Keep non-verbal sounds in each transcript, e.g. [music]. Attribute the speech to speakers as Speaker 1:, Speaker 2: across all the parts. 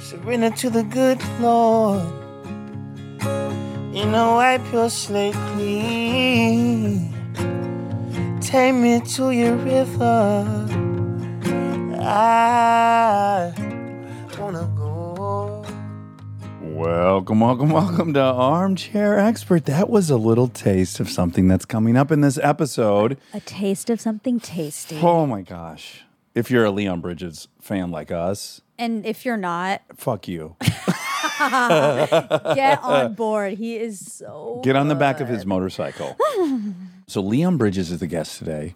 Speaker 1: Surrender to the good Lord. You know, wipe your slate clean. Take me to your river. I wanna go.
Speaker 2: Welcome, welcome, welcome to Armchair Expert. That was a little taste of something that's coming up in this episode.
Speaker 3: A taste of something tasty.
Speaker 2: Oh my gosh. If you're a Leon Bridges fan like us,
Speaker 3: And if
Speaker 4: [laughs]
Speaker 3: you're not,
Speaker 2: fuck you.
Speaker 3: get on board. He is so
Speaker 2: Get on the back of his motorcycle. so, Leon Bridges is the guest today.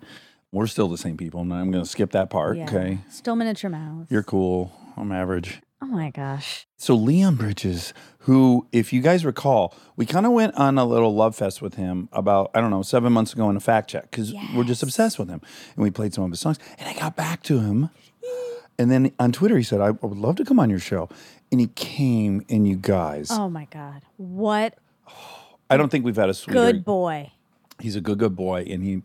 Speaker 2: We're still the same people, and I'm going to skip that part.
Speaker 3: Yeah.
Speaker 2: Okay.
Speaker 3: Still miniature mouse.
Speaker 2: You're cool. I'm average.
Speaker 3: oh my gosh.
Speaker 2: So Leon Bridges, who, if you guys recall, we kind of went on a little love fest with him about I don't know seven months ago in a fact check because we're just obsessed with him, and we played some of his songs, and I got back to him, and then on Twitter he said I I would love to come on your show, and he came, and you guys,
Speaker 3: Oh my god. What
Speaker 2: I don't think we've had a sweeter.
Speaker 3: good boy.
Speaker 2: He's a good good boy, and he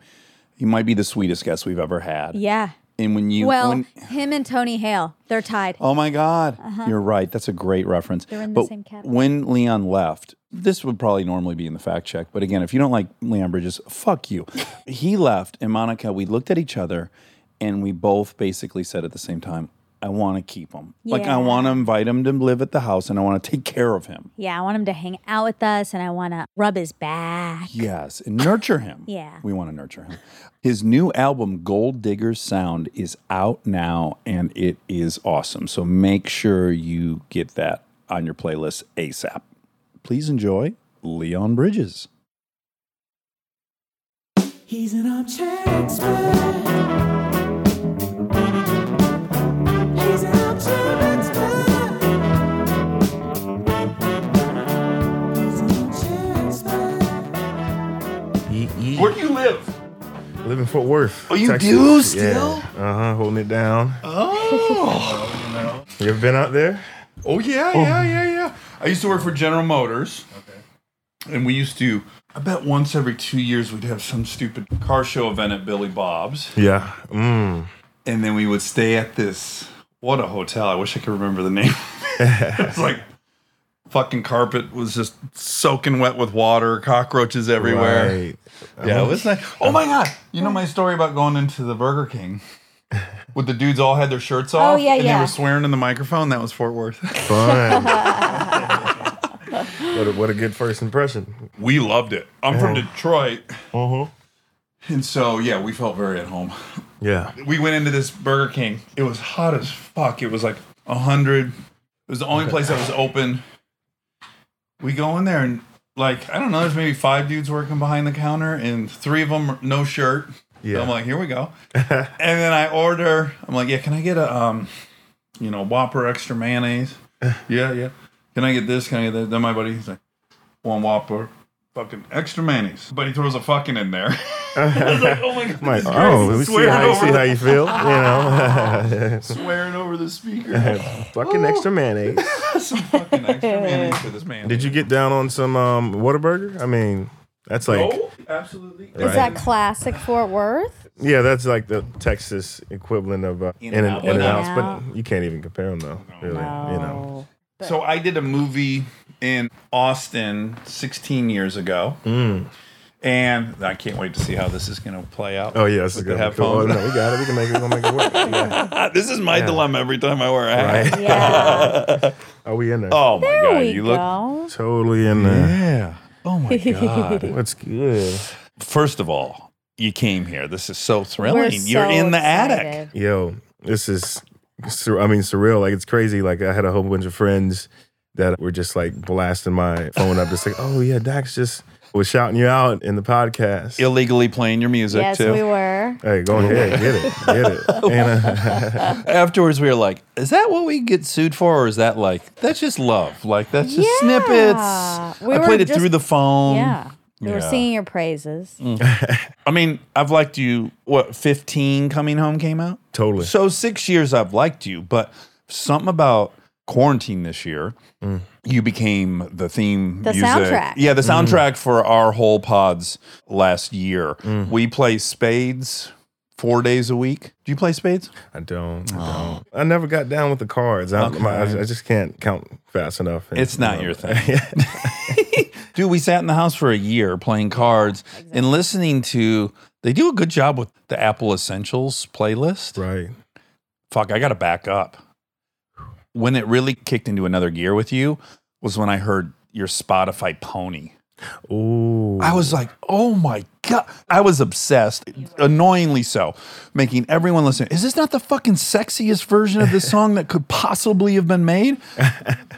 Speaker 2: he might be the sweetest guest we've ever had.
Speaker 3: Yeah.
Speaker 2: And when you
Speaker 3: Well,
Speaker 2: when-
Speaker 3: him and Tony Hale, they're tied.
Speaker 2: Oh my God. You're right. That's a great reference. They're
Speaker 3: Uh-huh. in the
Speaker 2: but
Speaker 3: same category.
Speaker 2: When Leon left, this would probably normally be in the fact check. But again, if you don't like Leon Bridges, fuck
Speaker 3: [laughs]
Speaker 2: you. he left, and Monica, we looked at each other and we both basically said at the same time, I want to keep him. Like, I
Speaker 3: Yeah.
Speaker 2: want to invite him to live at the house and I want to take care of him.
Speaker 3: Yeah, I want him to hang out with us and I want to rub his back.
Speaker 2: Yes, and nurture him.
Speaker 3: Yeah.
Speaker 2: We want to nurture him. His new album, Gold Digger Sound, is out now and it is awesome. So make sure you get that on your playlist ASAP. Please enjoy Leon Bridges.
Speaker 5: He's an armchair expert. He's an armchair expert. He's an armchair expert.
Speaker 6: Yeet, yeet.
Speaker 4: Where do you live?
Speaker 6: Live in Fort Worth.
Speaker 4: Oh, you
Speaker 6: Texas.
Speaker 4: do still?
Speaker 6: Yeah. Uh huh. Holding it down.
Speaker 4: Oh.
Speaker 6: [laughs] You ever been out there?
Speaker 4: Oh yeah, yeah, yeah, yeah. I used to work for General Motors. Okay. And we used to I bet once every two years we'd have some stupid car show event at Billy Bob's.
Speaker 6: Yeah. Mm.
Speaker 4: And then we would stay at this what a hotel. I wish I could remember the name. [laughs] it's like fucking carpet was just soaking wet with water, cockroaches everywhere.
Speaker 6: Right.
Speaker 4: Yeah, it was like, oh my god! You know my story about going into the Burger [laughs] King with the dudes all had their shirts off.
Speaker 3: Oh, yeah,
Speaker 4: and they
Speaker 3: yeah.
Speaker 4: were swearing in the microphone. That was Fort Worth.
Speaker 6: Fun. [laughs] what, a, what a good first impression.
Speaker 4: we loved it. I'm from Uh-huh.
Speaker 6: Yeah.
Speaker 4: Detroit,
Speaker 6: Uh huh.
Speaker 4: and so yeah, we felt very at home.
Speaker 6: Yeah.
Speaker 4: We went into this Burger King. It was hot as fuck. It was like hundred. It was the only place that was open. We go in there and like I don't know. There's maybe five dudes working behind the counter, and three of them no shirt.
Speaker 6: Yeah. [laughs]
Speaker 4: I'm like, here we go. and then I order. I'm like, yeah, can I get a um, you know, Whopper extra
Speaker 6: [laughs]
Speaker 4: mayonnaise? yeah, yeah. Can I get this? Can I get that? Then my buddy's like, one Whopper, fucking extra mayonnaise. But he throws a fucking in there. [laughs] I was like, oh my god,
Speaker 6: [laughs] I'm like,
Speaker 4: this guy's
Speaker 6: oh, we see
Speaker 4: swearing
Speaker 6: how you
Speaker 4: over
Speaker 6: see
Speaker 4: the-
Speaker 6: how
Speaker 4: [laughs]
Speaker 6: you feel. You know, [laughs]
Speaker 4: swearing over the speaker.
Speaker 6: fucking extra mayonnaise.
Speaker 4: Some fucking extra mayonnaise for this
Speaker 3: [laughs]
Speaker 4: man.
Speaker 6: Did you get down on some um, Whataburger? I mean, that's like,
Speaker 4: Oh, absolutely.
Speaker 3: Is that classic Fort
Speaker 4: [laughs]
Speaker 3: Worth?
Speaker 6: yeah, that's like the Texas equivalent of uh, in and
Speaker 4: In-N-Out.
Speaker 6: out, in and
Speaker 3: In-N-Out.
Speaker 6: out, but you can't even compare them though. Really, you know.
Speaker 4: [laughs]
Speaker 3: Oh.
Speaker 4: So I did a movie in Austin 16 years ago.
Speaker 6: Mm.
Speaker 4: And I can't wait to see how this is going to play out.
Speaker 6: Oh yeah, it's
Speaker 4: with
Speaker 6: good.
Speaker 4: the
Speaker 6: one. Cool. Oh,
Speaker 4: headphones.
Speaker 6: no, we got it. We can make it. We can make it [laughs] work. Yeah.
Speaker 4: [laughs] this is my dilemma every time I wear a hat.
Speaker 6: Right.
Speaker 3: Yeah.
Speaker 6: Are we in there?
Speaker 4: [laughs] Oh my
Speaker 3: There
Speaker 4: god,
Speaker 3: we
Speaker 4: you look
Speaker 3: go.
Speaker 6: Totally in there.
Speaker 4: Yeah. [laughs] Oh my god.
Speaker 6: What's good?
Speaker 4: First of all, you came here. This is so thrilling.
Speaker 3: We're
Speaker 4: You're
Speaker 3: so
Speaker 4: in the attic.
Speaker 3: excited.
Speaker 6: Yo, this is. Sur- I mean, surreal. Like it's crazy. Like I had a whole bunch of friends that were just like blasting my phone up. It's like, oh yeah, Dax just was shouting you out in the podcast.
Speaker 4: Illegally playing your music
Speaker 3: Yes,
Speaker 4: too.
Speaker 3: we were.
Speaker 6: hey, go ahead, get it, get [laughs] it. And, uh,
Speaker 4: Afterwards, we were like, "Is that what we get sued for, or is that like that's just love? Like that's just
Speaker 3: Yeah.
Speaker 4: snippets?
Speaker 3: We
Speaker 4: I
Speaker 3: were
Speaker 4: played it
Speaker 3: just-
Speaker 4: through the phone.
Speaker 3: yeah. We were
Speaker 4: Um, yeah.
Speaker 3: singing your praises.
Speaker 4: I mean, I've liked you. What fifteen? Coming home came out.
Speaker 6: totally.
Speaker 4: So six years I've liked you, but something about quarantine this year, you became the theme.
Speaker 3: The
Speaker 4: music.
Speaker 3: soundtrack.
Speaker 4: Yeah, the Mm. soundtrack for our whole pods last year. We play Spades
Speaker 2: four days a week. Do you play spades?
Speaker 6: I don't. I
Speaker 2: Oh.
Speaker 6: don't. I never got down with the cards. I, my, I, I just can't count fast enough. And,
Speaker 2: It's not
Speaker 6: you know,
Speaker 2: your thing. Dude, we sat in the house for a year playing cards and listening to. They do a good job with the Apple Essentials playlist.
Speaker 6: [laughs] right.
Speaker 2: Fuck, I got to back up. When it really kicked into another gear with you was when I heard your Spotify Pony.
Speaker 6: Ooh.
Speaker 2: I was like, oh my God. I was obsessed, annoyingly so, making everyone listen. Is this not the fucking sexiest version of
Speaker 6: [laughs]
Speaker 2: this song that could possibly have been made?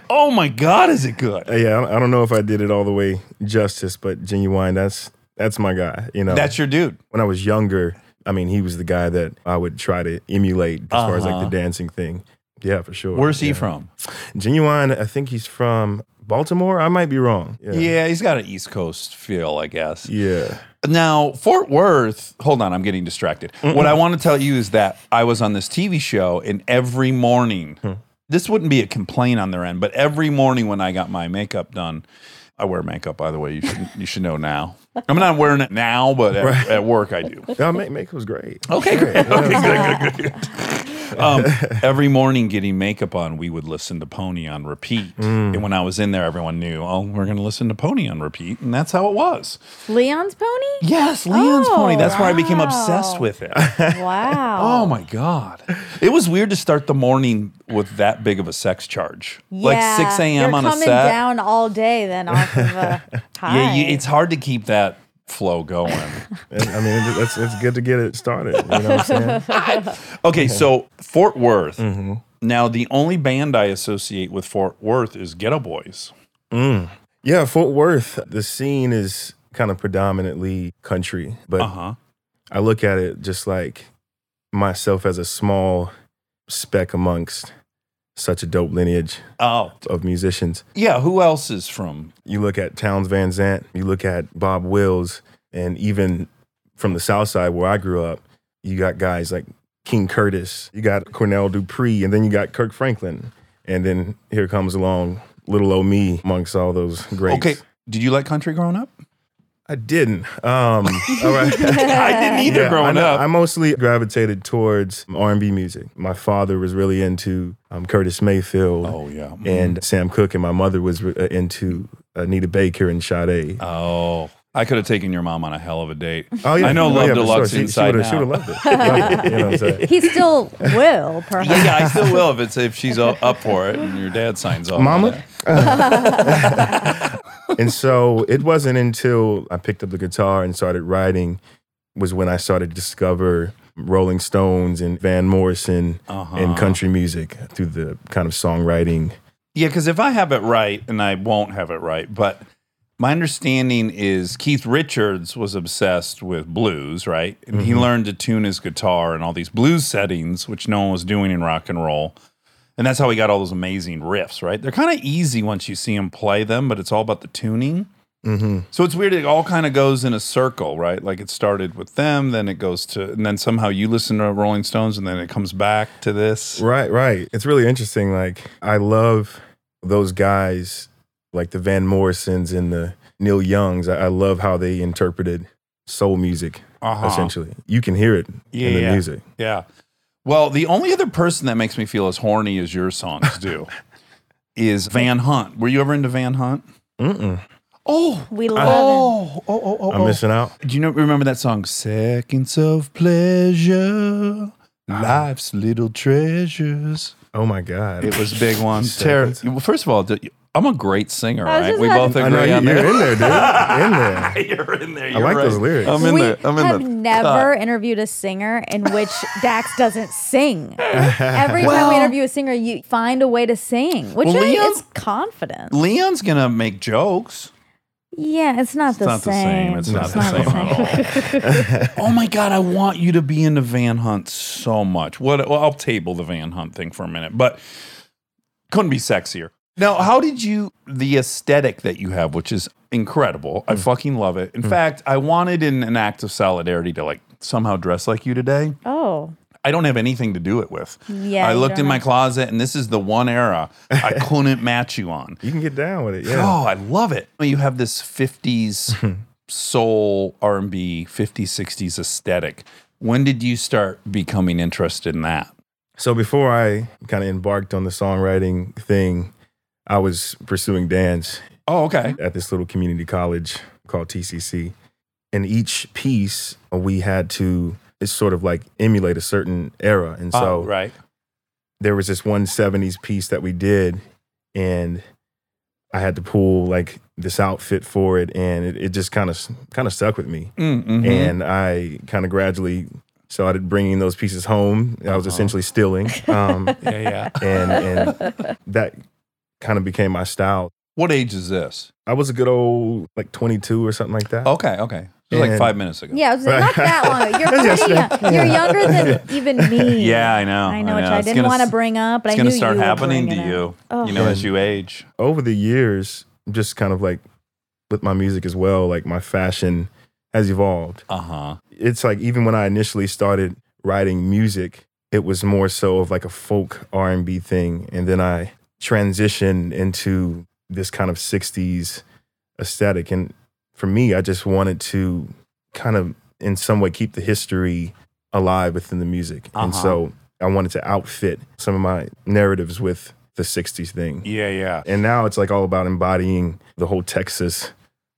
Speaker 2: oh my God, is it good?
Speaker 6: yeah, I don't- I don't know if I did it all the way justice, but genuine. That's that's my guy. You know,
Speaker 2: That's your dude.
Speaker 6: when I was younger. I mean, he was the guy that I would try to emulate as far as like the dancing thing. Yeah, for sure.
Speaker 2: Uh-huh. Where's he
Speaker 6: Yeah.
Speaker 2: from?
Speaker 6: Genuine. I think he's from Baltimore. I might be wrong.
Speaker 2: Yeah, he's got an East Coast feel, I guess.
Speaker 6: Yeah.
Speaker 2: Now, Fort Worth, hold on, I'm getting distracted. What I want to tell you is that I was on this TV show, and every morning,
Speaker 6: Hmm.
Speaker 2: this wouldn't be a complaint on their end, but every morning when I got my makeup done, I wear makeup, by the way. You should, you should know now. I'm not wearing it now, but
Speaker 6: [laughs]
Speaker 2: at, at work I do.
Speaker 6: Yeah, make make was great.
Speaker 2: Okay, great. Okay, good, [laughs] good, good. Um, every morning getting makeup on, we would listen to Pony on repeat. And when I was in there, everyone knew, oh, we're going to listen to Pony on repeat. And that's how it was.
Speaker 3: Leon's pony?
Speaker 2: Yes, Leon's Pony.
Speaker 3: Oh,
Speaker 2: That's where I became
Speaker 3: wow.
Speaker 2: obsessed with it.
Speaker 3: Wow.
Speaker 2: [laughs] Oh my God. It was weird to start the morning with that big of a sex charge. Like 6 a.m.
Speaker 3: You're
Speaker 2: on a
Speaker 3: coming
Speaker 2: set.
Speaker 3: down all day then off of uh, a
Speaker 2: [laughs]
Speaker 3: high.
Speaker 2: yeah, you, it's hard to keep that flow going.
Speaker 6: And, I mean, it's, it's good to get it started. You know what
Speaker 2: [laughs]
Speaker 6: I'm saying?
Speaker 2: okay,
Speaker 6: [laughs]
Speaker 2: so Fort Worth.
Speaker 6: Mm-hmm.
Speaker 2: Now, the only band I associate with Fort Worth is Ghetto Boys.
Speaker 6: Yeah, Fort Worth. The scene is kind of predominantly country, but
Speaker 2: Uh huh.
Speaker 6: I look at it just like myself as a small speck amongst such a dope lineage
Speaker 2: Oh,
Speaker 6: of musicians.
Speaker 2: yeah. Who else is from?
Speaker 6: You look at Towns Van Zant, you look at Bob Wills, and even from the South Side where I grew up, you got guys like King Curtis, you got Cornell Dupree, and then you got Kirk Franklin. And then here comes along little old me amongst all those greats.
Speaker 2: Okay. Did you like country growing up?
Speaker 6: I didn't. Um, all right.
Speaker 2: [laughs] I didn't either
Speaker 6: Yeah, I
Speaker 2: growing
Speaker 6: know.
Speaker 2: up.
Speaker 6: I mostly gravitated towards R&B music. My father was really into um, Curtis Mayfield
Speaker 2: oh, yeah.
Speaker 6: and Sam Cooke, and my mother was uh, into Anita Baker and Sade.
Speaker 2: Oh, I could have taken your mom on a hell of a date.
Speaker 6: oh
Speaker 2: I know
Speaker 6: Oh,
Speaker 2: Love
Speaker 6: for
Speaker 2: Deluxe
Speaker 6: She- she,
Speaker 2: inside
Speaker 6: would've- She
Speaker 2: now.
Speaker 6: would have
Speaker 2: [laughs]
Speaker 6: loved it. You know what I'm saying?
Speaker 3: he still will, perhaps.
Speaker 2: yeah, I still will if it's if she's o- up for it and your dad
Speaker 6: [laughs]
Speaker 2: signs off. on
Speaker 6: Mama.
Speaker 2: it.
Speaker 6: and so it wasn't until I picked up the guitar and started writing was when I started to discover Rolling Stones and Van Morrison
Speaker 2: Uh-huh.
Speaker 6: and country music through the kind of songwriting.
Speaker 2: Yeah, because if I have it right, and I won't have it right, but my understanding is Keith Richards was obsessed with blues, right? And he learned to tune his guitar in all these blues settings, which no one was doing in rock and roll. And that's how he got all those amazing riffs, right? They're kind of easy once you see him play them, but it's all about the tuning. So it's weird. It all kind of goes in a circle, right? Like it started with them, then it goes to, and then somehow you listen to Rolling Stones, and then it comes back to this.
Speaker 6: Right, right. It's really interesting. Like I love those guys, like the Van Morrisons and the Neil Youngs. I, I love how they interpreted soul music.
Speaker 2: Uh-huh.
Speaker 6: Essentially, you can hear it in the
Speaker 2: Yeah.
Speaker 6: music.
Speaker 2: Yeah. Well, the only other person that makes me feel as horny as your songs [laughs] do is Van Hunt. Were you ever into Van Hunt?
Speaker 6: Mm-mm.
Speaker 2: Oh,
Speaker 3: We love
Speaker 2: oh, oh, oh, oh.
Speaker 6: I'm missing out.
Speaker 2: Do you know, remember that song, Seconds of Pleasure, Life's Little Treasures?
Speaker 6: Oh my god!
Speaker 2: It was a big
Speaker 6: [laughs]
Speaker 2: one. Ter-
Speaker 6: Seconds.
Speaker 2: well, first of all, d- I'm a great singer,
Speaker 3: I was
Speaker 2: right?
Speaker 3: just
Speaker 2: We
Speaker 3: about
Speaker 2: both
Speaker 3: to-
Speaker 6: I know
Speaker 2: agree
Speaker 6: you,
Speaker 2: on
Speaker 6: are
Speaker 2: that.
Speaker 6: in there, dude. in there.
Speaker 2: [laughs] You're in there.
Speaker 6: I
Speaker 2: you're
Speaker 6: like those
Speaker 2: right. Um,
Speaker 6: lyrics.
Speaker 2: I'm
Speaker 3: it.
Speaker 2: in
Speaker 3: We
Speaker 2: there. I'm in
Speaker 3: have
Speaker 2: there.
Speaker 3: never interviewed a singer in which Dax
Speaker 2: [laughs]
Speaker 3: doesn't sing. Every time we interview a singer, you find a way to sing, which
Speaker 2: Well,
Speaker 3: I think
Speaker 2: Liam-
Speaker 3: is confidence.
Speaker 2: Leon's going to make jokes.
Speaker 3: Yeah, it's not, the,
Speaker 2: not the same.
Speaker 3: same.
Speaker 2: It's not the same [laughs] Oh my God, I want you to be into Van Hunt so much. What? Well, I'll table the Van Hunt thing for a minute, but couldn't be sexier. Now, how did you, the aesthetic that you have, which is incredible, I fucking love it. In fact, I wanted in an act of solidarity to like somehow dress like you today.
Speaker 3: Oh,
Speaker 2: I don't have anything to do it with.
Speaker 3: Yeah,
Speaker 2: I
Speaker 3: you
Speaker 2: looked in
Speaker 3: don't
Speaker 2: my
Speaker 3: have-
Speaker 2: closet and this is the one era I couldn't match you on.
Speaker 6: You can get down with it. Yeah.
Speaker 2: Oh, I love it. Mm-hmm. You have [laughs] this 50s soul R&B, 50s, 60s aesthetic. When did you start becoming interested in that?
Speaker 6: So before I kind of embarked on the songwriting thing, I was pursuing dance
Speaker 2: Oh, okay.
Speaker 6: at this little community college called TCC. In each piece, uh, we had to it's sort of like emulate a certain era, and so
Speaker 2: oh, right.
Speaker 6: there was this one 70s piece that we did and i had to pull like this outfit for it and it, it just kind of kind of stuck with me
Speaker 2: Mm, mhm.
Speaker 6: and i kind of gradually started bringing those pieces home i was essentially stealing um,
Speaker 2: [laughs] yeah, yeah.
Speaker 6: and and that kind of became my style
Speaker 2: What age is this?
Speaker 6: i was a good old like 22 or something like that
Speaker 2: Okay, okay. It was like
Speaker 6: And-
Speaker 2: five minutes ago.
Speaker 3: Yeah, it was not that long. ago.
Speaker 2: [laughs]
Speaker 3: You're
Speaker 6: That's
Speaker 3: pretty young.
Speaker 6: yesterday.
Speaker 3: You're younger than even me.
Speaker 2: Yeah, Oh, I know.
Speaker 3: I know, which I
Speaker 2: It's
Speaker 3: didn't
Speaker 2: gonna
Speaker 3: want to
Speaker 2: s-
Speaker 3: bring up, but
Speaker 2: It's
Speaker 3: I knew
Speaker 2: going to start
Speaker 3: you were
Speaker 2: happening to
Speaker 3: bringing it
Speaker 2: you,
Speaker 3: up. Oh.
Speaker 2: you know, as you age.
Speaker 6: over the years just kind of like with my music as well like my fashion has evolved
Speaker 2: Uh huh.
Speaker 6: it's like even when I initially started writing music, it was more so of like a folk R and B thing, and then I transitioned into this kind of '60s aesthetic. And for me, I just wanted to kind of, in some way, keep the history alive within the music, and
Speaker 2: Uh-huh.
Speaker 6: so I wanted to outfit some of my narratives with the '60s thing.
Speaker 2: Yeah, yeah.
Speaker 6: And now it's like all about embodying the whole Texas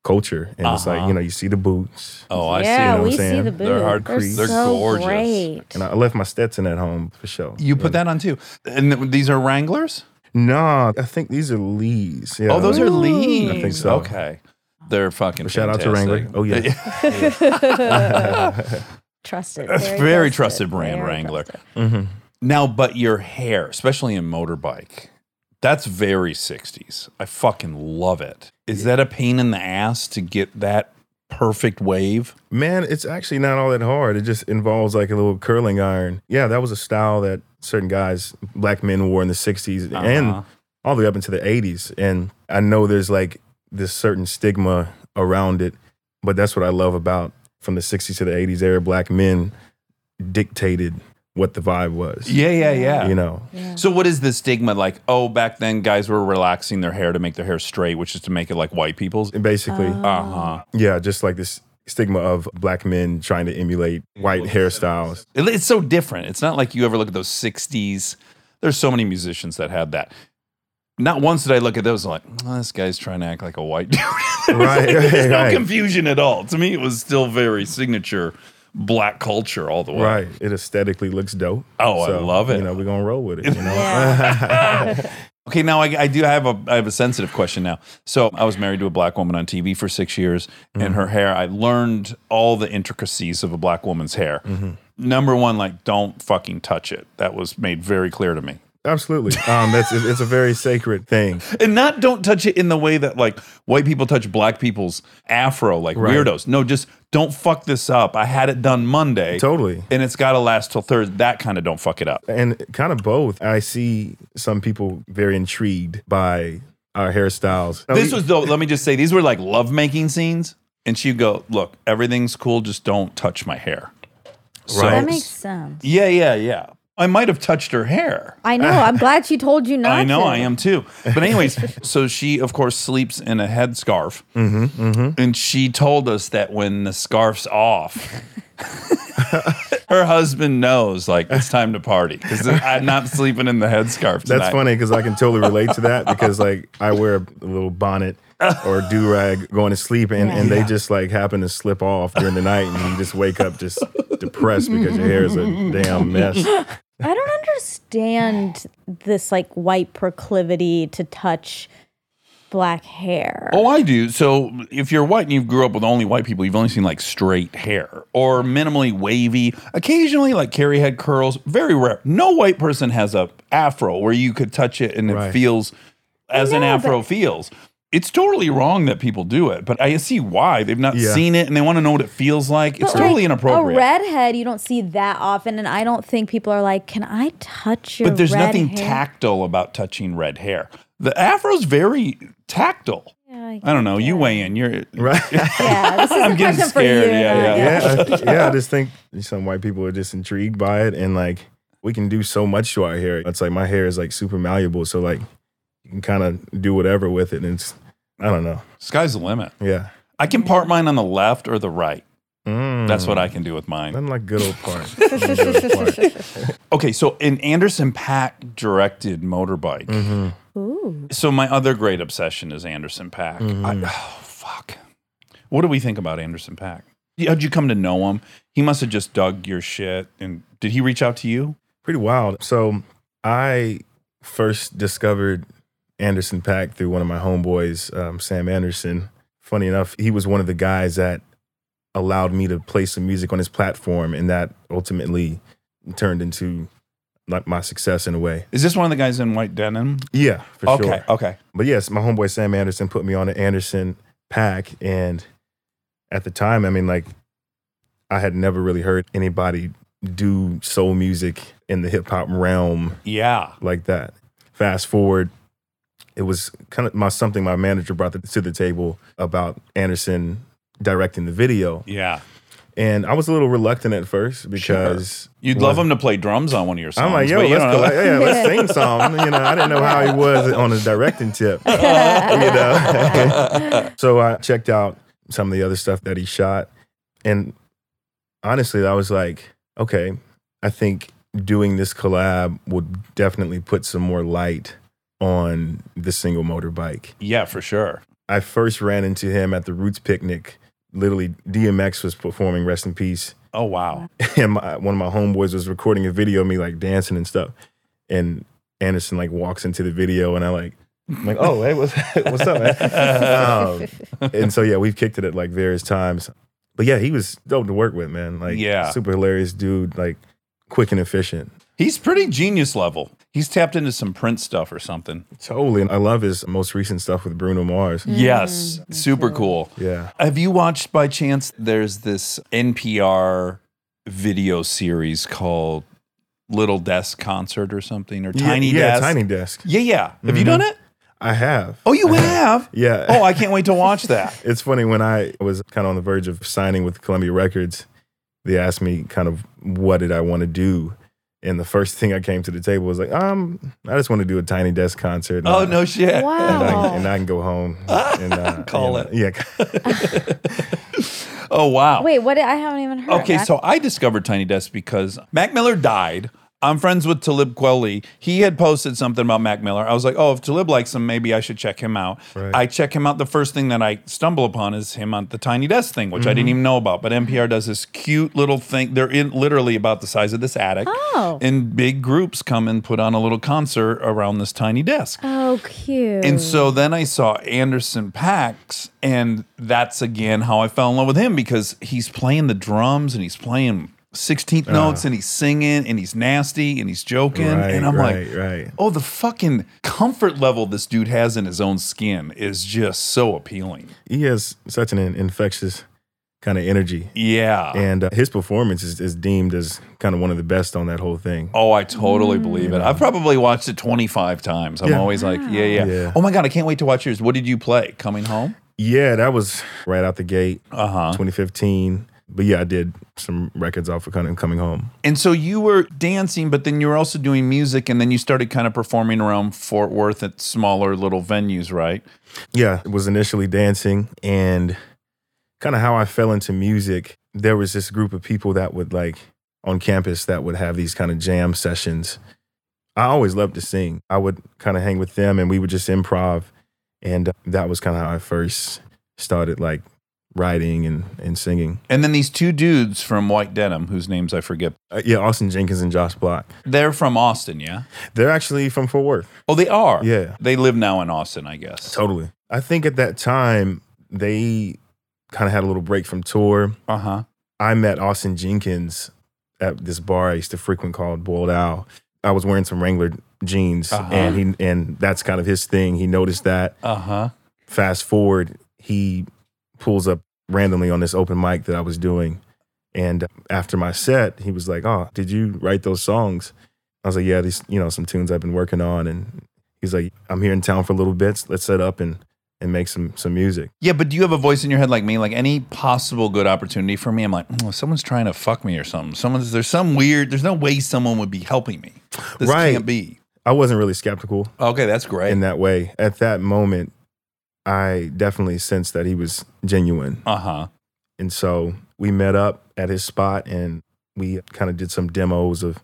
Speaker 6: culture, and it's like
Speaker 2: Uh-huh.
Speaker 6: you know, you see the boots.
Speaker 2: Oh, I see.
Speaker 3: yeah,
Speaker 6: what
Speaker 2: Now.
Speaker 6: I'm
Speaker 3: we see
Speaker 6: saying?
Speaker 3: the boots.
Speaker 2: They're hard creeps. They're
Speaker 3: so
Speaker 2: gorgeous.
Speaker 3: Great.
Speaker 6: And I left my Stetson at home for sure.
Speaker 2: You put that on too. And th- these are Wranglers?
Speaker 6: Nah, I think these are Lees. Yeah.
Speaker 2: Oh, those are
Speaker 6: Ooh.
Speaker 2: leaves.
Speaker 6: I think so.
Speaker 2: Okay. They're fucking
Speaker 6: Shout out to
Speaker 2: fantastic.
Speaker 6: Wrangler.
Speaker 2: [laughs]
Speaker 6: Oh, yeah.
Speaker 3: trusted.
Speaker 2: very, trusted brand
Speaker 3: very
Speaker 2: Wrangler.
Speaker 3: trusted.
Speaker 6: Mm-hmm.
Speaker 2: Now, but your hair, especially in motorbike, that's very 60s. I fucking love it. Is that a pain in the ass to get that perfect wave?
Speaker 6: Man, it's actually not all that hard. It just involves like a little curling iron. Yeah, that was a style that certain guys, black men, wore in the 60s
Speaker 2: Uh-huh.
Speaker 6: and all the way up into the 80s. And I know there's like this certain stigma around it, but that's what I love about from the 60s to the 80s era, black men dictated what the vibe was.
Speaker 2: Yeah, yeah, yeah.
Speaker 6: You know,
Speaker 2: So what is the stigma like? Oh, back then guys were relaxing their hair to make their hair straight, which is to make it like white people's.
Speaker 6: And basically. uh,
Speaker 2: Uh-huh.
Speaker 6: Yeah, just like this stigma of black men trying to emulate white hairstyles.
Speaker 2: It- it's so different. It's not like you ever look at those 60s. There's so many musicians that had that. Not once did I look at those and like, "Oh, this guy's trying to act like a white dude. It [laughs] was
Speaker 6: Right,
Speaker 2: like, there's no
Speaker 6: right.
Speaker 2: confusion at all. To me, it was still very signature black culture all the way.
Speaker 6: Right. It aesthetically looks dope.
Speaker 2: Oh, I love it.
Speaker 6: You know, we're going to roll
Speaker 2: [laughs]
Speaker 6: with it. You know?
Speaker 2: Okay, now I, I do have a I have a sensitive question now. So I was married to a black woman on TV for six years,
Speaker 6: Mm-hmm.
Speaker 2: and her hair. I learned all the intricacies of a black woman's hair.
Speaker 6: Mm-hmm.
Speaker 2: Number one, like don't fucking touch it. That was made very clear to me.
Speaker 6: Absolutely. Um, that's it- It's a very sacred thing.
Speaker 2: and not don't touch it in the way that like white people touch black people's afro like
Speaker 6: Right.
Speaker 2: weirdos no just don't fuck this up i had it done monday
Speaker 6: Totally.
Speaker 2: and it's got to last till thursday that kind of don't fuck it up
Speaker 6: And kind of both. I see some people very intrigued by our hairstyles. Now,
Speaker 2: this
Speaker 6: we-
Speaker 2: was though let me just say these were like love making scenes and she'd go look everything's cool just don't touch my hair so,
Speaker 6: Right.
Speaker 3: That makes sense.
Speaker 2: yeah yeah yeah i might have touched her hair
Speaker 3: I know.
Speaker 2: [laughs]
Speaker 3: I'm glad she told you not.
Speaker 2: I know
Speaker 3: to.
Speaker 2: I am too. But anyways, [laughs] so she of course sleeps in a headscarf, mm-hmm, and she told us that when the scarf's off, [laughs] her husband knows like it's time to party because I'm not sleeping in the headscarf. Tonight.
Speaker 6: That's funny because I can totally relate to that because like I wear a little bonnet
Speaker 2: [laughs]
Speaker 6: or do rag going to sleep and, and they just like happen to slip off during the night and you just wake up just depressed because your hair is a damn mess.
Speaker 3: I don't understand this like white proclivity to touch black hair.
Speaker 2: Oh, I do. So if you're white and you grew up with only white people, you've only seen like straight hair or minimally wavy, occasionally like carry head curls. Very rare. No white person has a afro where you could touch it and it
Speaker 6: Right.
Speaker 2: feels as an
Speaker 3: know,
Speaker 2: afro feels. It's totally wrong that people do it, but I see why they've not
Speaker 6: Yeah.
Speaker 2: seen it and they want to know what it feels like. It's
Speaker 3: But,
Speaker 2: totally
Speaker 3: like,
Speaker 2: inappropriate.
Speaker 3: A redhead, you don't see that often, and I don't think people are like, "Can I touch your?"
Speaker 2: but there's
Speaker 3: red
Speaker 2: nothing
Speaker 3: hair?"
Speaker 2: tactile about touching red hair. The afro's very tactile.
Speaker 3: Yeah, I
Speaker 2: I don't know. You weigh in. You're
Speaker 6: Right.
Speaker 3: Yeah,
Speaker 2: [laughs]
Speaker 3: this is
Speaker 2: I'm
Speaker 3: a
Speaker 2: getting
Speaker 3: question for
Speaker 2: scared.
Speaker 3: you.
Speaker 2: Yeah,
Speaker 3: not-
Speaker 2: yeah.
Speaker 6: yeah, I- yeah. I just think some white people are just intrigued by it, and like we can do so much to our hair. It's like my hair is like super malleable, so like you can kind of do whatever with it. And it's I don't know.
Speaker 2: sky's the limit.
Speaker 6: Yeah, Mm.
Speaker 2: I can part mine on the left or the right.
Speaker 4: That's what I can do with mine.
Speaker 6: Nothing like good old park. Good old park.
Speaker 2: Okay, so an Anderson Pack directed motorbike.
Speaker 6: Mm-hmm.
Speaker 3: Ooh.
Speaker 2: So my other great obsession is Anderson Pack.
Speaker 6: Mm-hmm.
Speaker 2: I, oh fuck. What do we think about Anderson Pack? How'd you come to know him? He must have just dug your shit. And did he reach out to you?
Speaker 6: pretty wild. So I first discovered Anderson Pack through one of my homeboys, um, Sam Anderson. Funny enough, he was one of the guys that allowed me to play some music on his platform, and that ultimately turned into like my success in a way.
Speaker 2: Is this one of the guys in white denim?
Speaker 6: Yeah, for
Speaker 2: okay,
Speaker 6: sure.
Speaker 2: okay.
Speaker 6: But yes, my homeboy Sam Anderson put me on an Anderson Pack, and at the time, I mean, like I had never really heard anybody do soul music in the hip hop realm
Speaker 2: Yeah.
Speaker 6: like that. Fast forward, it was kind of my something my manager brought to the table about Anderson directing the video,
Speaker 2: Yeah.
Speaker 6: and I was a little reluctant at first because
Speaker 2: You'd love him to play drums on one of your songs.
Speaker 6: I'm like, yo,
Speaker 2: but you
Speaker 6: let's,
Speaker 2: don't
Speaker 6: go,
Speaker 2: know. [laughs]
Speaker 6: yeah, let's sing some. You know, I didn't know how he was on his
Speaker 2: [laughs]
Speaker 6: directing tip. [laughs] You know, so I checked out some of the other stuff that he shot, and honestly, I was like, okay, I think doing this collab would definitely put some more light on the single motorbike.
Speaker 2: yeah, for sure.
Speaker 6: I first ran into him at the Roots picnic. Literally, DMX was performing "Rest in Peace."
Speaker 2: Oh wow.
Speaker 6: and my, uh, one of my homeboys was recording a video of me like dancing and stuff. And Anderson like walks into the video, and I like, I'm like, oh, hey, what's, [laughs] what's up, man? um, and so yeah, we've kicked it at like various times, but yeah, he was dope to work with, man. Like,
Speaker 2: Yeah.
Speaker 6: super hilarious dude, like quick and efficient.
Speaker 2: He's pretty genius level. He's tapped into some print stuff or something.
Speaker 6: Totally, and I love his most recent stuff with Bruno Mars.
Speaker 2: Mm. Yes.
Speaker 3: Mm,
Speaker 2: Super cool.
Speaker 6: Yeah,
Speaker 2: Have you watched by chance? There's this NPR video series called Little Desk Concert or something or Tiny
Speaker 6: yeah,
Speaker 2: Desk.
Speaker 6: yeah, tiny Mm-hmm. desk.
Speaker 2: Yeah, yeah. Have you done it?
Speaker 6: I have.
Speaker 2: Oh,
Speaker 6: [laughs]
Speaker 2: you have?
Speaker 6: Yeah.
Speaker 2: Oh, I can't wait to watch
Speaker 6: [laughs]
Speaker 2: that.
Speaker 6: It's funny when I was kind of on the verge of signing with Columbia Records, they asked me kind of what did I want to do, and the first [laughs] thing I came to the table was like, um, I just want to do a Tiny Desk concert. And
Speaker 2: Oh
Speaker 6: I-
Speaker 2: no shit.
Speaker 6: And I,
Speaker 3: Wow.
Speaker 6: and I can
Speaker 2: [laughs]
Speaker 6: go home and uh,
Speaker 2: Call
Speaker 6: and,
Speaker 2: it.
Speaker 6: Yeah, [laughs]
Speaker 2: Oh wow.
Speaker 3: [laughs] Wait, what? I haven't even heard.
Speaker 2: Okay,
Speaker 3: that.
Speaker 2: so I discovered Tiny Desk because Mac Miller died. I'm friends with Talib Kweli. He had posted something about Mac Miller. I was like, oh, if Talib likes him, maybe I should check him out.
Speaker 6: Right.
Speaker 2: I check him out. The first thing that I stumble upon is him on the Tiny Desk thing, which I didn't even know about. But NPR does this cute little thing. They're in literally about the size of this attic.
Speaker 3: Oh.
Speaker 2: And big groups come and put on a little concert around this tiny desk.
Speaker 3: Oh, cute.
Speaker 2: And so then I saw Anderson Pax, and that's again how I fell in love with him because he's playing the drums and he's playing 16th notes and he's singing and he's nasty and he's joking.
Speaker 6: Uh-huh. Right,
Speaker 2: and I'm
Speaker 6: right,
Speaker 2: like,
Speaker 6: right.
Speaker 2: oh, the fucking comfort level this dude has in his own skin is just so appealing.
Speaker 6: he has such an in- infectious kind of energy,
Speaker 2: Yeah.
Speaker 6: and uh, his performance is, is deemed as kind of one of the best on that whole thing.
Speaker 2: Oh, I totally believe it. I've probably watched it 25 times. I'm
Speaker 6: Mm. Yeah.
Speaker 2: always like, yeah, yeah,
Speaker 6: Yeah.
Speaker 2: Oh my God, I can't wait to watch yours. What did you play? Coming home?
Speaker 6: Yeah, that was right out the gate,
Speaker 2: Uh huh.
Speaker 6: 2015. But yeah, I did some records off of kind of coming home.
Speaker 2: And so you were dancing, but then you were also doing music, and then you started kind of performing around Fort Worth at smaller little venues, right?
Speaker 6: yeah, was initially dancing and kind of how I fell into music. There was this group of people that would like on campus that would have these kind of jam sessions. I always loved to sing. I would kind of hang with them and we would just improv. And uh, that was kind of how I first started like writing and, and singing.
Speaker 2: And then these two dudes from White Denim, whose names I forget,
Speaker 6: Uh, yeah, Austin Jenkins and Josh Block.
Speaker 2: they're from Austin, yeah?
Speaker 6: They're actually from Fort Worth.
Speaker 2: Oh, they are?
Speaker 6: Yeah.
Speaker 2: They live now in Austin, I guess.
Speaker 6: Totally. I think at that time, they kind of had a little break from tour.
Speaker 2: Uh huh.
Speaker 6: I met Austin Jenkins at this bar I used to frequent called Boiled Owl. I was wearing some Wrangler jeans,
Speaker 2: Uh-huh.
Speaker 6: and he and that's kind of his thing. He noticed that.
Speaker 2: Uh huh.
Speaker 6: Fast forward, he pulls up randomly on this open mic that I was doing, and after my set, he was like, "Oh, did you write those songs?" I was like, "Yeah, these you know some tunes I've been working on." And he's like, "I'm here in town for a little bit. Let's set up and and make some some music."
Speaker 2: Yeah, but do you have a voice in your head like me? Like any possible good opportunity for me? I'm like, oh, someone's trying to fuck me or something. Someone's, there's some weird, there's no way someone would be helping me. This
Speaker 6: Right.
Speaker 2: can't be.
Speaker 6: I wasn't really skeptical.
Speaker 2: Okay, that's great.
Speaker 6: in that way. At that moment, I definitely sensed that he was genuine.
Speaker 2: Uh huh.
Speaker 6: And so we met up at his spot and we kind of did some demos of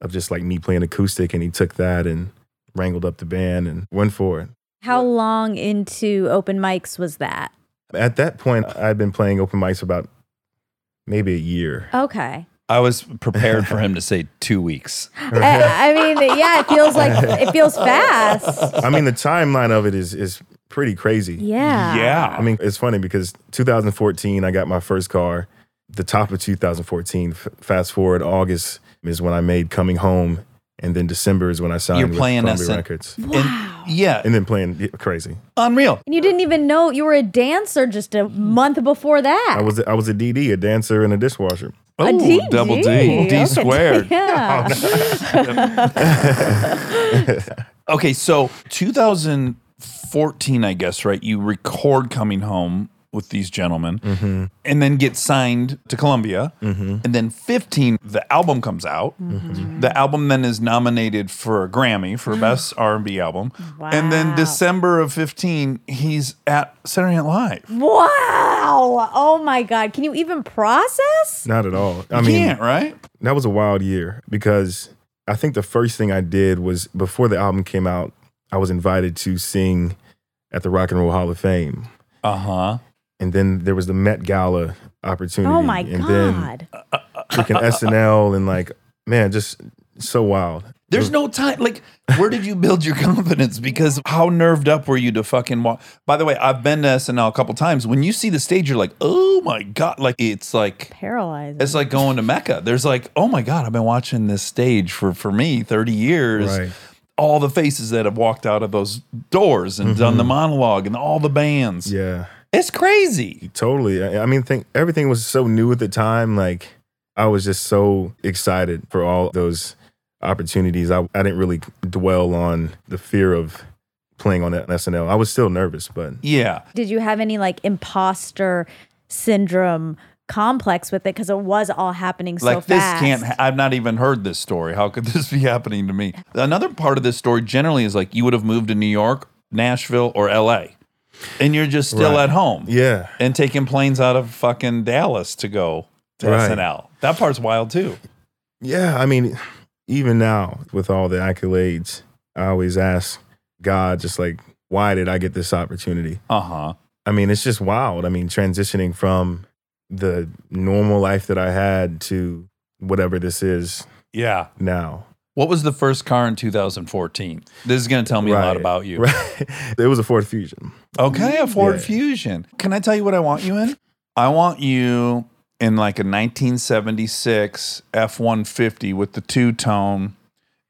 Speaker 6: of just like me playing acoustic and he took that and wrangled up the band and went for it.
Speaker 3: How long into open mics was that?
Speaker 6: At that point I'd been playing open mics about maybe a year.
Speaker 3: Okay.
Speaker 2: I was prepared
Speaker 6: [laughs]
Speaker 2: for him to say two weeks.
Speaker 3: Eh, I, I mean, yeah, it feels like it feels fast.
Speaker 6: I mean the timeline of it is is pretty crazy.
Speaker 3: Yeah.
Speaker 6: I mean, it's funny because 2014, I got my first car. The top of 2014, f- fast forward August is when I made Coming Home, and then December is when I signed
Speaker 2: You're
Speaker 6: with
Speaker 2: playing
Speaker 6: Columbia
Speaker 2: us in-
Speaker 6: Records.
Speaker 2: Wow. yeah.
Speaker 6: And then playing yeah, crazy.
Speaker 2: unreal.
Speaker 3: And you didn't even know you were a dancer just a month before that.
Speaker 6: I was I was a DD, a dancer, and a dishwasher.
Speaker 3: a DD.
Speaker 2: double D.
Speaker 3: Okay.
Speaker 2: D squared.
Speaker 3: [laughs] [laughs] Yeah.
Speaker 2: Okay, so 2014, I guess, right? You record coming home with these gentlemen and then get signed to Columbia. And then 15, the album comes out.
Speaker 3: Mm-hmm.
Speaker 2: The album then is nominated for a Grammy
Speaker 3: [gasps]
Speaker 2: for best R&B album. And then
Speaker 3: Wow.
Speaker 2: December of 15, he's at Saturday Night Live.
Speaker 3: Wow. Oh my God. Can you even process?
Speaker 6: Not at all. I
Speaker 2: I
Speaker 6: mean,
Speaker 2: can't, right?
Speaker 6: that was a wild year because I think the first thing I did was before the album came out, I was invited to sing at the Rock and Roll Hall of Fame.
Speaker 2: Uh-huh.
Speaker 6: And then there was the Met Gala opportunity.
Speaker 3: Oh my
Speaker 6: and Then
Speaker 3: God.
Speaker 6: freaking SNL and like, man, just so wild.
Speaker 2: There's no time. Like, where did you build your [laughs] confidence? Because how nerved up were you to fucking walk? By the way, I've been to SNL a couple times. When you see the stage, you're like, oh my God. Like, it's like,
Speaker 3: Paralyzed.
Speaker 2: it's like going to Mecca. There's like, oh my God, I've been watching this stage for, for me 30 years.
Speaker 6: Right.
Speaker 2: All the faces that have walked out of those doors and done the monologue and all the bands.
Speaker 6: Mm-hmm. Yeah,
Speaker 2: It's crazy.
Speaker 6: totally. I, I mean, think everything was so new at the time. Like, I was just so excited for all those opportunities. I, I didn't really dwell on the fear of playing on that SNL. I was still nervous, but
Speaker 2: Yeah.
Speaker 3: Did you have any like imposter syndrome complex with it? Because it was all happening so
Speaker 2: like
Speaker 3: fast.
Speaker 2: this can't ha- i've not even heard this story how could [laughs] this be happening to me another part of this story generally is like you would have moved to new york nashville or la and you're just still
Speaker 6: Right.
Speaker 2: at home
Speaker 6: yeah.
Speaker 2: and taking planes out of fucking dallas to go to
Speaker 6: Right.
Speaker 2: snl that part's wild too
Speaker 6: Yeah, I mean, even now with all the accolades, I always ask God, just like, why did I get this opportunity?
Speaker 2: uh-huh
Speaker 6: I mean, it's just wild. I mean, transitioning from the normal life that I had to whatever this is
Speaker 2: yeah
Speaker 6: now.
Speaker 2: what was the first car in 2014 this is going to tell me a lot
Speaker 6: Right.
Speaker 2: about
Speaker 6: [laughs]
Speaker 2: you
Speaker 6: Right. it was a Ford Fusion.
Speaker 2: Okay, a Ford
Speaker 6: Yeah.
Speaker 2: Fusion. Can I tell you what I want you in? I want you in like a 1976 F 150 with the two tone,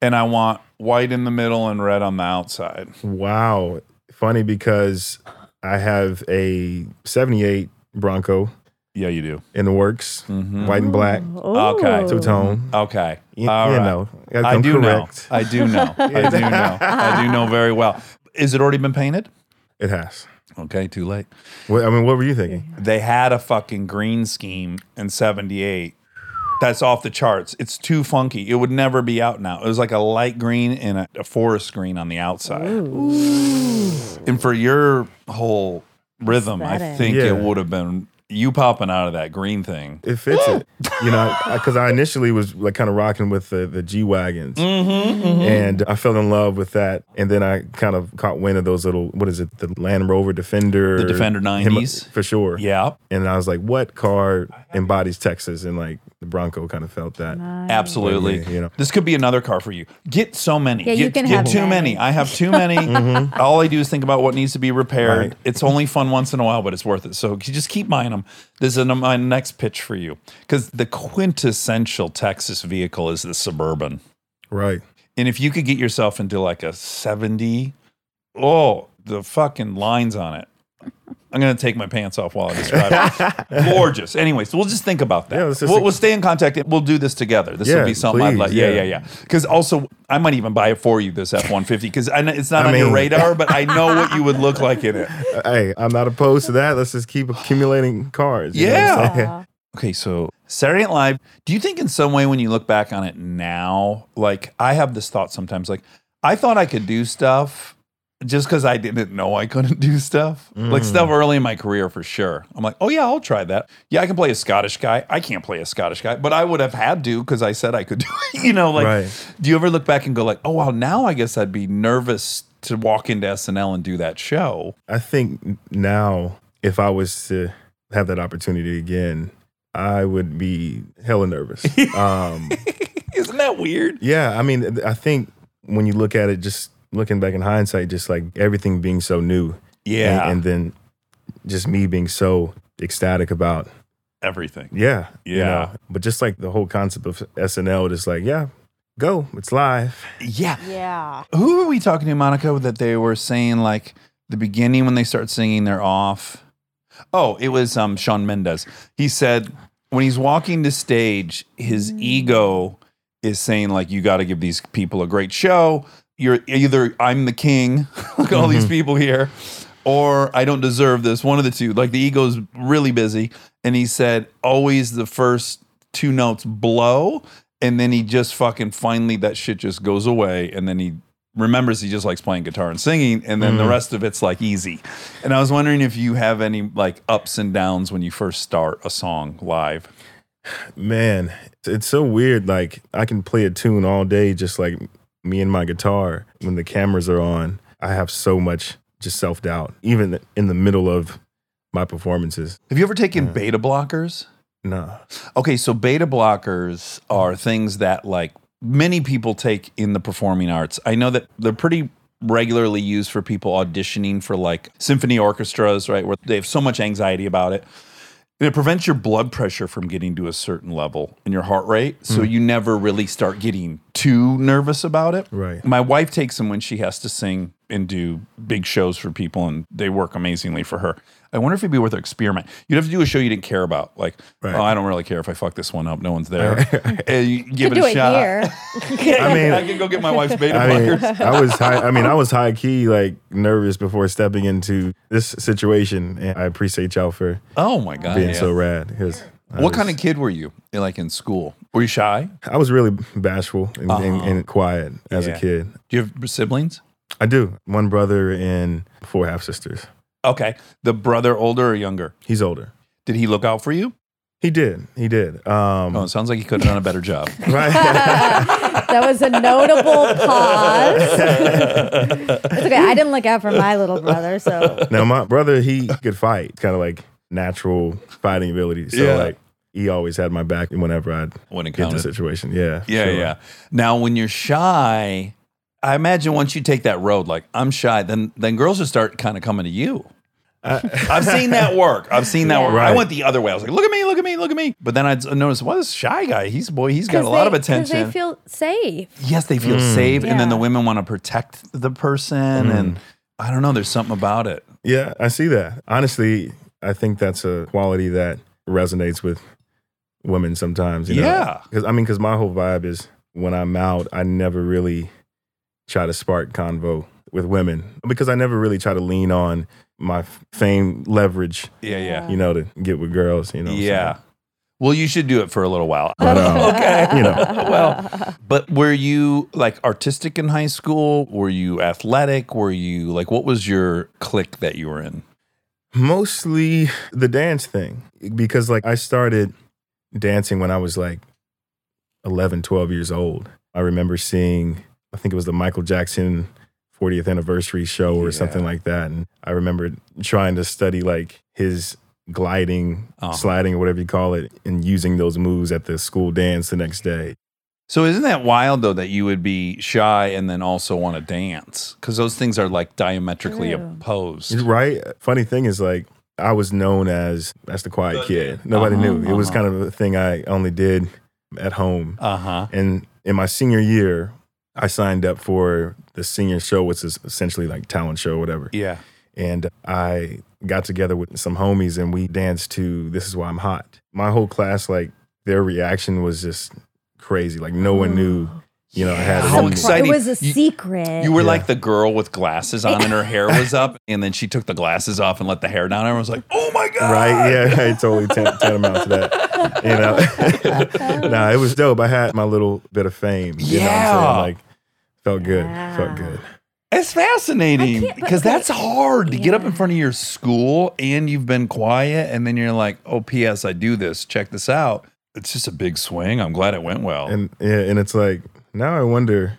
Speaker 2: and I want white in the middle and red on the outside.
Speaker 6: Wow. Funny because I have a 78 Bronco
Speaker 2: Yeah, you do.
Speaker 6: in the works,
Speaker 2: Mhm.
Speaker 6: white and black,
Speaker 2: Okay.
Speaker 6: two tone.
Speaker 2: Okay.
Speaker 6: You,
Speaker 2: All
Speaker 6: you
Speaker 2: right.
Speaker 6: know,
Speaker 2: I
Speaker 6: I'm
Speaker 2: do
Speaker 6: correct.
Speaker 2: know. I do know. I
Speaker 6: [laughs]
Speaker 2: do know. I do know very well. Is it already been painted?
Speaker 6: It has.
Speaker 2: Okay, too late.
Speaker 6: What, I mean, what were you thinking?
Speaker 2: They had a fucking green scheme in 78 that's off the charts. It's too funky. It would never be out now. It was like a light green and a, a forest green on the outside. And for your whole rhythm, I
Speaker 3: Aesthetic.
Speaker 2: think
Speaker 6: Yeah.
Speaker 2: it would have been you popping out of that green thing.
Speaker 6: It fits it, you know, because I, initially was like kind of rocking with the, the G wagons,
Speaker 2: Mm-hmm,
Speaker 6: and I fell in love with that, and then I kind of caught wind of those little what is it, the Land Rover Defender,
Speaker 2: The Defender
Speaker 6: Him-
Speaker 2: 90s?
Speaker 6: for sure,
Speaker 2: Yeah,
Speaker 6: And I was like, what car embodies Texas? And like the Bronco kind of felt that.
Speaker 2: absolutely.
Speaker 6: Yeah, you know.
Speaker 2: This could be another car for you. Get so many.
Speaker 3: Yeah,
Speaker 2: get
Speaker 3: you can
Speaker 2: get
Speaker 3: have
Speaker 2: too many.
Speaker 3: many.
Speaker 2: I have too
Speaker 3: [laughs]
Speaker 2: many. Mm-hmm. All I do is think about what needs to be repaired.
Speaker 6: Right.
Speaker 2: It's only fun once in a while, but it's worth it. So you just keep buying them. This is my next pitch for you because the quintessential Texas vehicle is the Suburban.
Speaker 6: Right.
Speaker 2: And if you could get yourself into like a 70, oh, the fucking lines on it. I'm going to take my pants off while I describe it.
Speaker 6: [laughs]
Speaker 2: Gorgeous. Anyway, so we'll just think about that.
Speaker 6: Yeah, let's just
Speaker 2: we'll,
Speaker 6: think-
Speaker 2: we'll stay in contact. We'll do this together. This
Speaker 6: Yeah,
Speaker 2: would be something I'd
Speaker 6: please,
Speaker 2: like. Yeah, yeah,
Speaker 6: yeah.
Speaker 2: yeah. Because also, I might even buy it for you, this F 150, because it's not
Speaker 6: I
Speaker 2: on your
Speaker 6: mean-
Speaker 2: radar, but I know what you would look like in it.
Speaker 6: Hey, I'm not opposed to that. Let's just keep accumulating cars. you know what I'm
Speaker 2: Yeah.
Speaker 6: saying?
Speaker 2: Okay, so Saturday Night Live, do you think in some way when you look back on it now, like I have this thought sometimes, like I thought I could do stuff just because I didn't know I couldn't do stuff, like stuff
Speaker 6: Mm.
Speaker 2: early in my career for sure. I'm like, oh yeah, I'll try that. Yeah, I can play a Scottish guy. I can't play a Scottish guy, but I would have had to because I said I could do it. [laughs] You know, like,
Speaker 6: Right.
Speaker 2: do you ever look back and go like, oh wow, now I guess I'd be nervous to walk into SNL and do that show.
Speaker 6: I think now, if I was to have that opportunity again, I would be
Speaker 2: [laughs]
Speaker 6: hella nervous. um,
Speaker 2: Isn't that weird?
Speaker 6: yeah, I mean, I think when you look at it, just looking back in hindsight, just like everything being so new,
Speaker 2: Yeah,
Speaker 6: and, and then just me being so ecstatic about,
Speaker 2: everything.
Speaker 6: yeah,
Speaker 2: Yeah.
Speaker 6: But just like the whole concept of SNL, just like, yeah, go, it's live.
Speaker 2: Yeah.
Speaker 3: Yeah.
Speaker 2: Who were we talking to, Monica, that they were saying like the beginning when they start singing, they're off? Oh, it was um, Sean Mendez. He said when he's walking to stage, his ego is saying like, "You got to give these people a great show. You're either I'm the king, [laughs] look at all these people here, or I don't deserve this. One of the two. Like the ego's really busy." And he said, "Always the first two notes blow." And then he just fucking finally that shit just goes away, and then he remembers he just likes playing guitar and singing and then the rest of it's like easy and i was wondering if you have any like ups and downs when you first start a song live
Speaker 6: Man, it's so weird. Like I can play a tune all day, just like me and my guitar. When the cameras are on, I have so much just self doubt, even in the middle of my performances.
Speaker 2: have you ever taken beta blockers [laughs]
Speaker 6: Nah,
Speaker 2: Okay, so beta blockers are things that like many people take in the performing arts. I know that they're pretty regularly used for people auditioning for like symphony orchestras, right? Where they have so much anxiety about it. And it prevents your blood pressure from getting to a certain level and your heart rate. So you never really start getting too nervous about it.
Speaker 6: Right.
Speaker 2: My wife takes them when she has to sing and do big shows for people, and they work amazingly for her. I wonder if it'd be worth an experiment. You'd have to do a show you didn't care about. Like,
Speaker 6: Right.
Speaker 2: oh, I don't really care if I fuck this one up. No one's there. [laughs] and you give
Speaker 3: Could
Speaker 2: it
Speaker 3: do
Speaker 2: a
Speaker 3: it
Speaker 2: shot. [laughs]
Speaker 3: here.
Speaker 6: I mean,
Speaker 2: I can go get my wife's beta
Speaker 6: I mean,
Speaker 2: blockers.
Speaker 6: I was high. I mean, I was high key, like nervous before stepping into this situation, and I appreciate y'all for
Speaker 2: Oh my god!
Speaker 6: being
Speaker 2: yeah.
Speaker 6: so rad. Because
Speaker 2: what kind of kid were you? Like in school, were you shy?
Speaker 6: I was really bashful and, and, and quiet as
Speaker 2: Uh-huh. Yeah.
Speaker 6: a kid.
Speaker 2: Do you have siblings?
Speaker 6: I do one brother and four half sisters.
Speaker 2: Okay, the brother older or younger?
Speaker 6: He's older.
Speaker 2: Did he look out for you?
Speaker 6: He did. He did. Um,
Speaker 2: Oh, it sounds like he could have done a better job.
Speaker 6: [laughs] right.
Speaker 3: That was a notable
Speaker 2: [laughs]
Speaker 3: pause. it's okay. I didn't look out for my little brother, so
Speaker 6: now my
Speaker 2: [laughs]
Speaker 6: brother, he could fight, kind of like natural fighting ability. So
Speaker 2: Yeah.
Speaker 6: like he always had my back whenever I'd
Speaker 2: When it
Speaker 6: get in the
Speaker 2: counted.
Speaker 6: situation. Yeah.
Speaker 2: Yeah,
Speaker 6: sure.
Speaker 2: yeah. Now, when you're shy, I imagine once you take that road, like I'm shy, then then girls just start kind of coming to you. [laughs] I've seen that work. I've seen that work. I
Speaker 6: Uh, Right.
Speaker 2: went the other way. I was like, look at me, look at me, look at me. But then I noticed, well, this shy guy, he's boy, he's got a lot of attention.
Speaker 3: They feel safe.
Speaker 2: yes, they feel
Speaker 6: Mm.
Speaker 2: safe, and then the
Speaker 3: Yeah.
Speaker 2: women want to protect the person,
Speaker 6: Mm.
Speaker 2: and I don't know. There's something about it.
Speaker 6: Yeah, I see that. Honestly, I think that's a quality that resonates with women sometimes. You know?
Speaker 2: Yeah.
Speaker 6: Because I mean, because my whole vibe is when I'm out, I never really try to spark convo with women because I never really try to lean on my fame leverage,
Speaker 2: Yeah, yeah,
Speaker 6: you know, to get with girls. You know. what I'm
Speaker 2: Uh. yeah. Well, you should do it for a little while.
Speaker 6: But, um,
Speaker 2: Oh, [laughs] okay.
Speaker 6: you know.
Speaker 2: well, but were you like artistic in high school? Were you athletic? Were you like, what was your clique that you were in?
Speaker 6: Mostly the dance thing because like I started dancing when I was like 11, 12 years old. I remember seeing I think it was the Michael Jackson 40th anniversary show or something
Speaker 2: Yeah.
Speaker 6: like that and I remember trying to study like his gliding,
Speaker 2: Uh-huh.
Speaker 6: sliding or whatever you call it and using those moves at the school dance the next day.
Speaker 2: So isn't that wild though that you would be shy and then also want to dance? Because those things are like diametrically
Speaker 3: True.
Speaker 2: opposed.
Speaker 6: Right? Funny thing is like I was known as that's the quiet kid. Nobody
Speaker 2: Uh-huh,
Speaker 6: knew. It was
Speaker 2: uh-huh.
Speaker 6: kind of a thing I only did at home.
Speaker 2: Uh huh.
Speaker 6: And in my senior year, I signed up for the senior show, which is essentially like talent show, whatever.
Speaker 2: Yeah.
Speaker 6: And I got together with some homies and we danced to This Is Why I'm Hot. My whole class, like their reaction was just crazy. Like no one knew, you know, I had
Speaker 2: How
Speaker 6: it. in me.
Speaker 3: Surpri-
Speaker 2: exciting.
Speaker 3: It was a
Speaker 2: You-
Speaker 3: secret.
Speaker 2: You were
Speaker 6: Yeah.
Speaker 2: like the girl with glasses on and her hair was up, and then she took the glasses off and let the hair down. Everyone was like, "Oh my god!"
Speaker 6: Right? Yeah, [laughs] I totally tan- tantamount to that. You know, [laughs] nah, it was dope. I had my little bit of fame. You know what I'm
Speaker 2: Yeah.
Speaker 6: saying? Like, felt good.
Speaker 3: Wow.
Speaker 6: Felt good.
Speaker 2: It's fascinating
Speaker 3: can't- but-
Speaker 2: because
Speaker 3: okay.
Speaker 2: that's hard to get up in front of your school and you've been quiet and then you're like, oh, P.S. I do this. Check this out. It's just a big swing. I'm glad it went well.
Speaker 6: And yeah, and it's like now I wonder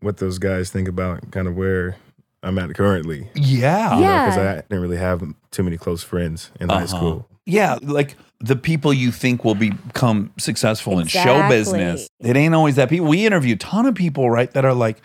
Speaker 6: what those guys think about kind of where I'm at currently.
Speaker 2: yeah.
Speaker 3: Yeah.
Speaker 6: Because I didn't really have too many close friends in high
Speaker 2: Uh-huh.
Speaker 6: school.
Speaker 2: Yeah, like the people you think will become successful in show
Speaker 3: Exactly.
Speaker 2: business. It ain't always that people. We interview a ton of people, right, that are like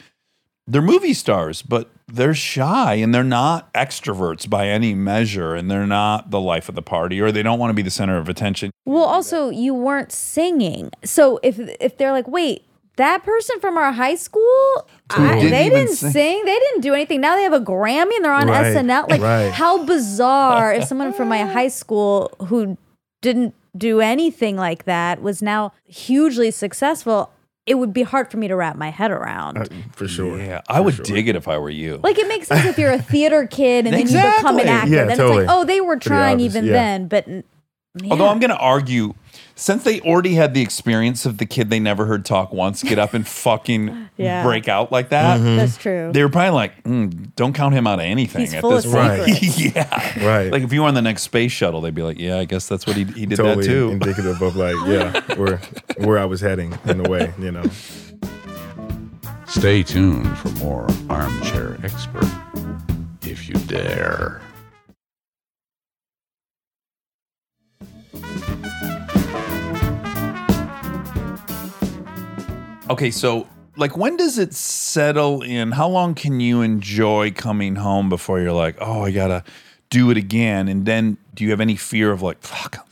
Speaker 2: they're movie stars, but they're shy and they're not extroverts by any measure and they're not the life of the party or they don't want to be the center of attention.
Speaker 3: Well, also you weren't singing, so if if they're like, wait, that person from our high school,
Speaker 2: Who
Speaker 3: I,
Speaker 2: didn't
Speaker 3: they
Speaker 2: even
Speaker 3: didn't
Speaker 2: sing.
Speaker 3: sing. they didn't do anything. Now they have a Grammy and they're on
Speaker 6: Right,
Speaker 3: SNL. Like,
Speaker 6: right.
Speaker 3: how bizarre
Speaker 6: [laughs]
Speaker 3: if someone from my high school who didn't do anything like that was now hugely successful. It would be hard for me to wrap my head around.
Speaker 6: Uh, For sure.
Speaker 2: Yeah, I would dig it if I were you.
Speaker 3: Like it makes sense if
Speaker 6: [laughs]
Speaker 3: you're a theater kid and then you become
Speaker 2: Exactly.
Speaker 3: an actor.
Speaker 6: Yeah,
Speaker 3: then
Speaker 6: totally.
Speaker 3: it's like, oh, they were trying
Speaker 6: obvious,
Speaker 3: even
Speaker 6: yeah.
Speaker 3: then, but n- man.
Speaker 2: Although I'm going to argue since they already had the experience of the kid they never heard talk once get up
Speaker 3: [laughs]
Speaker 2: and fucking
Speaker 3: Yeah.
Speaker 2: break out like that.
Speaker 6: Mm-hmm.
Speaker 3: that's true.
Speaker 6: [laughs]
Speaker 2: They were probably like, "Mm, don't count him out of anything
Speaker 3: He's
Speaker 2: at
Speaker 3: full
Speaker 2: this
Speaker 3: of
Speaker 2: point. [laughs]
Speaker 3: secrets.
Speaker 2: yeah.
Speaker 6: Right.
Speaker 2: Like if you were on the next space shuttle, they'd be like, yeah, I guess that's what he, he did
Speaker 6: totally
Speaker 2: that too.
Speaker 6: indicative of like, yeah, where where I was heading in a way, you know.
Speaker 7: Stay tuned for more Armchair Expert, if you dare.
Speaker 2: okay, so like when does it settle in? How long can you enjoy coming home before you're like, oh, I gotta do it again? And then do you have any fear of like, fuck?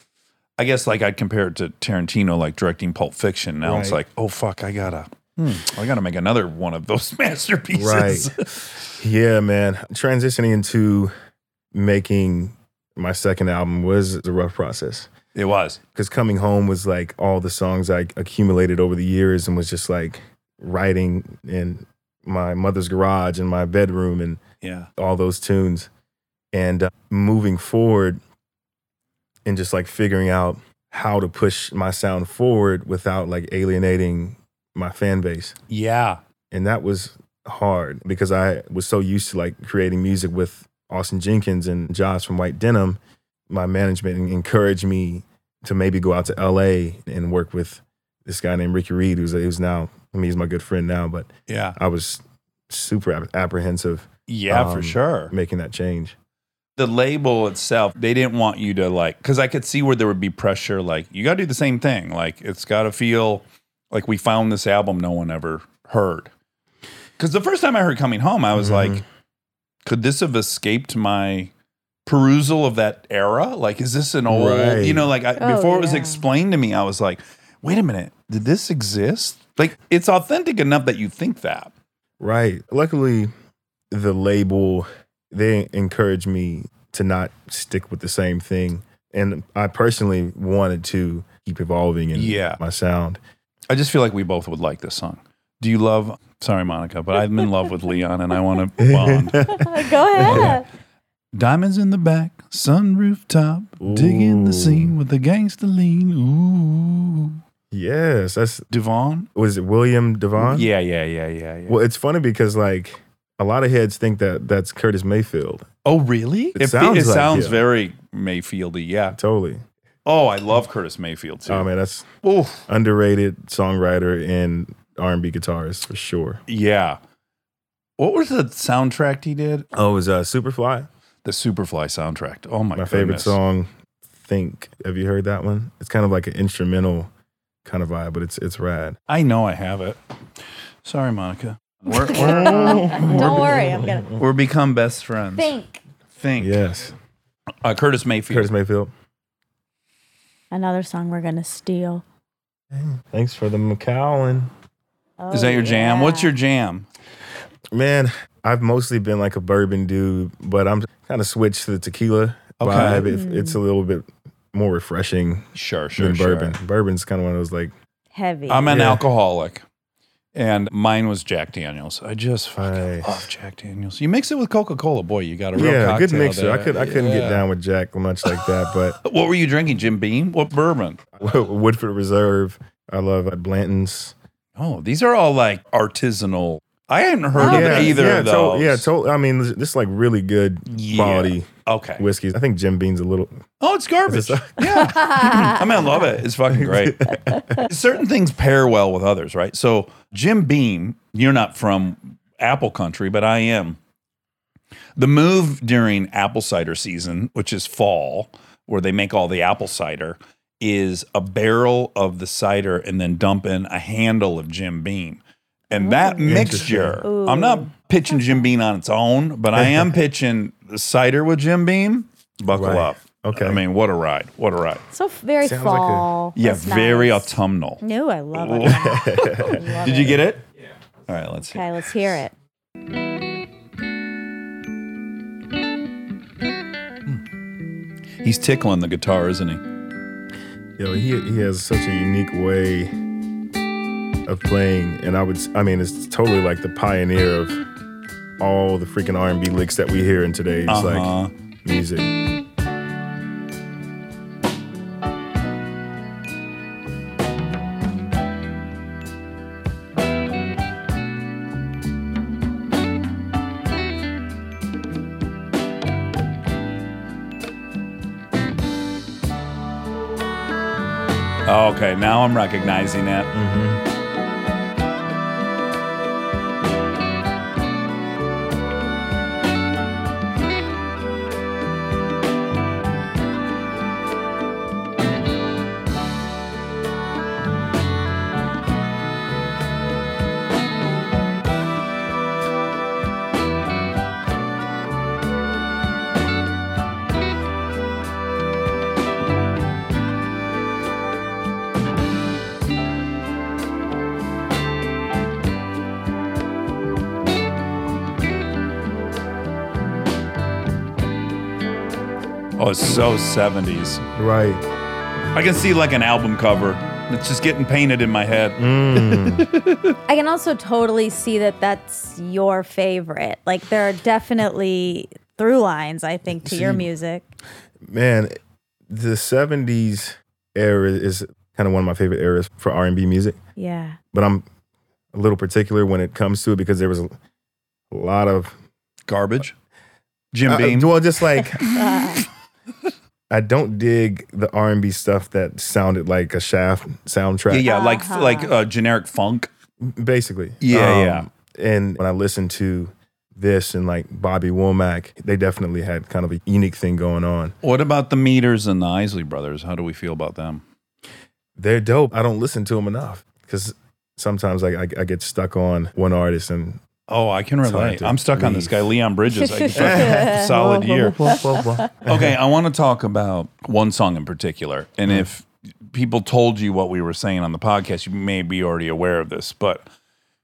Speaker 2: I guess like I'd compare it to Tarantino, like directing Pulp Fiction. Now it's
Speaker 6: Right.
Speaker 2: like, oh fuck, I gotta, hmm, I gotta make another one of those [laughs] masterpieces.
Speaker 6: Right. yeah, man. Transitioning into making my second album was a rough process.
Speaker 2: [laughs] it was.
Speaker 6: because coming home was like all the songs I accumulated over the years and was just like writing in my mother's garage and my bedroom and
Speaker 2: Yeah.
Speaker 6: all those tunes. And uh, moving forward and just like figuring out how to push my sound forward without like alienating my fan base.
Speaker 2: Yeah.
Speaker 6: And that was hard because I was so used to like creating music with Austin Jenkins and Josh from White Denim. My management encouraged me to maybe go out to LA and work with this guy named Ricky Reed, who's, who's now, I mean, he's my good friend now, but
Speaker 2: Yeah.
Speaker 6: I was super app- apprehensive
Speaker 2: Yeah, for
Speaker 6: Um,
Speaker 2: sure.
Speaker 6: making that change.
Speaker 2: The label itself, they didn't want you to like, because I could see where there would be pressure. Like, you got to do the same thing. Like, it's got to feel like we found this album no one ever heard. Because the first time I heard Coming Home, I was like, could this have escaped my perusal of that era? Like, is this an old,
Speaker 6: Right.
Speaker 2: you know, like I,
Speaker 3: Oh,
Speaker 2: before it was
Speaker 3: yeah.
Speaker 2: explained to me, I was like, wait a minute, did this exist? Like, it's authentic enough that you think that.
Speaker 6: Right. Luckily, the label, they encouraged me to not stick with the same thing. And I personally wanted to keep evolving in
Speaker 2: Yeah.
Speaker 6: my sound.
Speaker 2: I just feel like we both would like this song. Do you love? Sorry, Monica, but I'm in love
Speaker 6: [laughs]
Speaker 2: with Leon, and I want to bond.
Speaker 3: Go ahead.
Speaker 2: Diamonds in the back, sunroof top, digging the
Speaker 6: Ooh.
Speaker 2: scene with the gangster lean. Ooh,
Speaker 6: Yes, that's
Speaker 2: Devon.
Speaker 6: was it William Devon?
Speaker 2: Yeah, yeah, yeah, yeah, yeah.
Speaker 6: Well, it's funny because like a lot of heads think that that's Curtis Mayfield.
Speaker 2: oh, really? It, fe-
Speaker 6: sounds
Speaker 2: it
Speaker 6: like
Speaker 2: sounds
Speaker 6: him.
Speaker 2: very Mayfieldy. Yeah.
Speaker 6: Totally.
Speaker 2: Oh, I love Curtis Mayfield too.
Speaker 6: Oh man, that's
Speaker 2: Ooh.
Speaker 6: underrated songwriter and R and B guitarist for sure.
Speaker 2: yeah. What was the soundtrack he did?
Speaker 6: Oh, it was uh, Superfly,
Speaker 2: The Superfly soundtrack. Oh my,
Speaker 6: my favorite
Speaker 2: goodness.
Speaker 6: song. Think. Have you heard that one? It's kind of like an instrumental kind of vibe, but it's it's rad.
Speaker 2: I know I have it. Sorry, Monica. We're,
Speaker 3: [laughs] Don't worry, I'm gonna
Speaker 2: we're become best friends.
Speaker 3: think.
Speaker 2: Think.
Speaker 6: Yes,
Speaker 2: Uh, Curtis Mayfield.
Speaker 6: Curtis Mayfield.
Speaker 3: Another song we're gonna steal.
Speaker 6: Thanks for the McCowan.
Speaker 3: Oh,
Speaker 2: Is that your jam?
Speaker 3: yeah.
Speaker 2: What's your jam?
Speaker 6: Man, I've mostly been like a bourbon dude, but I'm kind of switched to the tequila
Speaker 2: Okay.
Speaker 6: vibe. It, it's a little bit more refreshing
Speaker 2: Sure,
Speaker 6: than bourbon. Bourbon's kind of one of those like,
Speaker 3: heavy?
Speaker 2: I'm an
Speaker 6: Yeah.
Speaker 2: alcoholic, and mine was Jack Daniels. I just fucking
Speaker 6: Nice.
Speaker 2: love Jack Daniels. You mix it with Coca Cola, boy, you got a real
Speaker 6: yeah,
Speaker 2: cocktail.
Speaker 6: good mixer. I
Speaker 2: there.
Speaker 6: could I couldn't
Speaker 2: Yeah.
Speaker 6: get down with Jack much like that, but
Speaker 2: What were you drinking, Jim Beam? What bourbon?
Speaker 6: [laughs] Woodford Reserve. I love uh, Blanton's.
Speaker 2: Oh, these are all like artisanal. I hadn't heard of
Speaker 6: yeah,
Speaker 2: either
Speaker 6: yeah,
Speaker 2: of
Speaker 6: to-
Speaker 2: those.
Speaker 6: yeah, to- I mean, this, this is like really good
Speaker 2: Yeah.
Speaker 6: quality
Speaker 2: Okay.
Speaker 6: whiskeys. I think Jim Bean's a little.
Speaker 2: Oh, it's garbage. yeah. I mean, I love it. It's fucking great. Certain things pair well with others, right? So, Jim Beam, you're not from Apple country, but I am. The move during apple cider season, which is fall, where they make all the apple cider, is a barrel of the cider and then dump in a handle of Jim Beam. And that mixture, I'm not pitching Jim Beam on its own, but I am pitching the cider with Jim Beam. Buckle
Speaker 6: Right.
Speaker 2: up.
Speaker 6: Okay.
Speaker 2: I mean, what a ride. What a ride.
Speaker 3: So f- very
Speaker 6: Sounds like a-
Speaker 3: fall.
Speaker 2: Yeah,
Speaker 3: That's
Speaker 2: very
Speaker 3: nice. Mm-hmm.
Speaker 2: autumnal.
Speaker 3: No, I
Speaker 2: [laughs]
Speaker 3: love it. Love
Speaker 2: Did you get it? Yeah. All right, let's see.
Speaker 3: [laughs] Okay, let's hear it.
Speaker 2: He's tickling the guitar, isn't he?
Speaker 6: Yo, he he has such a unique way of playing, and I would s- I mean it's totally like the pioneer of all the freaking R and B licks that we hear in today's
Speaker 2: Uh-huh.
Speaker 6: like music.
Speaker 2: Oh, okay, now I'm recognizing that. Oh, it's so 70s.
Speaker 6: Right.
Speaker 2: I can see like an album cover. It's just getting painted in my head.
Speaker 3: I can also totally see that that's your favorite. Like there are definitely through lines, I think, to your
Speaker 6: See,
Speaker 3: music.
Speaker 6: Man, the 70s era is kind of one of my favorite eras for R&B music,
Speaker 3: Yeah.
Speaker 6: but I'm a little particular when it comes to it because there was a lot of
Speaker 2: Garbage. Jim
Speaker 6: Uh,
Speaker 2: Beam.
Speaker 6: well, just like [laughs]
Speaker 3: Uh,
Speaker 6: I don't dig the R and B stuff that sounded like a Shaft
Speaker 2: yeah,
Speaker 6: soundtrack.
Speaker 2: yeah, like
Speaker 3: Uh-huh.
Speaker 2: like uh, generic funk.
Speaker 6: basically. Um,
Speaker 2: Yeah, yeah.
Speaker 6: And when I listened to this and like Bobby Womack, they definitely had kind of a unique thing going on.
Speaker 2: What about the Meters and the Isley Brothers? How do we feel about them?
Speaker 6: They're dope. I don't listen to them enough because sometimes I, I, I get stuck on one artist and
Speaker 2: Oh, I can
Speaker 6: It's hard
Speaker 2: relate.
Speaker 6: to
Speaker 2: I'm stuck on this
Speaker 6: leave.
Speaker 2: guy, Leon [laughs] Bridges. I can fucking-
Speaker 3: [laughs]
Speaker 2: solid year. okay, I want to talk about one song in particular. And if people told you what we were saying on the podcast, you may be already aware of this, but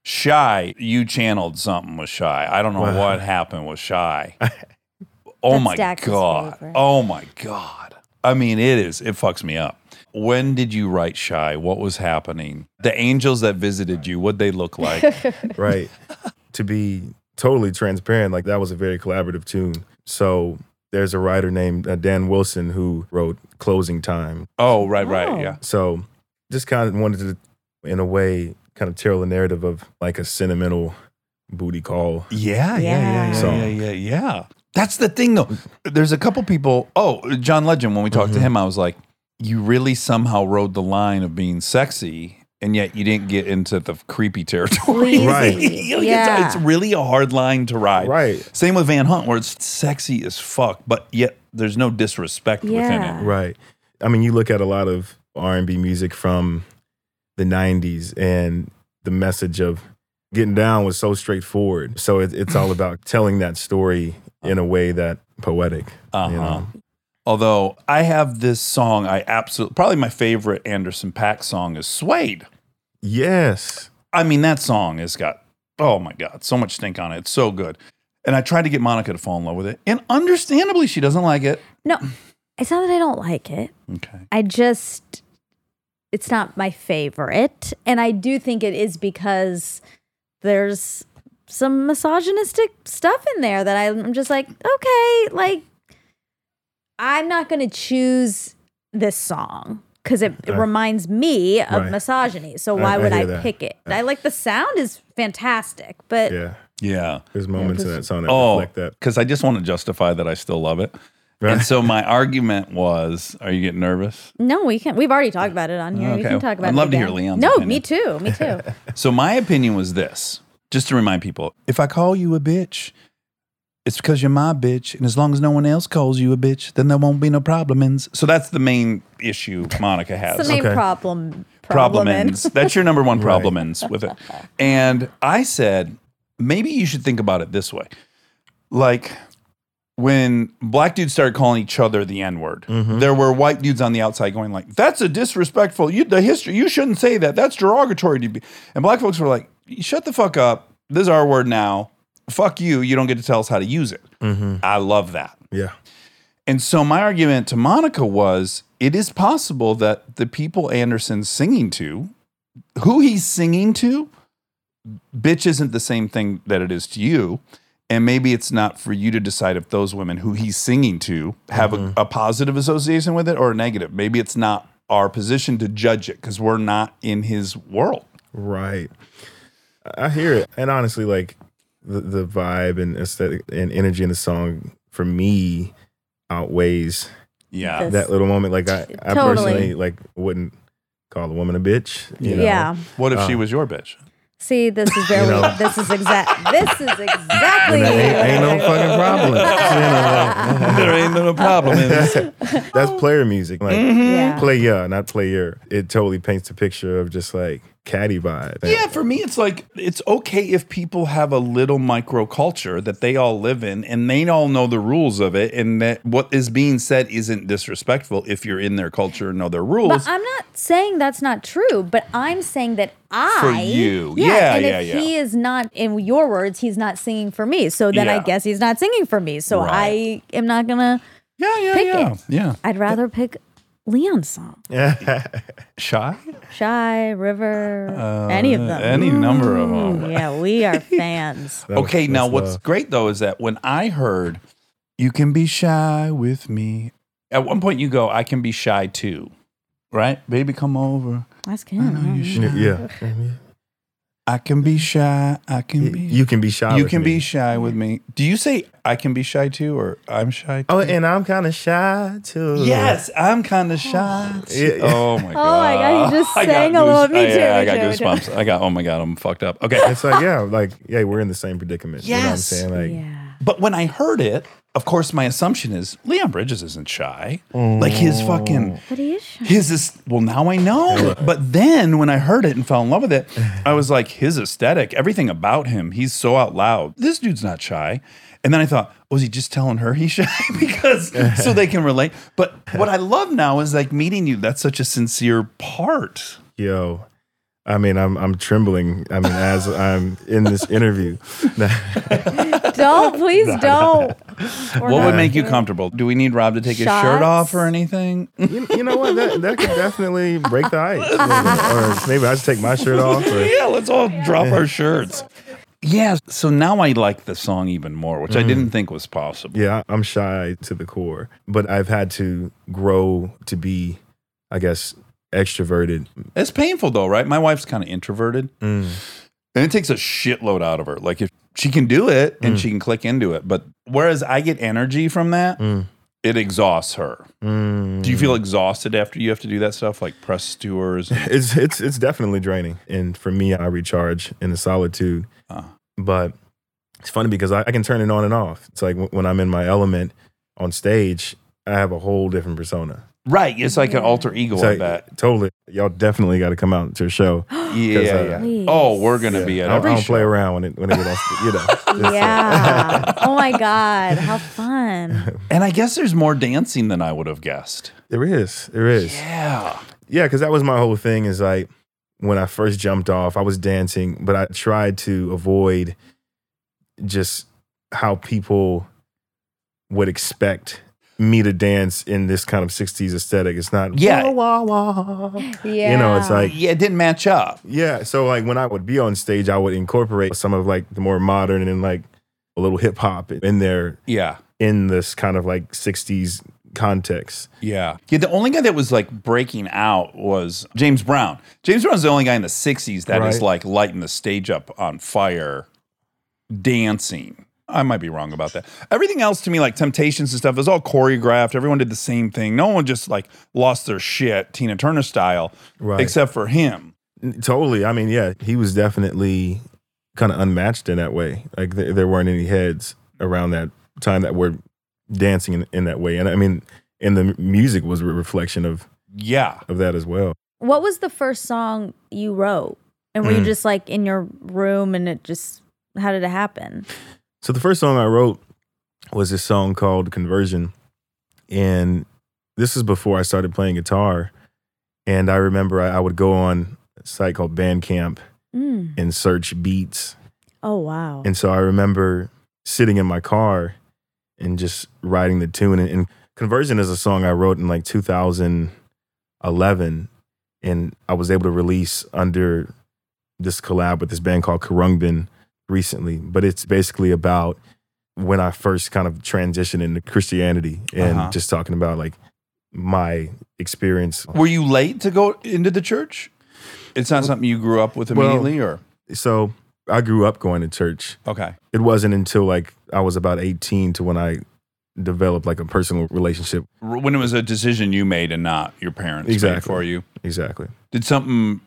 Speaker 2: Shy, you channeled something with Shy. I don't know what happened with Shy. oh
Speaker 3: That's
Speaker 2: my
Speaker 3: Dax's
Speaker 2: god.
Speaker 3: favorite.
Speaker 2: Oh my god. I mean, it is. It fucks me up. When did you write Shy? What was happening? The angels that visited you, what they look like?
Speaker 6: right? to be totally transparent, like that was a very collaborative tune. So there's a writer named uh, Dan Wilson who wrote Closing Time.
Speaker 2: oh, right, right.
Speaker 3: Oh.
Speaker 2: Yeah.
Speaker 6: So just kind of wanted to, in a way, kind of tell the narrative of like a sentimental booty call.
Speaker 2: Yeah, yeah, yeah, yeah,
Speaker 6: So-
Speaker 2: yeah, yeah, yeah. That's the thing, though. There's a couple people. Oh, John Legend. When we talked
Speaker 6: Mm-hmm.
Speaker 2: to him, I was like, "You really somehow rode the line of being sexy, and yet you didn't get into the creepy territory."
Speaker 6: Right.
Speaker 2: [laughs] You know, it's-
Speaker 3: Yeah.
Speaker 2: It's, really a hard line to ride.
Speaker 6: Right.
Speaker 2: Same with Van Hunt, where it's sexy as fuck, but yet there's no disrespect within
Speaker 3: Yeah.
Speaker 2: it.
Speaker 6: Right. I mean, you look at a lot of R&B music from the 90s and the message of getting down was so straightforward. So it, it's all about telling that story in a way that poetic.
Speaker 2: Uh-huh. Although I have this song, I absolutely probably my favorite Anderson Pack song is Suede.
Speaker 6: Yes.
Speaker 2: I mean, that song has got, oh my God, so much stink on it. It's so good. And I tried to get Monica to fall in love with it. And understandably, she doesn't like it.
Speaker 3: [laughs] No, it's not that I don't like it.
Speaker 2: Okay.
Speaker 3: I just it's not my favorite. And I do think it is because there's some misogynistic stuff in there that I'm just like, okay, like I'm not gonna choose this song. because it, it reminds me of
Speaker 6: Right.
Speaker 3: misogyny. So
Speaker 6: I-
Speaker 3: why
Speaker 6: I
Speaker 3: would I,
Speaker 6: hear that.
Speaker 3: pick it? I like the sound is fantastic, but
Speaker 6: Yeah.
Speaker 2: Yeah.
Speaker 6: There's moments in that song that
Speaker 2: Oh,
Speaker 6: reflect that.
Speaker 2: because I just want to justify that I still love it. And
Speaker 6: Right.
Speaker 2: so my argument was, are you getting nervous?
Speaker 3: no, we can't. We've already talked about it on here. We
Speaker 2: Oh, Okay.
Speaker 3: can talk about.
Speaker 2: I'd
Speaker 3: it
Speaker 2: love to
Speaker 3: again.
Speaker 2: hear Leon's
Speaker 3: No,
Speaker 2: opinion.
Speaker 3: me too. Me
Speaker 2: [laughs]
Speaker 3: too.
Speaker 2: So my opinion was this, just to remind people, if I call you a bitch, it's because you're my bitch, and as long as no one else calls you a bitch, then there won't be no problems. So that's the main issue Monica has.
Speaker 3: It's the main
Speaker 6: Okay.
Speaker 3: problem. Problem. in- [laughs]
Speaker 2: problemins. That's your number one problem ends with it. And I said, maybe you should think about it this way. Like when black dudes started calling each other the N word, there were white dudes on the outside going like, "That's a disrespectful. You the history. You shouldn't say that. That's derogatory to be." And black folks were like, "Shut the fuck up. This is our word now. Fuck you. You don't get to tell us how to use it." I love that.
Speaker 6: Yeah.
Speaker 2: And so my argument to Monica was it is possible that the people Anderson's singing to, who he's singing to, bitch isn't the same thing that it is to you. And maybe it's not for you to decide if those women who he's singing to have a, a positive association with it or a negative. Maybe it's not our position to judge it because we're not in his world.
Speaker 6: Right. I I hear it. And honestly, like the, the vibe and aesthetic and energy in the song for me outweighs
Speaker 2: Yeah.
Speaker 3: Yes.
Speaker 6: that little moment. Like I, I
Speaker 3: Totally.
Speaker 6: personally like wouldn't call a woman a bitch. You know?
Speaker 3: Yeah.
Speaker 2: What if she was your bitch?
Speaker 3: See, this is where
Speaker 6: You know.
Speaker 3: we. This is exact. This
Speaker 2: [laughs]
Speaker 3: is exactly.
Speaker 6: Ain't, ain't no fucking
Speaker 3: [laughs]
Speaker 6: problem. You know,
Speaker 2: [laughs]
Speaker 6: like,
Speaker 2: there ain't no problem. in this.
Speaker 6: that's player music. Like
Speaker 2: Mm-hmm. [laughs]
Speaker 3: Yeah.
Speaker 6: player, not player. It totally paints the picture of just like catty vibe.
Speaker 2: Yeah, for me, it's like it's okay if people have a little micro culture that they all live in and they all know the rules of it, and that what is being said isn't disrespectful if you're in their culture and know their rules.
Speaker 3: But I'm not saying that's not true, but I'm saying that I
Speaker 2: For you. Yeah,
Speaker 3: and
Speaker 2: yeah,
Speaker 3: if
Speaker 2: yeah.
Speaker 3: he is not in your words, he's not singing for me. So then I
Speaker 2: Yeah.
Speaker 3: guess he's not singing for me. So
Speaker 2: Right.
Speaker 3: I am not gonna
Speaker 2: yeah, yeah,
Speaker 3: Pick
Speaker 2: yeah,
Speaker 3: it.
Speaker 2: yeah.
Speaker 3: I'd rather pick Leon's song.
Speaker 6: [laughs] Yeah.
Speaker 2: Shy,
Speaker 3: Shy, River, any of them.
Speaker 2: Uh, any number of them.
Speaker 3: Ooh, yeah,
Speaker 2: [laughs]
Speaker 3: we are fans.
Speaker 2: Okay, now
Speaker 6: that's
Speaker 2: what's
Speaker 6: love.
Speaker 2: great though is that when I heard "You can be shy with me," at one point you go, "I can be shy too," right? Baby, come over.
Speaker 3: Ask
Speaker 2: I know
Speaker 3: him.
Speaker 2: you shy.
Speaker 6: yeah.
Speaker 2: I can be shy. I
Speaker 3: [laughs]
Speaker 2: can be.
Speaker 6: You can be shy.
Speaker 2: you
Speaker 6: with
Speaker 2: can
Speaker 6: me.
Speaker 2: be shy with me. Do you say I can be shy too, or I'm shy? Too?
Speaker 6: Oh, and I'm kind of shy too.
Speaker 2: yes, I'm kind
Speaker 3: Oh,
Speaker 2: of shy.
Speaker 6: Yeah, yeah.
Speaker 2: Oh
Speaker 3: [laughs]
Speaker 2: my god!
Speaker 3: my God, you just
Speaker 2: I got
Speaker 3: sang along.
Speaker 2: goose-
Speaker 3: Me
Speaker 2: I-
Speaker 3: too,
Speaker 2: I,
Speaker 3: me
Speaker 2: got
Speaker 3: too, me too.
Speaker 2: goosebumps. I got. Oh my god, I'm fucked up.
Speaker 3: [laughs]
Speaker 2: Okay,
Speaker 6: It's like, yeah, like, yeah, we're in the same predicament. You know what I'm
Speaker 2: Yes.
Speaker 6: saying? Like,
Speaker 3: Yeah.
Speaker 2: but when I heard it, of course, my assumption is Leon Bridges isn't shy. Like
Speaker 3: Oh.
Speaker 2: his fucking
Speaker 3: But he is shy.
Speaker 2: his is well now I know. But then when I heard it and fell in love with it, I was like, his aesthetic, everything about him, he's so out loud. This dude's not shy. And then I thought, was he just telling her he's [laughs] shy because so they can relate? But what I love now is like meeting you. That's such a sincere part.
Speaker 6: yo, I mean, I'm I'm trembling. I mean, as I'm in this interview, [laughs]
Speaker 2: [laughs]
Speaker 3: Don't please don't. We're
Speaker 2: what
Speaker 3: not
Speaker 2: would make you
Speaker 3: doing-
Speaker 2: comfortable? Do we need Rob to take his shirt
Speaker 3: Shots?
Speaker 2: off or anything?
Speaker 6: you, you know what? That that could definitely break the ice. or maybe I should take my shirt off. Or,
Speaker 2: [laughs] yeah, let's all drop our shirts. Yeah, so now I like the song even more, which I didn't think was possible.
Speaker 6: Mm. yeah, I'm shy to the core, but I've had to grow to be, I guess, extroverted.
Speaker 2: It's painful though, right? My wife's kind of introverted. And it takes a shitload out of her. Like if she can do it
Speaker 6: Mm.
Speaker 2: and she can click into it, but whereas I get energy from that,
Speaker 6: Mm.
Speaker 2: it exhausts her. Do you feel exhausted after you have to do that stuff like press stewers?
Speaker 6: [laughs] It's it's it's definitely draining, and for me, I recharge in the solitude. But it's funny because I, I can turn it on and off. It's like w- when I'm in my element on stage, I have a whole different persona.
Speaker 2: right, it's like an alter ego
Speaker 6: So,
Speaker 2: of that.
Speaker 6: Totally, y'all definitely got to come out to a show.
Speaker 2: Yeah,
Speaker 6: uh,
Speaker 2: yeah.
Speaker 3: Please.
Speaker 2: Oh, we're going to
Speaker 6: I
Speaker 2: be at
Speaker 6: don't, I
Speaker 2: every
Speaker 6: don't
Speaker 2: show.
Speaker 6: play around when it when it gets you know. it's, uh,
Speaker 3: Yeah. oh my God. How fun.
Speaker 2: And I guess there's more dancing than I would have guessed.
Speaker 6: [laughs] There is, there is.
Speaker 2: Yeah.
Speaker 6: Yeah, because that was my whole thing is like when I first jumped off, I was dancing, but I tried to avoid just how people would expect me to dance in this kind of 60s aesthetic. It's not,
Speaker 2: Yeah.
Speaker 6: wah, wah, wah.
Speaker 3: Yeah.
Speaker 6: You know, it's like,
Speaker 2: Yeah, it didn't match up.
Speaker 6: yeah. So, like, when I would be on stage, I would incorporate some of like the more modern and like a little hip hop in there
Speaker 2: Yeah.
Speaker 6: in this kind of like 60s context.
Speaker 2: Yeah. Yeah, the only guy that was like breaking out was James Brown. James Brown's the only guy in the 60s that is
Speaker 6: Right.
Speaker 2: like lighting the stage up on fire dancing. I might be wrong about that. Everything else to me, like Temptations and stuff, is all choreographed. Everyone did the same thing. No one just like lost their shit, Tina Turner style,
Speaker 6: Right.
Speaker 2: except for him.
Speaker 6: N- Totally. I mean, yeah, he was definitely kind of unmatched in that way. Like there, there weren't any heads around that time that were dancing in, in that way. And I mean, and the m- music was a reflection of
Speaker 2: Yeah.
Speaker 6: of that as well.
Speaker 3: What was the first song you wrote? And were you
Speaker 6: Mm.
Speaker 3: just like in your room and it just, how did it happen?
Speaker 6: So the first song I wrote was this song called Conversion. And this is before I started playing guitar. And I remember I, I would go on a site called Bandcamp
Speaker 3: Mm.
Speaker 6: and search beats.
Speaker 3: Oh, wow.
Speaker 6: And so I remember sitting in my car and just writing the tune. And, and Conversion is a song I wrote in like 2011. And I was able to release under this collab with this band called Karungbin recently. But it's basically about when I first kind of transitioned into Christianity and
Speaker 2: Uh-huh.
Speaker 6: just talking about like my experience.
Speaker 2: Were you late to go into the church? It's not something you grew up with
Speaker 6: Well-
Speaker 2: immediately
Speaker 6: So I grew up going to church.
Speaker 2: or? Okay.
Speaker 6: it wasn't until like I was about 18 to when I developed like a personal relationship.
Speaker 2: R- When it was a decision you made and not your parents exactly.
Speaker 6: Exactly.
Speaker 2: for you.
Speaker 6: Exactly.
Speaker 2: did something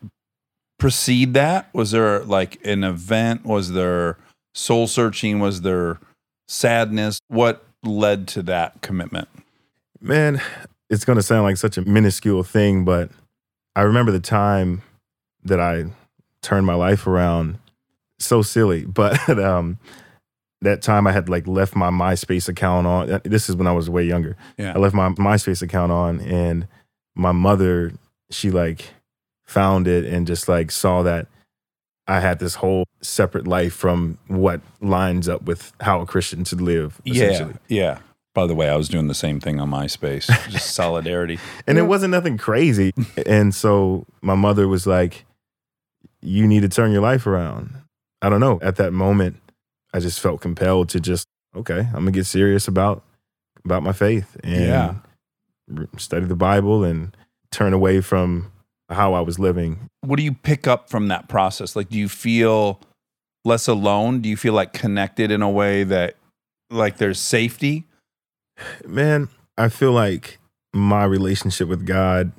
Speaker 2: precede that was there like an event was there soul searching was there sadness what led to that commitment
Speaker 6: Man, it's going to sound like such a minuscule thing, but I remember the time that I turned my life around. So silly, [laughs] but um that time I had like left my MySpace account on. uh, This is when I was way younger.
Speaker 2: Yeah.
Speaker 6: I left my MySpace account on and my mother, she like found it and just like saw that I had this whole separate life from what lines up with how a Christian should live, essentially.
Speaker 2: yeah by the way i was doing the same thing on myspace [laughs] just solidarity
Speaker 6: And
Speaker 3: Yeah.
Speaker 6: it wasn't nothing crazy. [laughs] and so my mother was like, You need to turn your life around. I don't know. At that moment, I just felt compelled to just, okay, I'm gonna get serious about about my faith and
Speaker 2: Yeah.
Speaker 6: r- study the Bible and turn away from how I was living.
Speaker 2: what do you pick up from that process like do you feel less alone do you feel like connected in a way that like there's safety
Speaker 6: Man, I feel like my relationship with God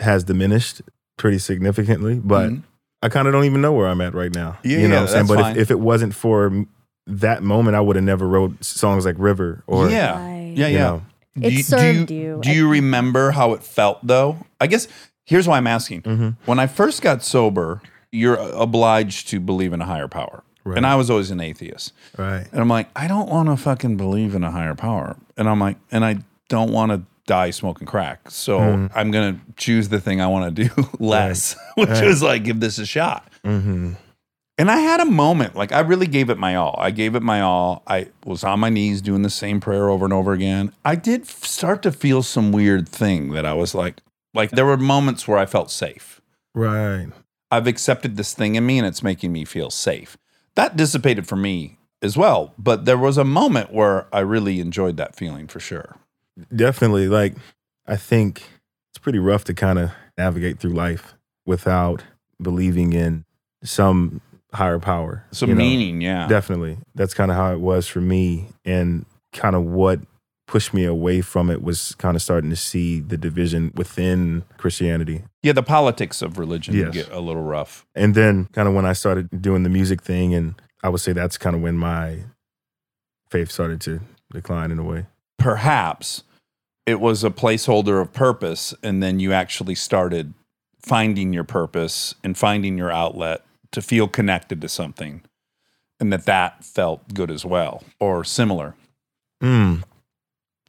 Speaker 6: has diminished pretty significantly, but
Speaker 2: Mhm.
Speaker 6: I kind of don't even know where I'm at right now.
Speaker 2: Yeah,
Speaker 6: you know
Speaker 2: yeah,
Speaker 6: what I'm saying?
Speaker 2: that's
Speaker 6: But
Speaker 2: fine.
Speaker 6: if, if it wasn't for m- that moment, I would have never wrote songs like River or
Speaker 2: yeah
Speaker 3: Right.
Speaker 2: yeah
Speaker 6: you
Speaker 2: yeah
Speaker 6: know.
Speaker 3: Uh, It served you,
Speaker 2: Do
Speaker 3: I
Speaker 2: you
Speaker 3: think.
Speaker 2: remember how it felt though? I guess here's why I'm asking.
Speaker 6: Mhm.
Speaker 2: When I first got sober, you're obliged to believe in a higher power.
Speaker 6: Right.
Speaker 2: And I was always an atheist.
Speaker 6: Right.
Speaker 2: And I'm like, I don't want to fucking believe in a higher power. And I'm like, and I don't want to die smoking crack. So
Speaker 6: Hmm.
Speaker 2: I'm going to choose the thing I want to do [laughs] less, [laughs] which
Speaker 6: Right.
Speaker 2: was like, give this a shot.
Speaker 6: Mm-hmm.
Speaker 2: And I had a moment, like I really gave it my all. I gave it my all. I was on my knees doing the same prayer over and over again. I did f- start to feel some weird thing that I was like, like there were moments where I felt safe.
Speaker 6: Right.
Speaker 2: I've accepted this thing in me and it's making me feel safe. That dissipated for me as well. But there was a moment where I really enjoyed that feeling for sure.
Speaker 6: Definitely. Like, I think it's pretty rough to kind of navigate through life without believing in some higher power.
Speaker 2: Some
Speaker 6: you know?
Speaker 2: meaning, yeah.
Speaker 6: Definitely. That's kind of how it was for me. And kind of what pushed me away from it was kind of starting to see the division within Christianity.
Speaker 2: yeah, the politics of religion
Speaker 6: Yes.
Speaker 2: get a little rough.
Speaker 6: And then kind of when I started doing the music thing, and I would say that's kind of when my faith started to decline in a way.
Speaker 2: perhaps it was a placeholder of purpose and then you actually started finding your purpose and finding your outlet to feel connected to something and that that felt good as well or similar
Speaker 6: Mm.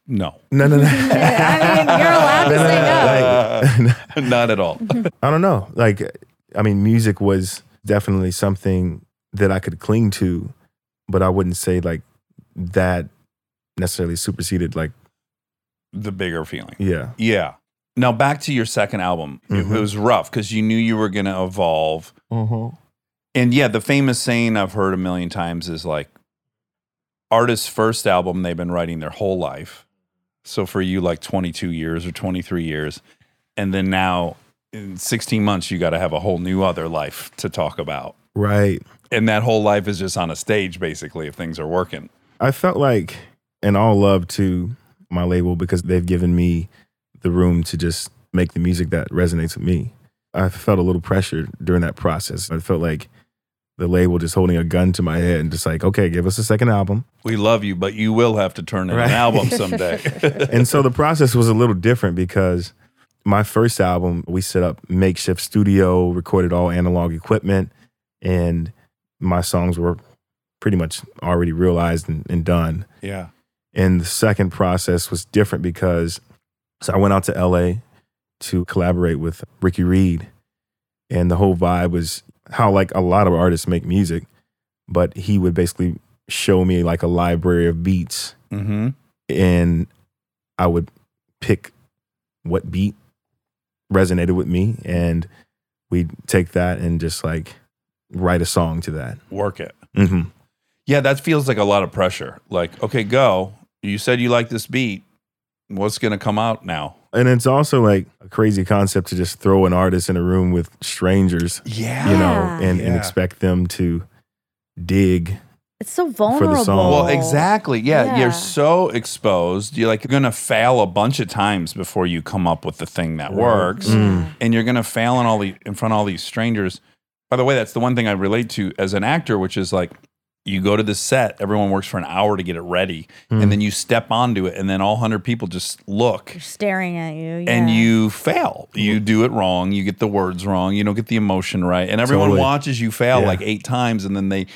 Speaker 2: no [laughs]
Speaker 6: No, no, no.
Speaker 3: [laughs] I mean, you're allowed to say no.
Speaker 6: Like, [laughs]
Speaker 2: not at all
Speaker 6: I don't know. Like, I mean, music was definitely something that I could cling to, but I wouldn't say like that necessarily superseded, like,
Speaker 2: the bigger feeling
Speaker 6: yeah.
Speaker 2: yeah now back to your second album It- it
Speaker 6: Mhm.
Speaker 2: was rough because you knew you were going to evolve And yeah, the famous saying I've heard a million times is like artists' first album they've been writing their whole life. So for you, like 22 years or 23 years. And then now in 16 months, you got to have a whole new other life to talk about.
Speaker 6: Right.
Speaker 2: And that whole life is just on a stage, basically, if things are working.
Speaker 6: I felt like, and all love to my label because they've given me the room to just make the music that resonates with me. I felt a little pressured during that process. I felt like the label just holding a gun to my head and just like, okay, give us a second album.
Speaker 2: We love you, but you will have to turn in
Speaker 6: Right.
Speaker 2: an
Speaker 6: [laughs]
Speaker 2: album someday.
Speaker 6: and so the process was a little different because my first album, we set up makeshift studio, recorded all analog equipment, and my songs were pretty much already realized and, and done.
Speaker 2: [laughs] yeah.
Speaker 6: And the second process was different because so I went out to LA to collaborate with Ricky Reed. And the whole vibe was how like a lot of artists make music, but he would basically show me like a library of beats
Speaker 2: Mm-hmm.
Speaker 6: and I would pick what beat resonated with me and we'd take that and just like write a song to that.
Speaker 2: Work it.
Speaker 6: hmm
Speaker 2: Yeah, that feels like a lot of pressure. Like, okay, go. You said you like this beat. What's going to come out now?
Speaker 6: And it's also like a crazy concept to just throw an artist in a room with strangers
Speaker 2: Yeah.
Speaker 6: you know,
Speaker 3: Yeah.
Speaker 6: and, and
Speaker 2: Yeah.
Speaker 6: expect them to dig.
Speaker 3: It's so vulnerable.
Speaker 6: song.
Speaker 2: Well, exactly. Yeah,
Speaker 3: Yeah.
Speaker 2: you're so exposed. You're like you're gonna fail a bunch of times before you come up with the thing that works,
Speaker 3: Mm.
Speaker 6: Mm.
Speaker 2: and you're gonna fail in all the in front of all these strangers. By the way, that's the one thing I relate to as an actor, which is like you go to the set, everyone works for an hour to get it ready, and then you step onto it, and then all hundred people just look
Speaker 3: They're staring at you. Yeah.
Speaker 2: and you fail. You
Speaker 6: Mm-hmm.
Speaker 2: do it wrong. You get the words wrong. You don't get the emotion right. And everyone
Speaker 6: Totally.
Speaker 2: watches you fail
Speaker 6: Yeah.
Speaker 2: like eight times, and then they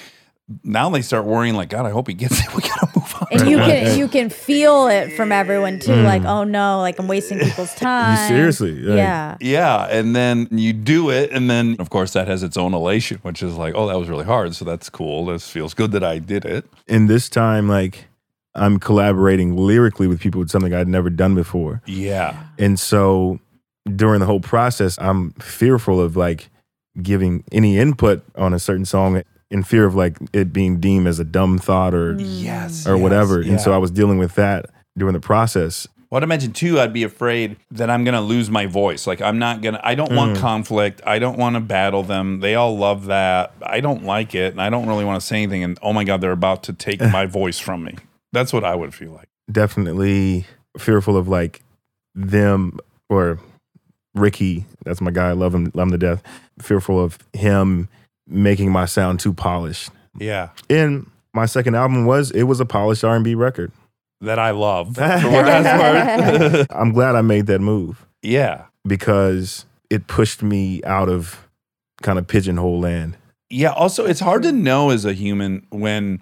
Speaker 2: now they start worrying like, God, I hope he gets it. [laughs] We gotta move on.
Speaker 6: [laughs]
Speaker 3: And you can you can feel it from everyone too. Like, oh no, like I'm wasting
Speaker 6: [laughs]
Speaker 3: people's time.
Speaker 6: Mm. seriously, like-
Speaker 3: yeah.
Speaker 2: yeah, and then you do it, and then of course that has its own elation, which is like, oh, that was really hard, so that's cool. This feels good that I did it.
Speaker 6: And this time, like, I'm collaborating lyrically with people with something I'd never done before.
Speaker 2: Yeah,
Speaker 6: And so during the whole process, I'm fearful of like giving any input on a certain song in fear of like it being deemed as a dumb thought or
Speaker 2: yes,
Speaker 6: or
Speaker 2: yes,
Speaker 6: whatever.
Speaker 2: yeah.
Speaker 6: And so I was dealing with that during the process.
Speaker 2: Well, I'd imagine too, I'd be afraid that I'm going to lose my voice. Like, I'm not going to, I don't want conflict. I don't want to battle them. They all love that. I don't like it. And I don't really want to say anything. And oh my God, they're about to take my voice from me. That's what I would feel like.
Speaker 6: Definitely fearful of like them or Ricky, that's my guy, I love him, love him to death. Fearful of him making my sound too polished.
Speaker 2: Yeah.
Speaker 6: And my second album was it was a polished R&B record.
Speaker 2: That I love. For what that's worth.
Speaker 6: I'm glad I made that move
Speaker 2: [laughs] yeah.
Speaker 6: because it pushed me out of kind of pigeonhole land.
Speaker 2: Yeah. Also, it's hard to know as a human when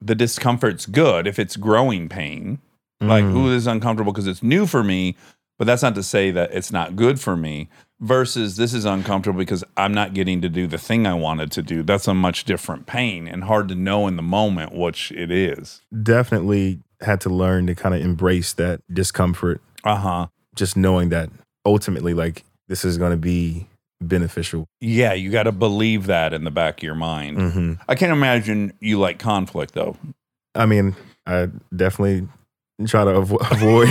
Speaker 2: the discomfort's good, if it's growing pain. like
Speaker 6: Mm. Mm-hmm.
Speaker 2: ooh this is uncomfortable because it's new for me but that's not to say that it's not good for me versus this is uncomfortable because i'm not getting to do the thing i wanted to do that's a much different pain and hard to know in the moment which it is
Speaker 6: definitely had to learn to kind of embrace that discomfort,
Speaker 2: uh-huh
Speaker 6: just knowing that ultimately like this is going to be beneficial.
Speaker 2: yeah you got to believe that in the back of your mind
Speaker 6: Mm-hmm.
Speaker 2: i can't imagine you like conflict though
Speaker 6: I mean, I definitely try to avo- [laughs] avoid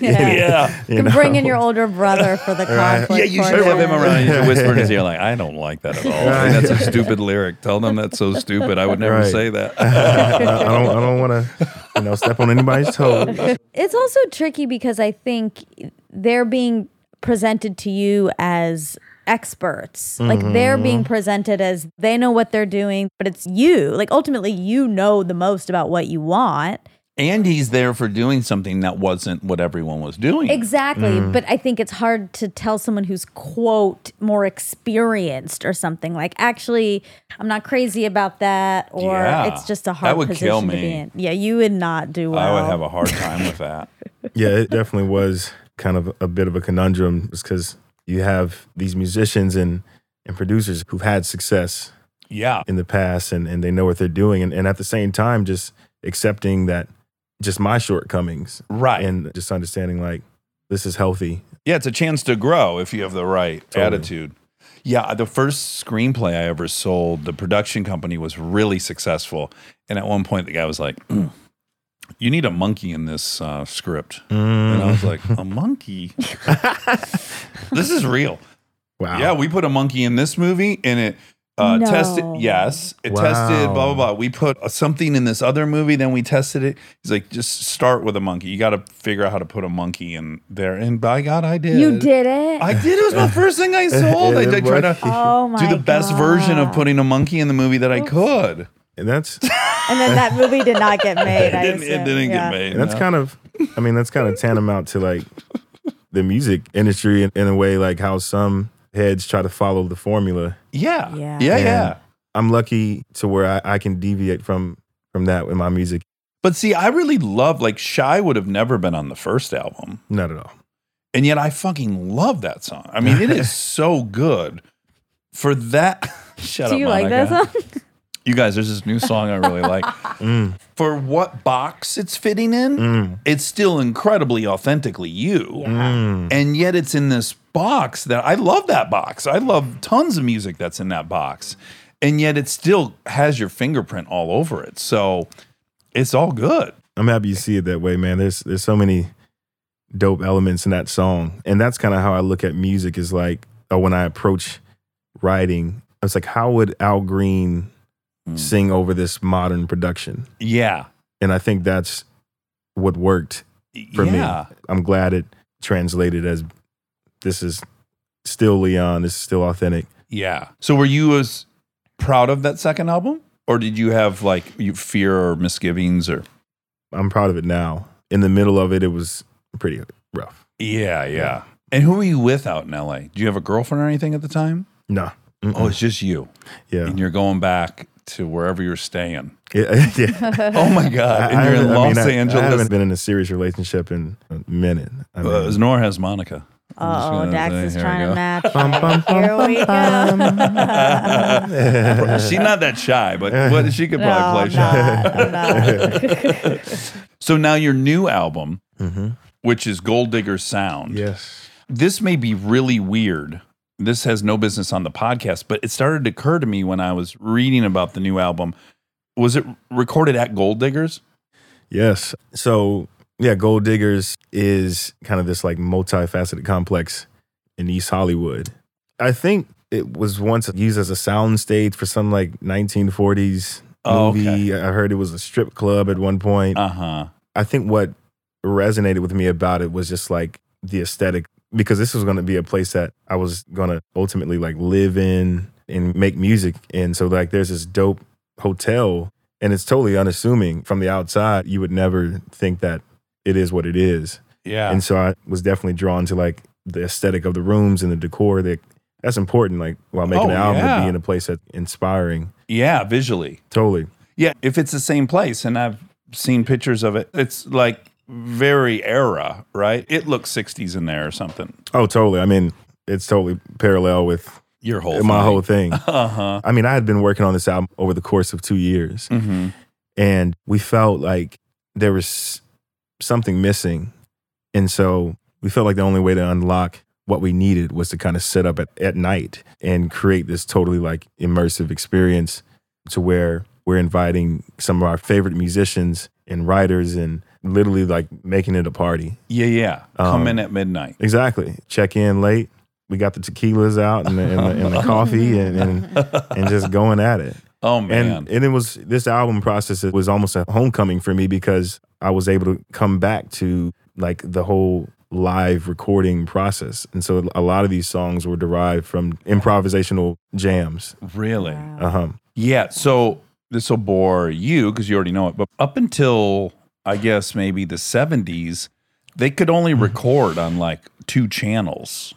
Speaker 3: [laughs] Yeah.
Speaker 2: yeah
Speaker 6: You
Speaker 3: You can bring in
Speaker 6: [laughs] know?
Speaker 3: your older brother for the
Speaker 6: [laughs] Right.
Speaker 3: conflict.
Speaker 2: yeah, you should
Speaker 3: portion.
Speaker 2: have him around and just whisper in his ear like, "I don't like that at all.
Speaker 6: [laughs] Right.
Speaker 2: That's a stupid lyric. Tell them that's so stupid. I would never
Speaker 6: Right.
Speaker 2: say that."
Speaker 6: [laughs] I, I don't. I don't want to, you know, step on
Speaker 3: [laughs]
Speaker 6: anybody's toes.
Speaker 3: It's also tricky because I think they're being presented to you as experts. Like they're being
Speaker 2: Mm-hmm.
Speaker 3: presented as they know what they're doing, but it's you. Like ultimately, you know the most about what you want.
Speaker 2: And he's there for doing something that wasn't what everyone was doing.
Speaker 3: Exactly.
Speaker 2: Mm.
Speaker 3: But I think it's hard to tell someone who's, quote, more experienced or something like, actually, I'm not crazy about that. Or
Speaker 2: Yeah.
Speaker 3: it's just a
Speaker 2: That
Speaker 3: hard
Speaker 2: would
Speaker 3: position
Speaker 2: kill
Speaker 3: to be
Speaker 2: me.
Speaker 3: in. Yeah, you would not do well.
Speaker 2: I would have a hard time with
Speaker 3: [laughs]
Speaker 2: that.
Speaker 6: yeah, it definitely was kind of a bit of a conundrum just because you have these musicians and and producers who've had success
Speaker 2: Yeah.
Speaker 6: in the past and, and they know what they're doing and, and at the same time just accepting that just my shortcomings
Speaker 2: Right.
Speaker 6: and just understanding like this is healthy
Speaker 2: yeah, it's a chance to grow if you have the right
Speaker 6: Totally.
Speaker 2: attitude. Yeah, the first screenplay I ever sold, the production company was really successful. And at one point, the guy was like, "Mm, [clears throat] you need a monkey in this uh, script. And I was like, a [laughs] monkey? this is real.
Speaker 6: Wow.
Speaker 2: Yeah, we put a monkey in this movie and it uh,
Speaker 3: No.
Speaker 2: tested. Yes, it tested, blah, blah,
Speaker 6: Wow.
Speaker 2: blah. We put uh, something in this other movie, then we tested it. He's like, just start with a monkey. You got to figure out how to put a monkey in there. And by God, I did.
Speaker 3: You did it.
Speaker 2: I did. It was my first thing I
Speaker 6: [laughs]
Speaker 2: sold. I did try to
Speaker 3: oh my
Speaker 2: [laughs] do the best version of
Speaker 3: God.
Speaker 2: putting a monkey in the movie that I could.
Speaker 6: And that's
Speaker 3: And then that movie did not get
Speaker 2: [laughs]
Speaker 3: made.
Speaker 2: It
Speaker 3: I
Speaker 2: didn't,
Speaker 3: assume.
Speaker 2: it didn't
Speaker 3: Yeah.
Speaker 2: get made.
Speaker 6: and that's
Speaker 2: no.
Speaker 6: kind of I mean, that's kind of tantamount to like the music industry in, in a way, like how some heads try to follow the formula.
Speaker 2: Yeah.
Speaker 3: Yeah.
Speaker 2: Yeah. Yeah.
Speaker 6: And I'm lucky to where I, I can deviate from from that with my music.
Speaker 2: But see, I really love like Shy would have never been on the first album.
Speaker 6: Not at all.
Speaker 2: And yet I fucking love that song. I mean, it
Speaker 6: [laughs]
Speaker 2: is so good. For that [laughs] shut
Speaker 3: Do
Speaker 2: up.
Speaker 3: you like
Speaker 2: Monica.
Speaker 3: that [laughs] song?
Speaker 2: You guys, there's this new song I really like.
Speaker 6: [laughs] Mm,
Speaker 2: For what box it's fitting in,
Speaker 6: mm,
Speaker 2: it's still incredibly authentically you.
Speaker 6: mm.
Speaker 2: and yet it's in this box that I love that box. I love tons of music that's in that box. And yet it still has your fingerprint all over it. So it's all good.
Speaker 6: I'm happy you see it that way, man. There's there's so many dope elements in that song. And that's kind of how I look at music is like or when I approach writing, it's like how would Al Green sing over this modern production?
Speaker 2: Yeah.
Speaker 6: And I think that's what worked for
Speaker 2: yeah.
Speaker 6: me. I'm glad it translated as this is still Leon, this is still authentic.
Speaker 2: Yeah. So were you as proud of that second album? Or did you have like you fear or misgivings or
Speaker 6: I'm proud of it now. In the middle of it, it was pretty rough.
Speaker 2: Yeah, yeah. And who were you with out in LA? Do you have a girlfriend or anything at the time?
Speaker 6: Nah. Mm-mm.
Speaker 2: Oh, it's just you.
Speaker 6: yeah.
Speaker 2: And you're going back to wherever you're
Speaker 3: [laughs]
Speaker 2: staying.
Speaker 6: [laughs] Yeah. yeah.
Speaker 2: Oh my God. And
Speaker 6: I- I
Speaker 2: you're in
Speaker 6: haven't- I mean,
Speaker 2: Los
Speaker 6: I-
Speaker 2: Angeles.
Speaker 6: I haven't been in a serious relationship in a minute. I mean,
Speaker 2: Uh, nor has Monica.
Speaker 3: Oh, Dax is trying to match. [laughs]
Speaker 6: Bum, bum, bum, [laughs]
Speaker 3: Here we [laughs] go.
Speaker 2: [laughs] She's not that shy, but what, she could
Speaker 3: No,
Speaker 2: probably
Speaker 3: I'm
Speaker 2: play shy.
Speaker 3: not. I'm not.
Speaker 2: [laughs]
Speaker 3: [laughs]
Speaker 2: So now your new album,
Speaker 6: Mhm.
Speaker 2: which is Gold Digger Sound.
Speaker 6: yes.
Speaker 2: This may be really weird. This has no business on the podcast, but it started to occur to me when I was reading about the new album. Was it recorded at Gold Diggers?
Speaker 6: Yes. So, yeah, Gold Diggers is kind of this like multifaceted complex in East Hollywood. I think it was once used as a soundstage for some like 1940s
Speaker 2: Oh, okay.
Speaker 6: movie. I heard it was a strip club at one point.
Speaker 2: Uh huh.
Speaker 6: I think what resonated with me about it was just like the aesthetic because this was going to be a place that I was going to ultimately like live in and make music in. So like there's this dope hotel and it's totally unassuming from the outside. You would never think that it is what it is.
Speaker 2: Yeah.
Speaker 6: And so I was definitely drawn to like the aesthetic of the rooms and the decor that that's important like while making
Speaker 2: Oh,
Speaker 6: an album to
Speaker 2: yeah.
Speaker 6: be in a place that's inspiring.
Speaker 2: yeah, visually.
Speaker 6: Totally.
Speaker 2: Yeah, if it's the same place, and I've seen pictures of it, it's like very era, right? It looks 60s in there or something.
Speaker 6: Oh, totally. I mean, it's totally parallel with
Speaker 2: Your whole
Speaker 6: my
Speaker 2: [laughs]
Speaker 6: whole thing.
Speaker 2: Uh huh.
Speaker 6: I mean, I had been working on this album over the course of two years,
Speaker 2: Mm-hmm.
Speaker 6: and we felt like there was something missing. And so we felt like the only way to unlock what we needed was to kind of set up at, at night and create this totally like immersive experience to where we're inviting some of our favorite musicians and writers and literally like making it a party.
Speaker 2: Yeah, yeah. Come
Speaker 6: Um,
Speaker 2: in at midnight.
Speaker 6: Exactly. Check in late. We got the tequilas out and the, and the, and the coffee and, and, and just going at it.
Speaker 2: Oh man.
Speaker 6: and and it was this album process it was almost a homecoming for me because I was able to come back to like the whole live recording process and so a lot of these songs were derived from improvisational jams
Speaker 2: really?
Speaker 6: uh-huh
Speaker 2: Yeah. So this will bore you because you already know it. But up until I guess maybe the seventies, they could only record on like two channels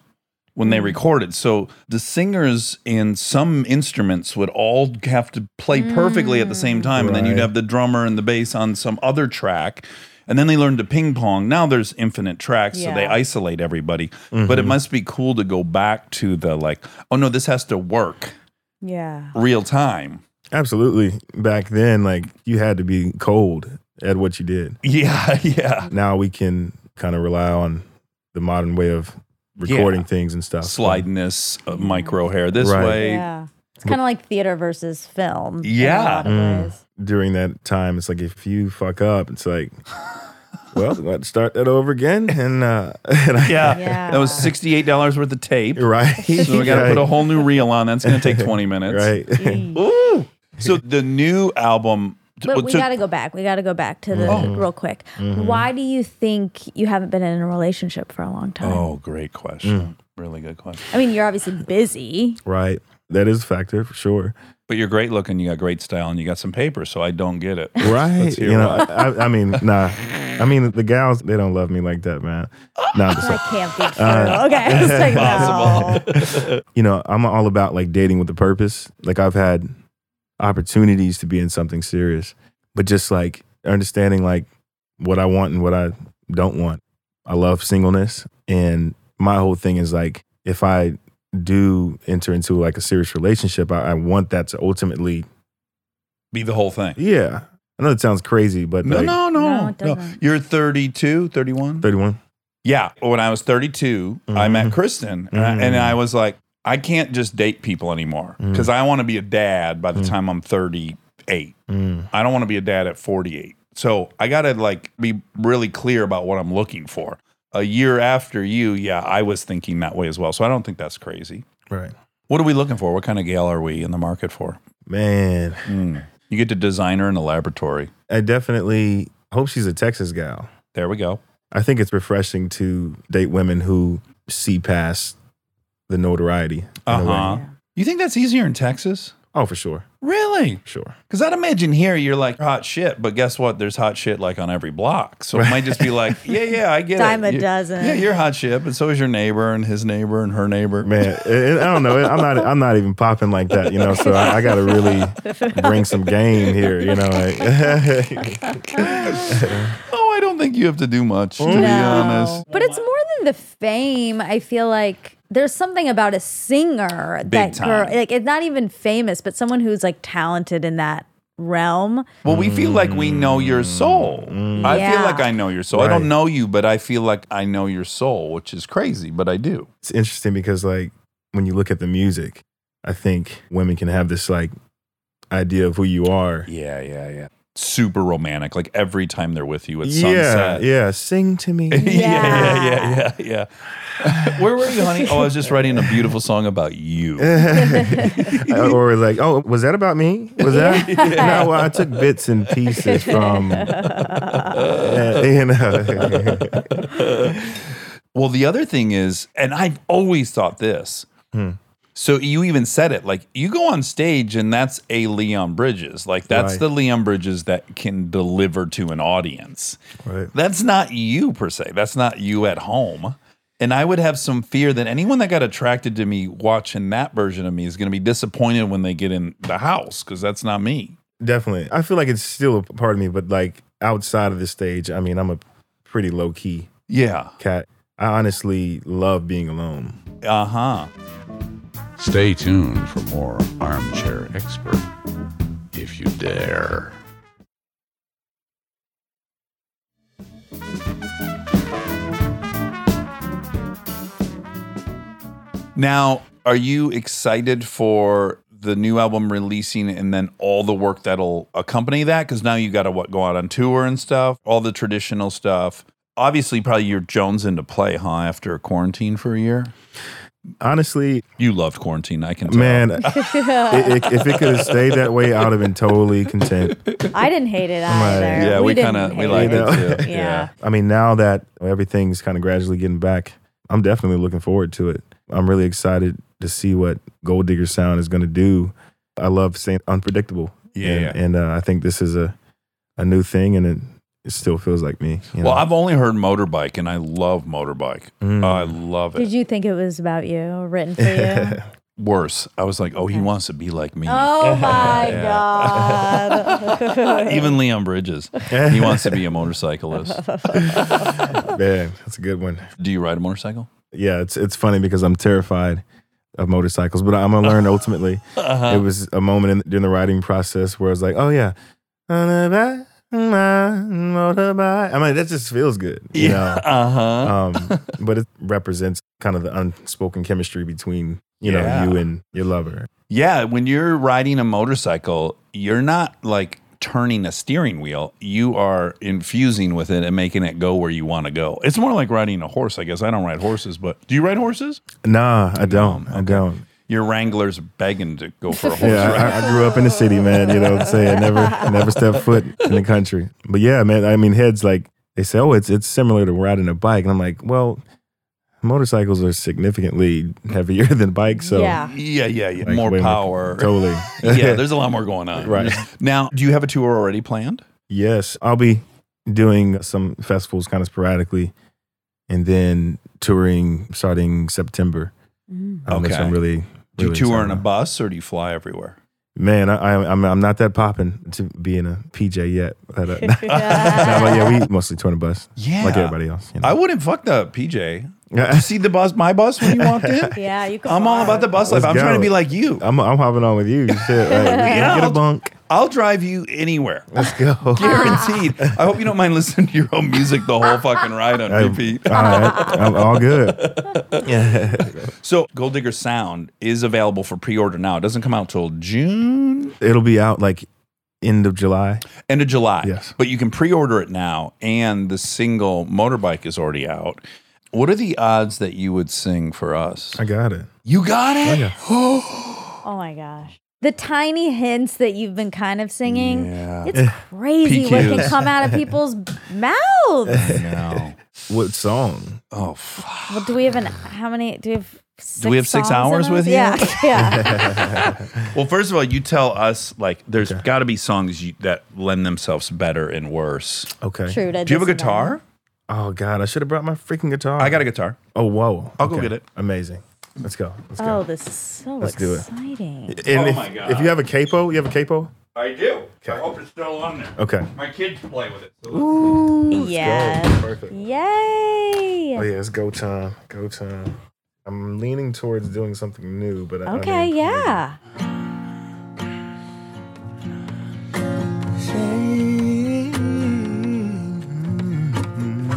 Speaker 2: when they recorded. So the singers and some instruments would all have to play perfectly at the same time. And then you'd
Speaker 6: Right.
Speaker 2: have the drummer and the bass on some other track. And then they learned to ping pong. Now there's infinite tracks, so they
Speaker 3: Yeah.
Speaker 2: isolate everybody. But it must be cool to go back to the like, oh no, this has to work
Speaker 3: Yeah.
Speaker 2: real time.
Speaker 6: absolutely back then like you had to be cold at what you did [laughs]
Speaker 2: Yeah, yeah.
Speaker 6: now we can kind of rely on the modern way of recording things and stuff
Speaker 2: Sliding this uh, micro hair this
Speaker 6: Right.
Speaker 2: way.
Speaker 3: Yeah. It's kind of like theater versus film. in a
Speaker 2: Yeah.
Speaker 3: lot of
Speaker 6: Mm.
Speaker 3: ways.
Speaker 6: during that time. It's like if you fuck up, it's like, well, let's start that over again. And uh, [laughs] and I,
Speaker 2: Yeah.
Speaker 3: Yeah.
Speaker 2: That was $68 worth of tape.
Speaker 6: right,
Speaker 2: So we got to
Speaker 6: right,
Speaker 2: put a whole new reel on. That's going to
Speaker 6: [laughs]
Speaker 2: take 20 minutes.
Speaker 6: right. [laughs]
Speaker 2: Ooh. So the new album. t-
Speaker 3: But we
Speaker 2: took-
Speaker 3: got to Mm-hmm. go back. We got to go back to the real quick. Why do you think you haven't been in a relationship for a long time?
Speaker 2: oh, great
Speaker 6: Mm.
Speaker 2: question. Really good question.
Speaker 3: I mean, you're obviously busy.
Speaker 6: Right. That is a factor for sure.
Speaker 2: But you're great looking. You got great style, and you got some paper. So I don't get it. [laughs]
Speaker 6: Right.
Speaker 2: hear
Speaker 6: You know,
Speaker 2: why.
Speaker 6: I, I mean, nah. I mean, the gals, they don't love me like that, man. No,
Speaker 3: [laughs]
Speaker 6: I'm just
Speaker 3: That can't be
Speaker 6: uh,
Speaker 3: true. [laughs]
Speaker 6: [laughs]
Speaker 3: okay, it's like, no.
Speaker 6: you know, I'm all about like dating with a purpose. Like I've had opportunities to be in something serious, but just like understanding like what I want and what I don't want. I love singleness and my whole thing is like if I do enter into like a serious relationship, I, I want that to ultimately
Speaker 2: Be the whole thing.
Speaker 6: Yeah. I know it sounds crazy, but
Speaker 2: No,
Speaker 6: like,
Speaker 2: no,
Speaker 3: No,
Speaker 2: no,
Speaker 3: it
Speaker 2: no,
Speaker 3: doesn't.
Speaker 2: You're 32, 31.
Speaker 6: 31.
Speaker 2: Yeah. When I was 32, I met
Speaker 6: Mhm.
Speaker 2: Kristen, and, I, and
Speaker 6: Mhm.
Speaker 2: I was like, I can't just date people anymore because I want to be a dad by the time I'm 38.
Speaker 6: Mm.
Speaker 2: I don't want to be a dad at 48. So I got to like be really clear about what I'm looking for. A year after you, yeah, I was thinking that way as well. So I don't think that's crazy.
Speaker 6: Right.
Speaker 2: What are we looking for? What kind of gal are we in the market for?
Speaker 6: Man.
Speaker 2: Mm. You get to design her in a laboratory.
Speaker 6: I definitely hope she's a Texas gal.
Speaker 2: There we go.
Speaker 6: I think it's refreshing to date women who see past the notoriety. in a
Speaker 2: Uh
Speaker 6: way.
Speaker 2: huh. You think that's easier in Texas?
Speaker 6: Oh, for sure.
Speaker 2: Really?
Speaker 6: Sure.
Speaker 2: Because I'd imagine here you're like hot shit, but guess what? There's hot shit like on every block. So it might just be
Speaker 3: [laughs]
Speaker 2: like, yeah, yeah, I get
Speaker 3: Dime
Speaker 2: it.
Speaker 3: a
Speaker 2: You-
Speaker 3: dozen.
Speaker 2: Yeah, you're hot shit, but so is your neighbor and his neighbor and her neighbor.
Speaker 6: Man, it- it- I don't know. I'm not I'm not even popping like that, you know, so I, I got to really bring some game here, you know. Like,
Speaker 2: Oh, I don't think you have to do much, to be
Speaker 3: No.
Speaker 2: honest.
Speaker 3: But it's more than the fame. I feel like there's something about a singer that girl,
Speaker 2: time.
Speaker 3: like it's not even famous, but someone who's like talented in that realm. [laughs]
Speaker 2: Well, we feel like we know your soul. I feel
Speaker 3: Yeah.
Speaker 2: like I know your soul. I
Speaker 6: Right.
Speaker 2: don't know you, but I feel like I know your soul, which is crazy, but I do.
Speaker 6: [laughs] it's interesting because like when you look at the music, I think women can have this like idea of who you are.
Speaker 2: Yeah, yeah, yeah. Super romantic. Like every time they're with you at
Speaker 6: Yeah,
Speaker 2: sunset.
Speaker 6: yeah, sing to me.
Speaker 2: [laughs] yeah, yeah, yeah, yeah. Where were you, honey? Oh, I was just writing a beautiful song about [laughs] you.
Speaker 6: or like, oh, was that about me? Was that? No, well, I took bits and pieces from, uh, you know. [laughs]
Speaker 2: Well, the other thing is, and I've always thought this. So you even said it, like you go on stage and that's a Leon Bridges. Like that's
Speaker 6: Right.
Speaker 2: the Leon Bridges that can deliver to an audience.
Speaker 6: Right.
Speaker 2: That's not you per se. That's not you at home. And I would have some fear that anyone that got attracted to me watching that version of me is going to be disappointed when they get in the house because that's not me.
Speaker 6: Definitely. I feel like it's still a part of me, but like outside of the stage, I mean, I'm a pretty low key
Speaker 2: Yeah.
Speaker 6: cat. I honestly love being alone.
Speaker 2: Uh huh.
Speaker 7: Stay tuned for more Armchair Expert, if you dare.
Speaker 2: Now, are you excited for the new album releasing and then all the work that'll accompany that? Because now you got to what go out on tour and stuff, all the traditional stuff. Obviously, probably you're Jones into play, huh? After quarantine for a year,
Speaker 6: Honestly,
Speaker 2: you loved quarantine. I can tell.
Speaker 6: man, i i if it could have stayed that way, I would have been totally content.
Speaker 3: I didn't hate it either.
Speaker 2: Yeah, we
Speaker 3: didn't
Speaker 2: kinda- we
Speaker 3: hate
Speaker 2: liked it too.
Speaker 3: Yeah.
Speaker 2: Yeah.
Speaker 6: I mean, now that everything's kind of gradually getting back, I'm definitely looking forward to it. I'm really excited to see what Gold Digger Sound is going to do. I love saying unpredictable.
Speaker 2: Yeah,
Speaker 6: And,
Speaker 2: yeah.
Speaker 6: and, uh, I think this is a, a new thing and it, it still feels like me. you
Speaker 2: Well, uh,
Speaker 6: know?
Speaker 2: I've only heard motorbike, and I love motorbike.
Speaker 6: Mm.
Speaker 2: I love it.
Speaker 3: Did you think it was about you, written for
Speaker 2: [laughs]
Speaker 6: Mm.
Speaker 3: you? [laughs]
Speaker 2: Worse, I was like, oh, he wants to be like me. [laughs]
Speaker 3: oh my god! [laughs]
Speaker 2: Even Leon Bridges,
Speaker 6: [laughs]
Speaker 2: [laughs] he wants to be a motorcyclist.
Speaker 6: Man, that's a good one.
Speaker 2: Do you ride a motorcycle?
Speaker 6: Yeah, it's, it's funny because I'm terrified of motorcycles, but I'm going to learn ultimately. It was a moment in, during the writing process where I was like, oh, yeah. Motorbike. I mean, that just feels good. You know?
Speaker 2: Uh [laughs] huh.
Speaker 6: um, but it represents kind of the unspoken chemistry between you
Speaker 2: Yeah.
Speaker 6: know you and your lover.
Speaker 2: Yeah, when you're riding a motorcycle, you're not like turning a steering wheel. You are infusing with it and making it go where you want to go. It's more like riding a horse, I guess. I don't ride horses, but do you ride horses?
Speaker 6: Nah, I don't. I don't.
Speaker 2: Your wrangler's begging to go
Speaker 6: [laughs]
Speaker 2: for a horse.
Speaker 6: Yeah, I, I grew up in the city, man. You know what I'm saying? I never, I never stepped foot in the country. But yeah, man. I mean, heads like they say, oh, it's it's similar to riding a bike, and I'm like, well, motorcycles are significantly heavier [laughs] than bikes, so
Speaker 3: yeah.
Speaker 2: Yeah, yeah, yeah.
Speaker 6: like,
Speaker 2: more
Speaker 6: way [laughs]
Speaker 2: power.
Speaker 6: Totally.
Speaker 2: [laughs]
Speaker 6: [laughs]
Speaker 2: yeah, there's a lot more going on.
Speaker 6: Right.
Speaker 2: Now, do you have a tour already planned?
Speaker 6: Yes, I'll be doing some festivals kind of sporadically, and then touring starting September. Um, which
Speaker 2: Okay.
Speaker 6: I'm really.
Speaker 2: Do you
Speaker 6: really
Speaker 2: tour in
Speaker 6: excited
Speaker 2: a
Speaker 6: about.
Speaker 2: bus or do you fly everywhere?
Speaker 6: Man, I, I, I'm I'm not that popping to be in a PJ yet. But, uh, [laughs] no,
Speaker 3: [laughs]
Speaker 2: [laughs]
Speaker 6: but yeah, we mostly tour in a bus,
Speaker 2: Yeah.
Speaker 6: like everybody else. You know?
Speaker 2: I
Speaker 6: [laughs]
Speaker 2: wouldn't fuck the PJ. Did you see the bus, my bus, when you walked
Speaker 3: [laughs]
Speaker 2: in?
Speaker 3: Yeah, you can
Speaker 2: I'm all about the bus life.
Speaker 6: Let's
Speaker 2: I'm trying to
Speaker 6: go.
Speaker 2: be like you.
Speaker 6: I'm I'm hopping on with you. Shit,
Speaker 2: [laughs]
Speaker 6: like,
Speaker 2: Yeah.
Speaker 6: get a bunk.
Speaker 2: I'll drive you
Speaker 6: [laughs]
Speaker 2: anywhere.
Speaker 6: Let's
Speaker 2: [laughs]
Speaker 6: go.
Speaker 2: Guaranteed. I hope you don't mind listening to your own music the whole fucking ride on
Speaker 6: Hey, [laughs]
Speaker 2: repeat.
Speaker 6: All right, I'm
Speaker 2: [laughs]
Speaker 6: all good.
Speaker 2: So, Gold Digger Sound is available for pre order now. It doesn't come out till June,
Speaker 6: It'll be out like end of July.
Speaker 2: end of July.
Speaker 6: Yes.
Speaker 2: But you can pre order it now, and the single motorbike is already out. What are the odds that you would sing for us?
Speaker 6: I got it.
Speaker 2: You got it?
Speaker 6: yeah.
Speaker 3: Oh my gosh. The tiny hints that you've been kind of
Speaker 2: [gasps]
Speaker 3: singing,
Speaker 6: [gasps] Eh,
Speaker 3: it's crazy what
Speaker 2: PQs.
Speaker 3: can come out
Speaker 6: [laughs]
Speaker 3: of people's mouths.
Speaker 2: No.
Speaker 6: What song?
Speaker 2: Oh, fuck.
Speaker 3: Well, do we have an how many? Do we have? Six
Speaker 2: we have six
Speaker 3: songs in
Speaker 2: hours
Speaker 3: us?
Speaker 2: with you?
Speaker 3: Yeah, [laughs]
Speaker 6: [laughs]
Speaker 3: yeah.
Speaker 2: Well, first of all, you tell us like there's got to be songs you, that lend themselves better and worse.
Speaker 6: Okay.
Speaker 3: True. that
Speaker 2: Do you have a
Speaker 3: doesn't
Speaker 2: guitar?
Speaker 3: matter.
Speaker 6: Oh God, I should have brought my freaking guitar.
Speaker 2: I got a guitar.
Speaker 6: Oh whoa.
Speaker 2: I'll go get it.
Speaker 6: Amazing. Let's go. Let's
Speaker 3: Oh,
Speaker 6: go.
Speaker 3: this is so
Speaker 6: Let's do it.
Speaker 3: exciting.
Speaker 6: And
Speaker 4: Oh
Speaker 6: if,
Speaker 4: my God.
Speaker 6: if you have a capo, you have a capo.
Speaker 4: I do. I hope it's still on there.
Speaker 6: Okay.
Speaker 4: My kids play with it. So
Speaker 3: Yeah.
Speaker 6: Perfect.
Speaker 3: Yay.
Speaker 6: Oh yeah, it's go time. Go time. I'm leaning towards doing something new, but I,
Speaker 3: Okay, yeah.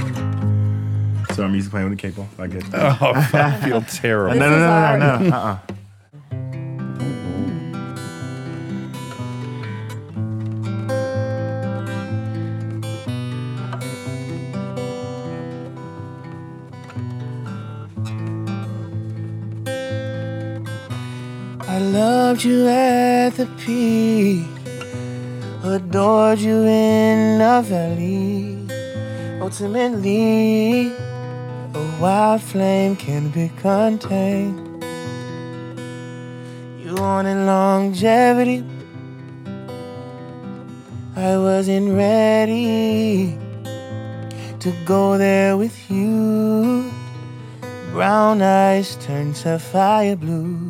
Speaker 6: yeah. So I'm used to playing with a capo. I get that.
Speaker 2: [laughs] Oh, I feel terrible.
Speaker 6: no,
Speaker 3: This
Speaker 6: no,
Speaker 3: is
Speaker 6: no, no,
Speaker 3: already-
Speaker 6: no, Uh-uh.
Speaker 1: I loved you at the peak, adored you in the valley. Ultimately, a wild flame can be contained. You wanted longevity, I wasn't ready to go there with you. Brown eyes turned sapphire blue.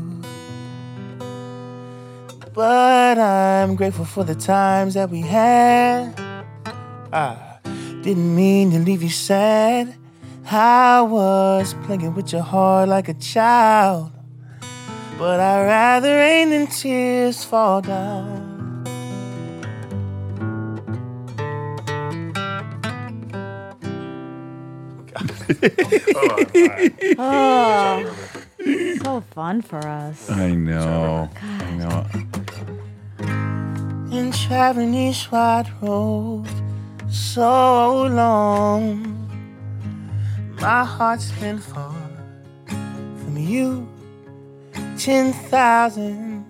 Speaker 1: But I'm grateful for the times that we had. I didn't mean to leave you sad. I was playing with your heart like a child. But I'd rather rain than tears fall down.
Speaker 3: Oh, so fun for us.
Speaker 2: I know. I know.
Speaker 1: And traveling these wide roads so long. My heart's been far from you. 10,000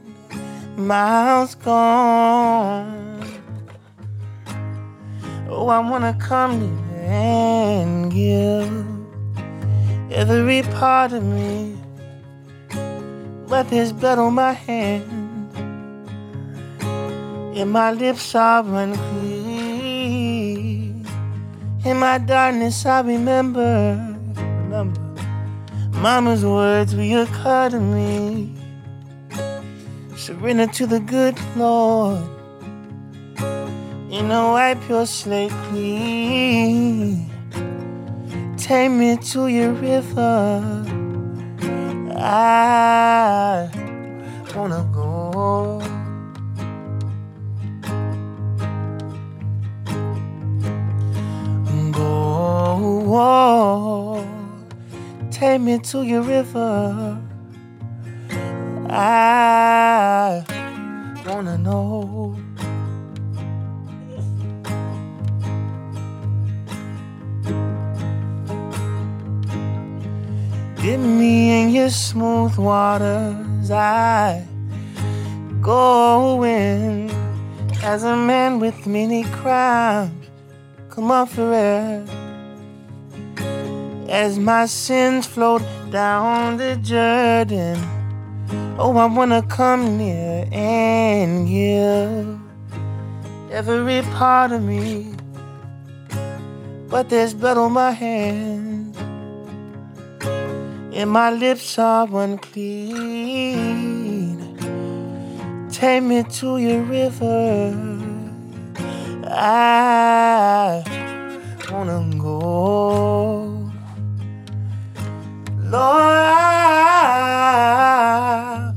Speaker 1: miles gone. Oh, I wanna come to you and give every part of me. But there's blood on my hands, and my lips are unclean. In my darkness, I remember, remember, Mama's words reoccur to me. Surrender to the good Lord. You know, wipe your slate clean. Take me to your river. I wanna go. Go, take me to your river. I wanna know. Dip me in your smooth waters. I go in as a man with many crimes. Come on forever. As my sins float down the Jordan. Oh, I wanna come near and give every part of me. But there's blood on my hands, and my lips are unclean. Take me to your river. I wanna Ah, go. Lord, I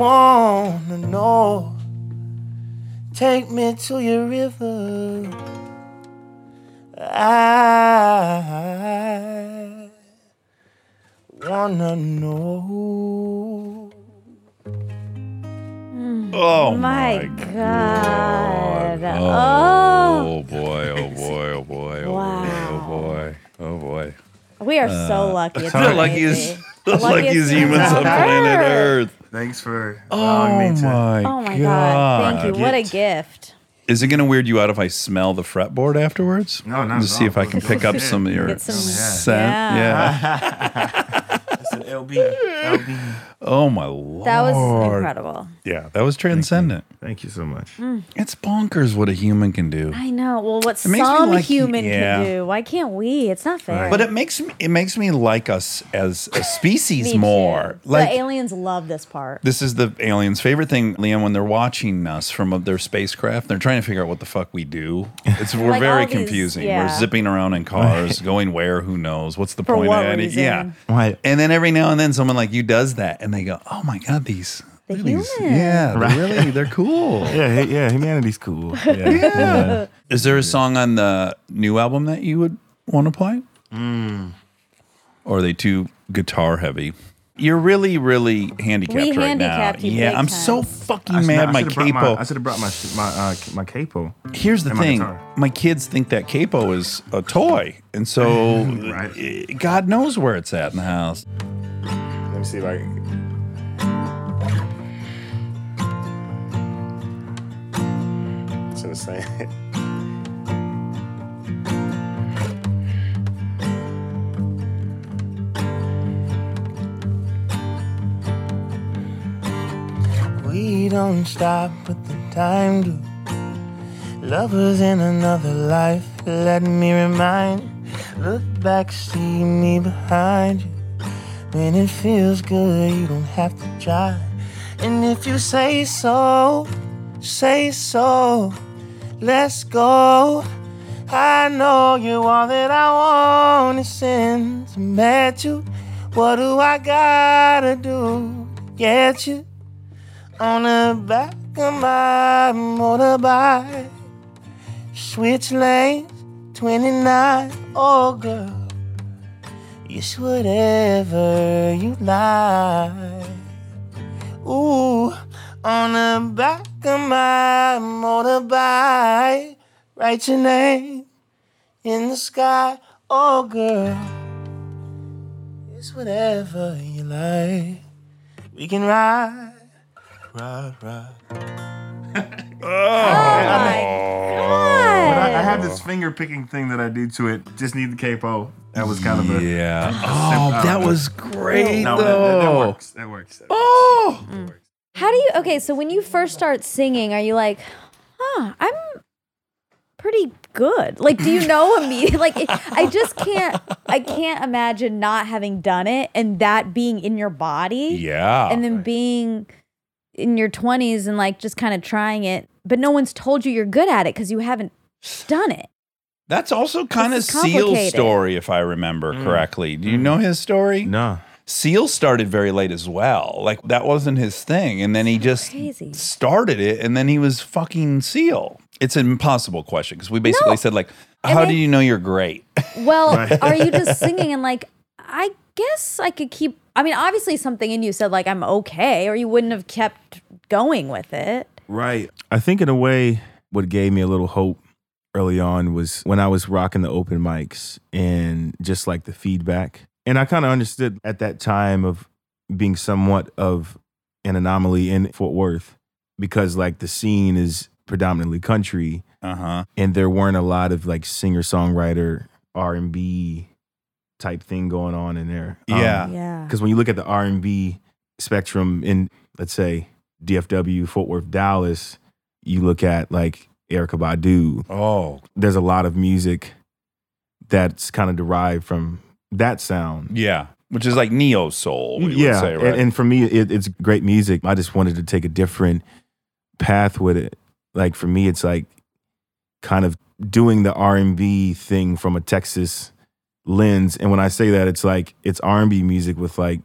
Speaker 1: wanna know. Take me to your river. I wanna know.
Speaker 2: Oh
Speaker 3: My God. Oh.
Speaker 4: Oh boy, oh boy, oh boy, oh
Speaker 3: Wow.
Speaker 4: boy, oh boy.
Speaker 3: We are so lucky. It's
Speaker 4: The luckiest,
Speaker 3: crazy.
Speaker 4: the luckiest
Speaker 3: Luckiest
Speaker 4: humans on planet Earth.
Speaker 8: Thanks for allowing me to.
Speaker 3: Oh my God. Thank you. What a gift.
Speaker 4: Is it going to weird you out if I smell the fretboard afterwards?
Speaker 8: No, not
Speaker 4: To
Speaker 8: at
Speaker 4: see if
Speaker 8: all.
Speaker 4: I can pick up some of your
Speaker 3: Get some-
Speaker 4: scent.
Speaker 3: Yeah.
Speaker 4: Yeah.
Speaker 8: It's an LB. LB.
Speaker 4: [laughs] Oh my lord.
Speaker 3: That was incredible.
Speaker 4: Yeah, that was transcendent.
Speaker 6: Thank you so much.
Speaker 4: It's bonkers what a human can do.
Speaker 3: I know. Well, what
Speaker 4: makes me
Speaker 3: some
Speaker 4: like-
Speaker 3: human
Speaker 4: yeah.
Speaker 3: can do, why can't we? It's not fair.
Speaker 2: But it makes me it makes me like us as a species
Speaker 3: [laughs] Me too.
Speaker 2: more. Like
Speaker 3: the aliens love this part.
Speaker 2: this is the aliens' favorite thing, Liam, when they're watching us from their spacecraft. They're trying to figure out what the fuck we do. It's we're
Speaker 3: Like
Speaker 2: very
Speaker 3: all these-
Speaker 2: confusing. We're
Speaker 3: yeah.
Speaker 2: zipping around in cars, [laughs] going where, who knows? What's the
Speaker 3: For
Speaker 2: point
Speaker 3: what
Speaker 2: of any-
Speaker 3: reason?
Speaker 2: Yeah.
Speaker 8: Right.
Speaker 2: And then every now and then someone like you does that and they go, Oh my god, these
Speaker 3: The
Speaker 2: look at these-
Speaker 3: humans.
Speaker 2: Yeah, they're really, they're cool.
Speaker 6: Yeah, hey, yeah, humanity's cool. Yeah. yeah.
Speaker 2: Is there a song on the new album that you would want to play?
Speaker 3: Hmm.
Speaker 2: Or are they too guitar heavy? You're really, really handicapped
Speaker 3: We
Speaker 2: right
Speaker 3: handicapped
Speaker 2: now.
Speaker 3: you
Speaker 2: yeah,
Speaker 3: big
Speaker 2: I'm
Speaker 3: time.
Speaker 2: so fucking mad.
Speaker 8: I
Speaker 2: my
Speaker 8: should've brought
Speaker 2: capo.
Speaker 8: I should have brought my my uh, my capo.
Speaker 2: Here's the
Speaker 8: and my
Speaker 2: thing:
Speaker 8: guitar.
Speaker 2: my kids think that capo is a toy, and
Speaker 8: [laughs]
Speaker 2: so
Speaker 8: Right.
Speaker 2: eh, God knows where it's at in the house.
Speaker 6: Let me see if I can. It's in the same.
Speaker 1: We don't stop with the time loop. Lovers in another life, let me remind. you. Look back, see me behind you. When it feels good, you don't have to try. And if you say so, say so. Let's go. I know you all that I want is since I met you. What do I gotta do to get you? on the back of my motorbike. Switch lanes, 29. Oh, girl, it's whatever you like. Ooh, on the back of my motorbike. Write your name in the sky. Oh, girl, it's whatever you like. We can ride. Ride, ride.
Speaker 3: oh my
Speaker 8: But
Speaker 3: God.
Speaker 8: I, I have
Speaker 6: Oh.
Speaker 8: this finger picking thing that I do to it. Just need the capo. That was kind of a.
Speaker 2: Yeah. Oh, that was great
Speaker 8: No, that, that, that
Speaker 2: though.
Speaker 8: works. That works.
Speaker 2: Oh,
Speaker 3: Mm. How do you okay, so when you first start singing, are you like, huh, I'm pretty good. Like, do
Speaker 2: [laughs]
Speaker 3: you know immediately? Like I just can't I can't imagine not having done it and that being in your body.
Speaker 2: yeah.
Speaker 3: and then being in your 20s and like just kind of trying it but no one's told you you're good at it because you haven't done it
Speaker 2: That's also kind of
Speaker 3: is
Speaker 2: Seal's
Speaker 3: complicated.
Speaker 2: story, if I remember correctly. Do you know his story?
Speaker 6: Mm. No.
Speaker 2: Seal started very late as well. Like that wasn't his thing, and then he just
Speaker 3: crazy.
Speaker 2: started it, and then he was fucking Seal. It's an impossible question because we basically said like, "How
Speaker 3: mean-
Speaker 2: do you know you're great?" [laughs]
Speaker 3: well are you just singing and like i guess i could keep i mean obviously something in you said like i'm okay or you wouldn't have kept going with it
Speaker 6: Right. I think in a way, what gave me a little hope early on was when I was rocking the open mics and just like the feedback. And I kind of understood at that time of being somewhat of an anomaly in Fort Worth because like the scene is predominantly country
Speaker 2: Uh huh.
Speaker 6: and there weren't a lot of like singer songwriter R and B type thing going on in there. Um,
Speaker 2: Yeah.
Speaker 3: Yeah.
Speaker 6: because when you look at the R and B spectrum in let's say DFW, Fort Worth, Dallas, you look at like Erica Badu.
Speaker 2: Oh,
Speaker 6: There's a lot of music that's kind of derived from that sound.
Speaker 2: yeah. Which is like neo soul. we would say,
Speaker 6: and-
Speaker 2: right?
Speaker 6: and, for me, it, it's great music. I just wanted to take a different path with it. Like for me, it's like kind of doing the R and B thing from a Texas lens. And when I say that, it's like it's R and B music with like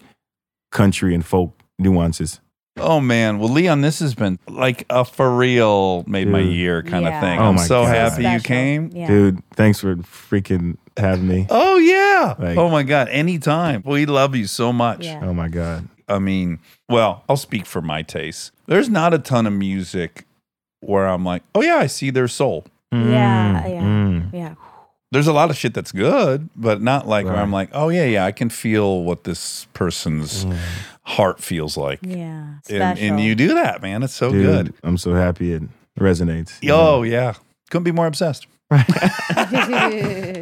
Speaker 6: country and folk nuances.
Speaker 2: Oh man, well Leon, this has been like a for real made my
Speaker 6: Dude.
Speaker 2: year kind
Speaker 3: Yeah.
Speaker 2: of thing.
Speaker 6: Oh,
Speaker 2: I'm
Speaker 6: my
Speaker 2: so
Speaker 6: God.
Speaker 2: happy you
Speaker 3: Special.
Speaker 2: came.
Speaker 3: Yeah.
Speaker 6: Dude, thanks for freaking having me.
Speaker 2: Oh yeah.
Speaker 6: Like-
Speaker 2: oh my God. Anytime. We love you so much.
Speaker 3: Yeah.
Speaker 6: Oh my god.
Speaker 2: I mean, well, I'll speak for my taste. There's not a ton of music where I'm like, oh yeah, I see their soul.
Speaker 3: Yeah, yeah.
Speaker 6: mm.
Speaker 3: Yeah.
Speaker 2: There's a lot of shit that's good, but not like where
Speaker 6: Right. Mm.
Speaker 2: I'm like, oh yeah, yeah, I can feel what this person's heart feels like.
Speaker 3: Yeah.
Speaker 2: And,
Speaker 3: Special.
Speaker 2: and you do that, man. It's so
Speaker 6: Dude, Mm.
Speaker 2: good.
Speaker 6: I'm so happy it resonates.
Speaker 2: Oh yeah. Couldn't be more obsessed. [laughs]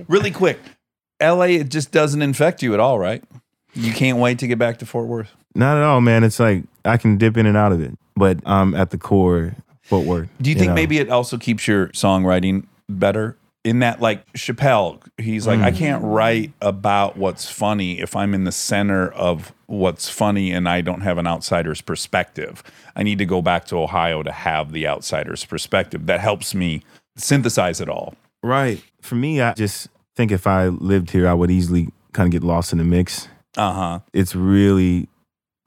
Speaker 2: really quick la it just doesn't infect you at all right you can't wait to get back to fort worth
Speaker 6: Not at all, man. It's like I can dip in and out of it, but I'm at the core Fort Worth.
Speaker 2: do you think
Speaker 6: know?
Speaker 2: maybe it also keeps your songwriting better in that like chappelle he's like i can't write about what's funny if i'm in the center of what's funny and i don't have an outsider's perspective i need to go back to ohio to have the outsider's perspective that helps me synthesize it all
Speaker 6: Right. For me, I just think if I lived here, I would easily kind of get lost in the mix.
Speaker 2: uh-huh
Speaker 6: It's really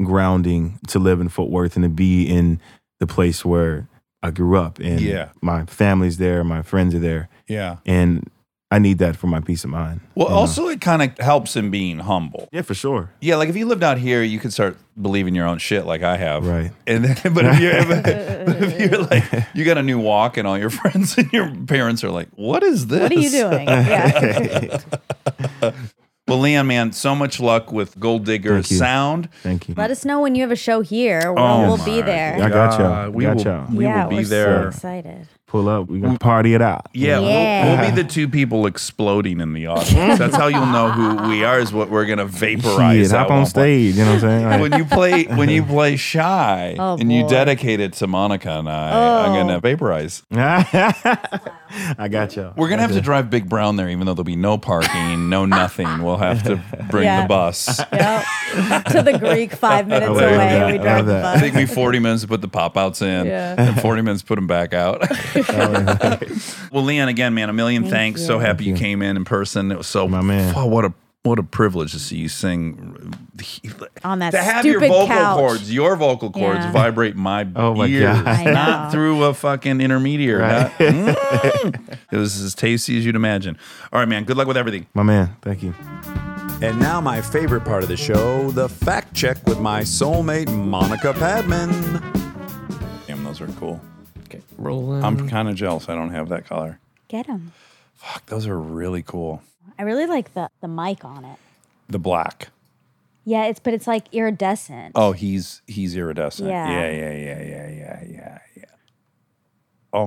Speaker 6: grounding to live in Fort Worth and to be in the place where I grew up and
Speaker 2: Yeah.
Speaker 6: my family's there, my friends are there,
Speaker 2: yeah
Speaker 6: and I need that for my peace of mind.
Speaker 2: well
Speaker 6: you know?
Speaker 2: also it kind of helps in being humble
Speaker 6: Yeah, for sure.
Speaker 2: Yeah, like if you lived out here, you could start believing your own shit, like I have.
Speaker 6: Right.
Speaker 2: And then, [laughs] but if you're, but if
Speaker 3: [laughs]
Speaker 2: you're like, you got a new walk, and all your [laughs] friends and your parents are like, "What is this?
Speaker 3: [laughs] what are you doing?
Speaker 6: [laughs]
Speaker 3: Yeah.
Speaker 2: [laughs] Well, Leon, man, so much luck with Gold Digger
Speaker 6: Thank you.
Speaker 2: Sound.
Speaker 6: Thank you.
Speaker 3: Let us know when you have a show here. We'll,
Speaker 2: Oh
Speaker 3: we'll be
Speaker 2: my
Speaker 3: there.
Speaker 6: I got y'all.
Speaker 2: Uh, we
Speaker 6: got
Speaker 2: will-
Speaker 6: y'all.
Speaker 2: we
Speaker 3: yeah,
Speaker 2: will be
Speaker 3: we're so
Speaker 2: there.
Speaker 3: excited.
Speaker 6: Pull up. We're going to party it out.
Speaker 2: Yeah, we'll-
Speaker 3: Yeah.
Speaker 2: We'll, be the two people exploding in the audience. That's how you'll know who we are. Is what we're gonna vaporize.
Speaker 6: Shit,
Speaker 2: at
Speaker 6: hop
Speaker 2: one
Speaker 6: on
Speaker 2: point.
Speaker 6: stage. You know what I'm saying? Like,
Speaker 2: when [laughs] you play when
Speaker 6: [laughs]
Speaker 2: you play shy
Speaker 3: Oh,
Speaker 2: and you
Speaker 3: boy.
Speaker 2: dedicate it to Monica and I, I'm
Speaker 3: Oh.
Speaker 2: gonna vaporize.
Speaker 6: [laughs] I got you.
Speaker 2: We're gonna have to drive Big Brown there, even though there'll be no parking,
Speaker 3: [laughs]
Speaker 2: no nothing. We'll have to bring
Speaker 3: Yeah.
Speaker 2: the bus.
Speaker 3: Yep. [laughs] to the Greek,
Speaker 2: [laughs]
Speaker 3: five minutes
Speaker 6: love
Speaker 3: away.
Speaker 6: that.
Speaker 3: We
Speaker 6: I
Speaker 3: drive
Speaker 6: love
Speaker 3: the
Speaker 6: that.
Speaker 3: bus.
Speaker 2: Take me 40 minutes to put the pop outs in,
Speaker 3: Yeah.
Speaker 2: and 40 minutes to put them back out. [laughs] well, Leon, again, man, a million thanks. So happy you. came in in person. It was so
Speaker 6: My man.
Speaker 2: wow, what a what a privilege to see you sing
Speaker 3: On that
Speaker 2: to have your
Speaker 3: stupid
Speaker 2: vocal
Speaker 3: couch.
Speaker 2: cords, your vocal cords
Speaker 3: Yeah.
Speaker 2: vibrate my,
Speaker 6: [laughs] Oh my
Speaker 2: ears,
Speaker 6: God. I
Speaker 2: not
Speaker 3: know.
Speaker 2: through a fucking intermediary.
Speaker 6: Right.
Speaker 2: not- Mm. [laughs] it was as tasty as you'd imagine. All right, man. Good luck with everything.
Speaker 6: My man. Thank you.
Speaker 9: And now, my favorite part of the show the fact check with my soulmate, Monica Padman.
Speaker 2: Damn, those are cool.
Speaker 9: Okay, rolling.
Speaker 2: I'm kind of jealous. I don't have that color.
Speaker 3: Get them.
Speaker 2: Fuck, those are really cool.
Speaker 3: I really like the, the mic on it.
Speaker 2: The black.
Speaker 3: Yeah, it's but it's like iridescent.
Speaker 2: Oh, he's he's iridescent.
Speaker 3: Yeah.
Speaker 2: yeah, yeah, yeah, yeah, yeah, yeah. yeah. Oh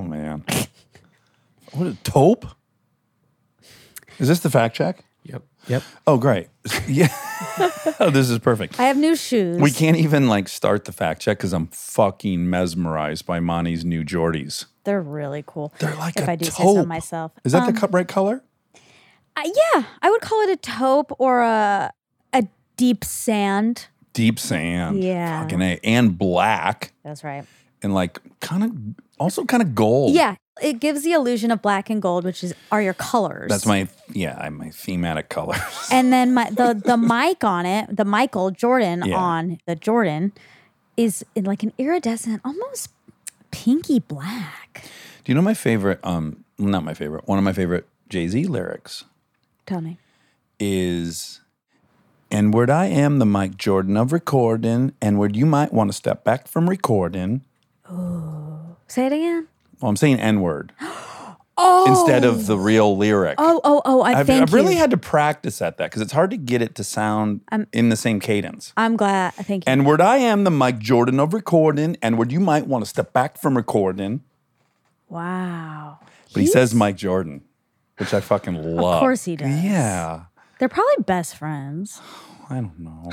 Speaker 9: [laughs]
Speaker 2: man, what a taupe! Is this the fact check?
Speaker 9: Yep. Yep.
Speaker 2: Oh, great. [laughs] Yeah. oh, this is perfect.
Speaker 3: I have new shoes.
Speaker 2: We can't even like start the fact check because I'm fucking mesmerized by Monty's new Jordies.
Speaker 3: They're really cool.
Speaker 2: They're like
Speaker 3: if
Speaker 2: a
Speaker 3: I do say so
Speaker 2: taupe.
Speaker 3: myself.
Speaker 2: Is that
Speaker 3: Um,
Speaker 2: the co- right color?
Speaker 3: Uh, yeah, I would call it a taupe or a a deep sand.
Speaker 2: Deep sand.
Speaker 3: Yeah.
Speaker 2: Fucking a. And black
Speaker 3: That's right.
Speaker 2: and like kind of also kind of gold.
Speaker 3: Yeah, it gives the illusion of black and gold, which is are your colors.
Speaker 2: That's my yeah, I my thematic colors. [laughs]
Speaker 3: And then my the the mic on it, the Michael Jordan
Speaker 2: Yeah.
Speaker 3: on the Jordan, is in like an iridescent, almost pinky black.
Speaker 2: Do you know my favorite um not my favorite, one of my favorite Jay-Z lyrics
Speaker 3: Tell me.
Speaker 2: is and word I am the Mike Jordan of recording, and word you might want to step back from recording.
Speaker 3: Say it again. [gasps]
Speaker 2: Well, I'm saying N word. instead of the real lyric.
Speaker 3: Oh, oh, oh! I
Speaker 2: I've,
Speaker 3: thank
Speaker 2: I've really
Speaker 3: you.
Speaker 2: had
Speaker 3: Um,
Speaker 2: to practice at that because it's hard to get it to sound in the same cadence.
Speaker 3: I'm glad. Thank you.
Speaker 2: And word I am the Mike Jordan of recording, and word you might want to step back from recording.
Speaker 3: wow.
Speaker 2: But he says Mike Jordan, which I fucking love.
Speaker 3: Of course he does.
Speaker 2: Yeah.
Speaker 3: They're probably best friends.
Speaker 2: I don't know.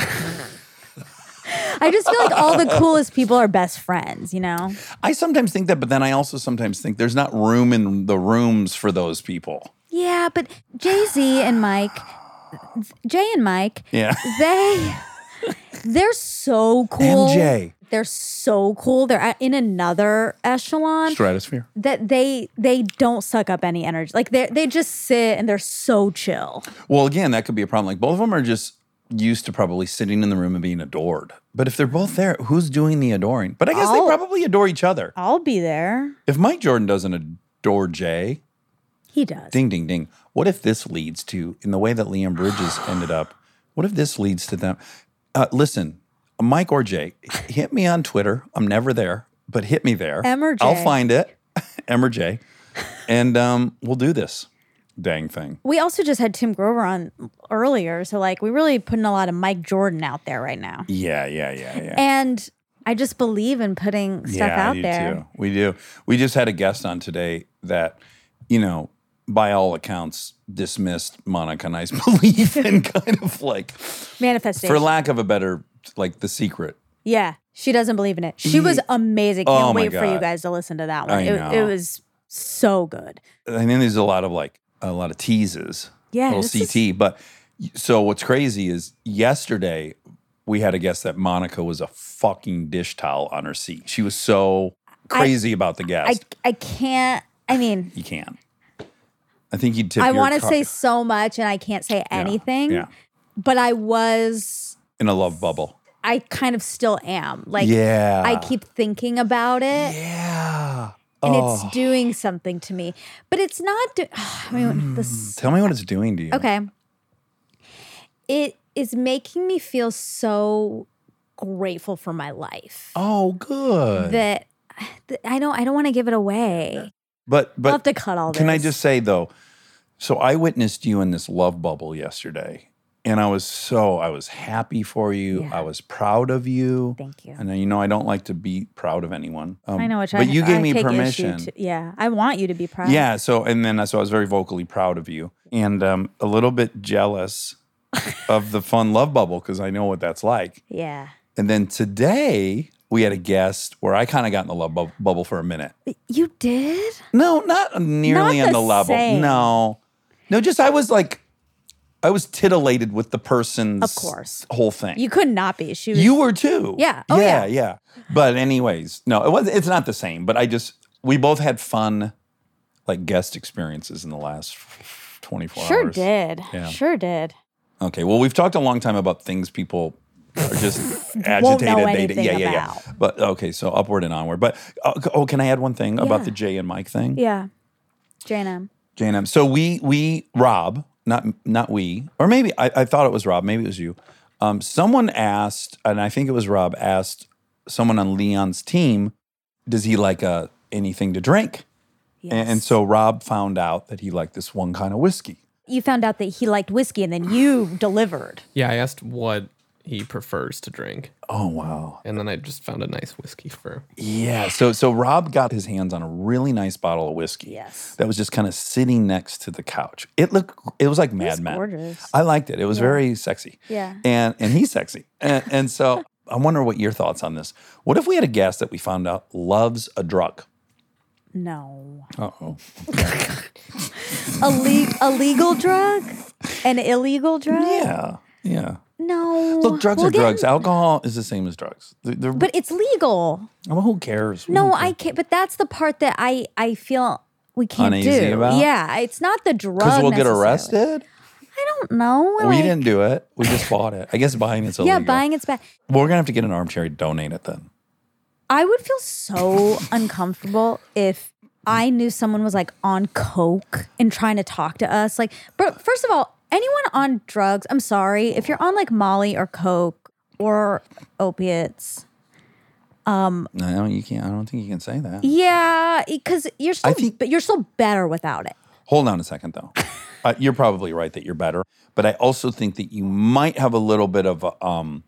Speaker 3: I just feel like
Speaker 2: [laughs]
Speaker 3: all the coolest people are best friends, you know?
Speaker 2: I sometimes think that, but then I also sometimes think there's not room in the rooms for those people.
Speaker 3: Yeah, but Jay Z and Mike, Jay and Mike, [laughs]
Speaker 2: Yeah.
Speaker 3: they they're so cool.
Speaker 2: MJ.
Speaker 3: They're so cool. They're at- in another echelon
Speaker 2: Stratosphere.
Speaker 3: that they they don't suck up any energy. Like they they just sit and they're so chill.
Speaker 2: Well, again, that could be a problem. Like both of them are just used to probably sitting in the room and being adored. But if they're both there, who's doing the adoring? But I guess
Speaker 3: I'll-
Speaker 2: they probably adore each other.
Speaker 3: I'll be there.
Speaker 2: If Mike Jordan doesn't adore Jay,
Speaker 3: He does.
Speaker 2: ding, ding, ding. What if this leads to, in the way that Liam
Speaker 3: [sighs]
Speaker 2: Bridges ended up, what if this leads to them? Uh, listen, Mike or Jay, hit me on Twitter. I'm never there, but hit me there.
Speaker 3: Em or
Speaker 2: I'll
Speaker 3: Jay?
Speaker 2: find it. [laughs] M or Jay. And um, we'll do this dang thing.
Speaker 3: We also just had Tim Grover on earlier, so like we really putting a lot of Mike Jordan out there right now.
Speaker 2: Yeah, yeah, yeah, yeah.
Speaker 3: And I just believe in putting stuff
Speaker 2: I
Speaker 3: out
Speaker 2: do
Speaker 3: there.
Speaker 2: Too. We do. We just had a guest on today that, you know, by all accounts, dismissed Monica and I's [laughs] belief in kind of like,
Speaker 3: Manifestation.
Speaker 2: for lack of a better, like the secret.
Speaker 3: Yeah, she doesn't believe in it. She was amazing. Can't
Speaker 2: Oh my
Speaker 3: wait for you
Speaker 2: God.
Speaker 3: guys to listen to that one.
Speaker 2: I
Speaker 3: It,
Speaker 2: know.
Speaker 3: it was so good.
Speaker 2: And then there's a lot of like a lot of teases,
Speaker 3: Yeah,
Speaker 2: little
Speaker 3: this
Speaker 2: CT. But so what's crazy is yesterday we had a guest that Monica was a fucking dish towel on her seat. She was so crazy about the
Speaker 3: I
Speaker 2: guest.
Speaker 3: I can't. I mean,
Speaker 2: you can't. I think you'd tip.
Speaker 3: I
Speaker 2: your
Speaker 3: want to
Speaker 2: car-
Speaker 3: say so much, and I can't say anything.
Speaker 2: yeah.
Speaker 3: But I was.
Speaker 2: in a love bubble.
Speaker 3: I kind of still am. Like,
Speaker 2: Yeah.
Speaker 3: I keep thinking about it,
Speaker 2: Yeah.
Speaker 3: and
Speaker 2: Oh.
Speaker 3: it's doing something to me. But it's not. Do- [sighs] I mean, this.
Speaker 2: Oh, Tell me what it's doing to you.
Speaker 3: Okay. It is making me feel so grateful for my life.
Speaker 2: Oh, good.
Speaker 3: that that I don't I don't want to give it away.
Speaker 2: but but
Speaker 3: I'll have to cut all this.
Speaker 2: Can I just say though? So I witnessed you in this love bubble yesterday, and I was so I was happy for you.
Speaker 3: Yeah.
Speaker 2: I was proud of you.
Speaker 3: Thank you.
Speaker 2: And uh, you know I don't like to be proud of anyone. Um,
Speaker 3: I know which
Speaker 2: But
Speaker 3: I,
Speaker 2: you
Speaker 3: I
Speaker 2: gave me
Speaker 3: take issue
Speaker 2: permission.
Speaker 3: to- yeah, I want you to be proud.
Speaker 2: Yeah. So and then uh, so I was very vocally proud of you, and um, a little bit jealous of the fun love bubble because I know what that's like.
Speaker 3: yeah,
Speaker 2: And then today we had a guest where I kind of got in the love bub- bubble for a minute.
Speaker 3: you did.
Speaker 2: No, not nearly
Speaker 3: Not
Speaker 2: on
Speaker 3: the
Speaker 2: the level.
Speaker 3: same.
Speaker 2: No, no, just I was like, I was titillated with the person's
Speaker 3: Of course.
Speaker 2: whole thing.
Speaker 3: You could not be. She was.
Speaker 2: you were too.
Speaker 3: Yeah. Oh,
Speaker 2: yeah,
Speaker 3: yeah.
Speaker 2: yeah. But anyways, no, it was. It's not the same. But I just we both had fun, like guest experiences in the last twenty four
Speaker 3: sure
Speaker 2: hours.
Speaker 3: did.
Speaker 2: Yeah.
Speaker 3: Sure did.
Speaker 2: Okay. Well, we've talked a long time about things people are just agitated.
Speaker 3: [laughs] Won't know
Speaker 2: they, yeah,
Speaker 3: anything
Speaker 2: yeah, yeah.
Speaker 3: about.
Speaker 2: But okay, so upward and onward. But uh, oh, can I add one thing about
Speaker 3: Yeah.
Speaker 2: the Jay and Mike thing?
Speaker 3: Yeah, Jana.
Speaker 2: J and M. So we we Rob, not not we, or maybe I, I thought it was Rob. Maybe it was you. Um, someone asked, and I think it was Rob asked someone on Leon's team, does he like uh, anything to drink?
Speaker 3: Yes.
Speaker 2: And, and so Rob found out that he liked this one kind of whiskey.
Speaker 3: you found out that he liked whiskey, and then you delivered.
Speaker 10: Yeah, I asked what he prefers to drink,
Speaker 2: Oh wow,
Speaker 10: and then I just found a nice whiskey for.
Speaker 2: yeah. So so Rob got his hands on a really nice bottle of whiskey.
Speaker 3: Yes.
Speaker 2: That was just kind of sitting next to the couch. It looked it was like Mad
Speaker 3: was
Speaker 2: Men.
Speaker 3: gorgeous.
Speaker 2: I liked it. It was very sexy.
Speaker 3: Yeah.
Speaker 2: and and he's sexy. And, and so I wonder what your thoughts on this. What if we had a guest that we found out loves a drug?
Speaker 3: No,
Speaker 2: Uh oh.
Speaker 3: a, le- a legal drug, an illegal drug.
Speaker 2: Yeah. Yeah.
Speaker 3: No.
Speaker 2: Look, drugs
Speaker 3: We'll
Speaker 2: are
Speaker 3: get
Speaker 2: drugs.
Speaker 3: in-
Speaker 2: Alcohol is the same as drugs. They're, they're-
Speaker 3: But it's legal.
Speaker 2: well, who cares? We
Speaker 3: No,
Speaker 2: don't care.
Speaker 3: I can't. But that's the part that I I feel we can't
Speaker 2: Uneasy
Speaker 3: do.
Speaker 2: about?
Speaker 3: Yeah, it's not the drug.
Speaker 2: Because we'll get
Speaker 3: necessarily.
Speaker 2: arrested.
Speaker 3: I don't know.
Speaker 2: we
Speaker 3: like-
Speaker 2: didn't do it. We just bought it. I guess buying it's illegal.
Speaker 3: Yeah, buying it's bad.
Speaker 2: We're gonna have to get an armchair and donate it then.
Speaker 3: I would feel so uncomfortable if I knew someone was like on coke and trying to talk to us. Like, bro, first of all, anyone on drugs, I'm sorry, if you're on like Molly or coke or opiates,
Speaker 2: No, you can't. I don't think you can say that.
Speaker 3: Yeah, because you're still,
Speaker 2: think-
Speaker 3: but you're still better without it.
Speaker 2: Hold on a second,
Speaker 3: [laughs]
Speaker 2: though. uh, you're probably right that you're better, but I also think that you might have a little bit of a, um,